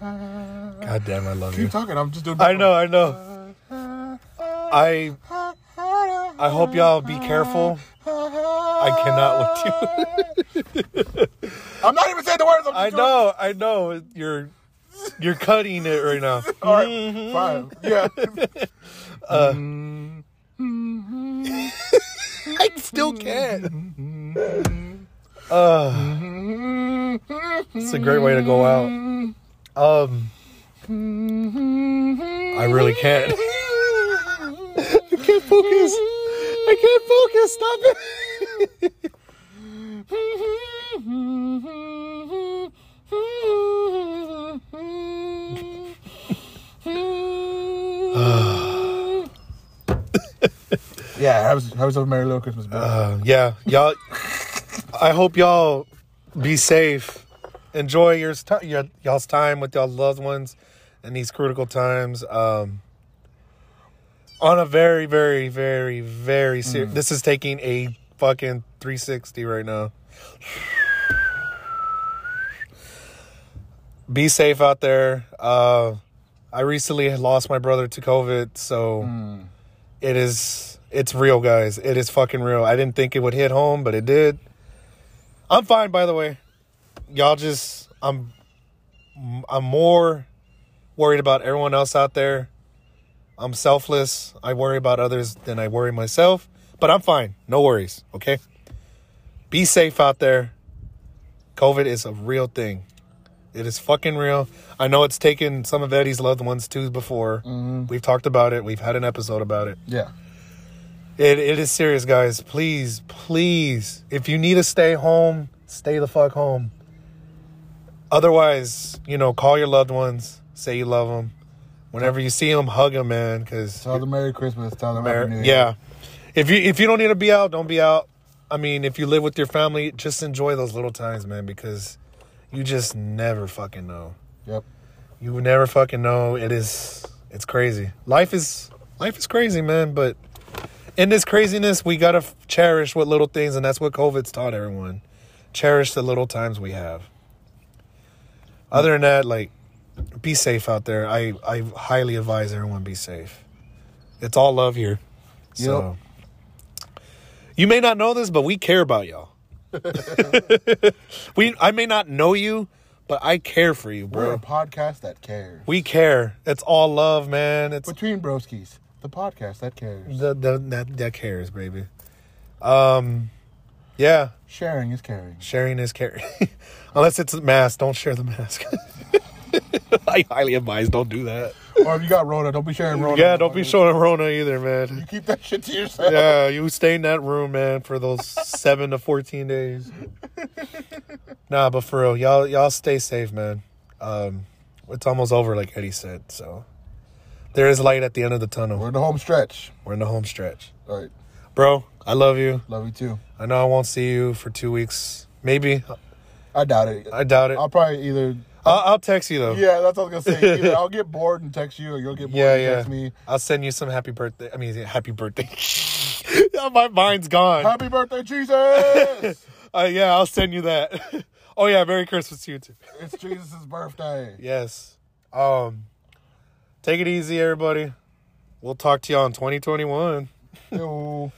[SPEAKER 2] God damn, I love you.
[SPEAKER 1] Keep talking, I'm just doing
[SPEAKER 2] I know, I know. I I hope y'all be careful. I cannot with you.
[SPEAKER 1] I'm not even saying the words. I'm just
[SPEAKER 2] I
[SPEAKER 1] doing-
[SPEAKER 2] know, I know. You're you're cutting it right now.
[SPEAKER 1] All
[SPEAKER 2] Mm-hmm.
[SPEAKER 1] right, fine. Yeah,
[SPEAKER 2] I still can't. Uh, it's a great way to go out. Um, I really can't. I can't focus. I can't focus. Stop it.
[SPEAKER 1] yeah. Have have yourself a merry little Christmas, bro.
[SPEAKER 2] Uh, yeah, y'all. I hope y'all be safe. Enjoy your, st- your y'all's time with y'all loved ones in these critical times. Um, on a very, very, very, very serious. This is taking a fucking 360 right now. Be safe out there. Uh, I recently lost my brother to COVID, so it is it's real guys it is fucking real i didn't think it would hit home but it did i'm fine by the way y'all just i'm i'm more worried about everyone else out there i'm selfless i worry about others than i worry myself but i'm fine no worries okay be safe out there covid is a real thing it is fucking real i know it's taken some of eddie's loved ones too before we've talked about it we've had an episode about it
[SPEAKER 1] yeah,
[SPEAKER 2] it, it is serious, guys. Please, please, if you need to stay home, stay the fuck home. Otherwise, you know, call your loved ones, say you love them. Whenever you see them, hug them, man. Cause
[SPEAKER 1] tell them merry Christmas. Tell them happy New Year.
[SPEAKER 2] yeah, if you if you don't need to be out, don't be out. I mean, if you live with your family, just enjoy those little times, man. Because you just never fucking know.
[SPEAKER 1] Yep.
[SPEAKER 2] You would never fucking know. It is it's crazy. Life is life is crazy, man, but in this craziness, we got to cherish what little things and that's what COVID's taught everyone. Cherish the little times we have. Other than that, like be safe out there. I I highly advise everyone be safe. It's all love here. So You may not know this, but we care about y'all. we I may not know you, but I care for you, bro.
[SPEAKER 1] We're a podcast that cares.
[SPEAKER 2] We care. It's all love, man. It's
[SPEAKER 1] Between broskies, the podcast that cares.
[SPEAKER 2] the, the, that that cares, baby. Um, yeah,
[SPEAKER 1] Sharing is caring.
[SPEAKER 2] sharing is caring. Unless it's a mask, don't share the mask. I highly advise don't do that.
[SPEAKER 1] or if you got Rona, don't be sharing Rona.
[SPEAKER 2] Yeah, don't be showing Rona either, man.
[SPEAKER 1] Keep that shit to yourself.
[SPEAKER 2] Yeah, you stay in that room, man, for those seven to fourteen days. Nah, but for real, y'all y'all stay safe, man. Um, it's almost over, like Eddie said. So there is light at the end of the tunnel.
[SPEAKER 1] We're in the home stretch.
[SPEAKER 2] We're in the home stretch.
[SPEAKER 1] All right.
[SPEAKER 2] Bro, I love you.
[SPEAKER 1] Love you too.
[SPEAKER 2] I know I won't see you for two weeks. Maybe.
[SPEAKER 1] I doubt it.
[SPEAKER 2] I doubt it.
[SPEAKER 1] I'll probably either
[SPEAKER 2] I'll, I'll text you though.
[SPEAKER 1] Yeah, that's what I was gonna say. Either I'll get bored and text you, or you'll get bored
[SPEAKER 2] yeah,
[SPEAKER 1] and
[SPEAKER 2] yeah.
[SPEAKER 1] text me.
[SPEAKER 2] I'll send you some happy birthday. I mean, happy birthday. Yeah, My mind's gone.
[SPEAKER 1] Happy birthday, Jesus!
[SPEAKER 2] Uh, yeah, I'll send you that. oh yeah, Merry Christmas to you too.
[SPEAKER 1] it's Jesus' birthday.
[SPEAKER 2] Yes. Um, take it easy, everybody. We'll talk to you on 2021.
[SPEAKER 1] Yo.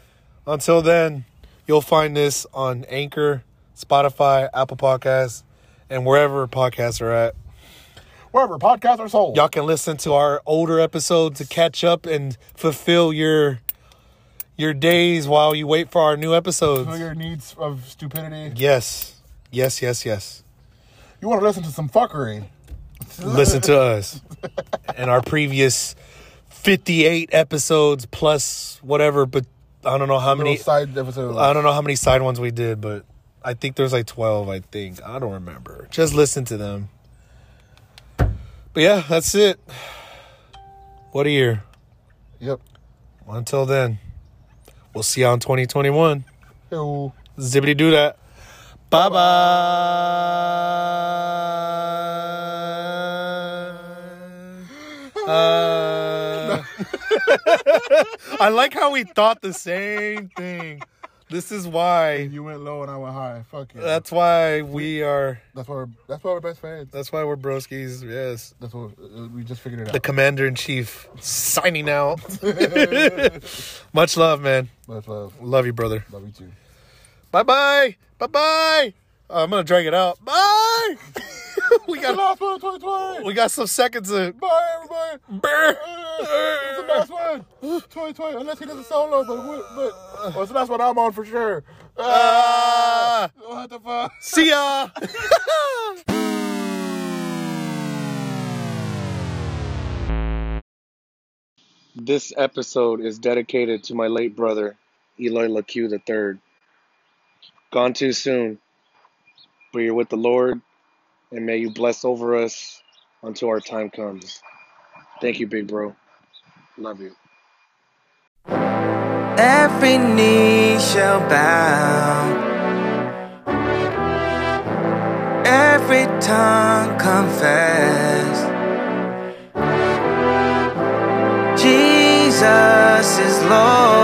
[SPEAKER 2] Until then, you'll find this on Anchor, Spotify, Apple Podcasts, and wherever podcasts are at.
[SPEAKER 1] Wherever podcasts are sold.
[SPEAKER 2] Y'all can listen to our older episodes to catch up and fulfill your your days while you wait for our new
[SPEAKER 1] Fill
[SPEAKER 2] episodes.
[SPEAKER 1] your needs of stupidity.
[SPEAKER 2] Yes. Yes, yes, yes.
[SPEAKER 1] You want to listen to some fuckery?
[SPEAKER 2] listen to us and our previous 58 episodes plus whatever but i don't know how
[SPEAKER 1] Little
[SPEAKER 2] many
[SPEAKER 1] side episode.
[SPEAKER 2] i don't know how many side ones we did but i think there's like 12 i think i don't remember just listen to them but yeah that's it what a year
[SPEAKER 1] Yep.
[SPEAKER 2] until then we'll see you on 2021
[SPEAKER 1] Yo.
[SPEAKER 2] zippity do that bye bye Uh, I like how we thought the same thing. This is why.
[SPEAKER 1] You went low and I went high. Fuck you.
[SPEAKER 2] That's why we are.
[SPEAKER 1] that's why we're that's why we're best friends.
[SPEAKER 2] That's why we're broskies. Yes.
[SPEAKER 1] That's what uh, we just figured it
[SPEAKER 2] The
[SPEAKER 1] out.
[SPEAKER 2] commander in chief signing out. Much love, man.
[SPEAKER 1] Much love.
[SPEAKER 2] Love you, brother.
[SPEAKER 1] uh, Love you too.
[SPEAKER 2] Bye bye. Bye bye. Uh, I'm gonna drag it out. Bye. we
[SPEAKER 1] The
[SPEAKER 2] got.
[SPEAKER 1] last one of 2020.
[SPEAKER 2] We got some seconds of.
[SPEAKER 1] Bye everybody. It's the
[SPEAKER 2] Brr.
[SPEAKER 1] last one. 2020. Unless he does a solo, but we- but well, it's the last one I'm on for sure. Ah,
[SPEAKER 2] Ah.
[SPEAKER 1] what the fuck?
[SPEAKER 2] See ya.
[SPEAKER 4] This episode is dedicated to my late brother, Eloy LaQ III. Gone too soon, but you're with the Lord, and may you bless over us until our time comes. Thank you, big bro. Love you.
[SPEAKER 3] Every knee shall bow. Every tongue confess. Jesus is Lord.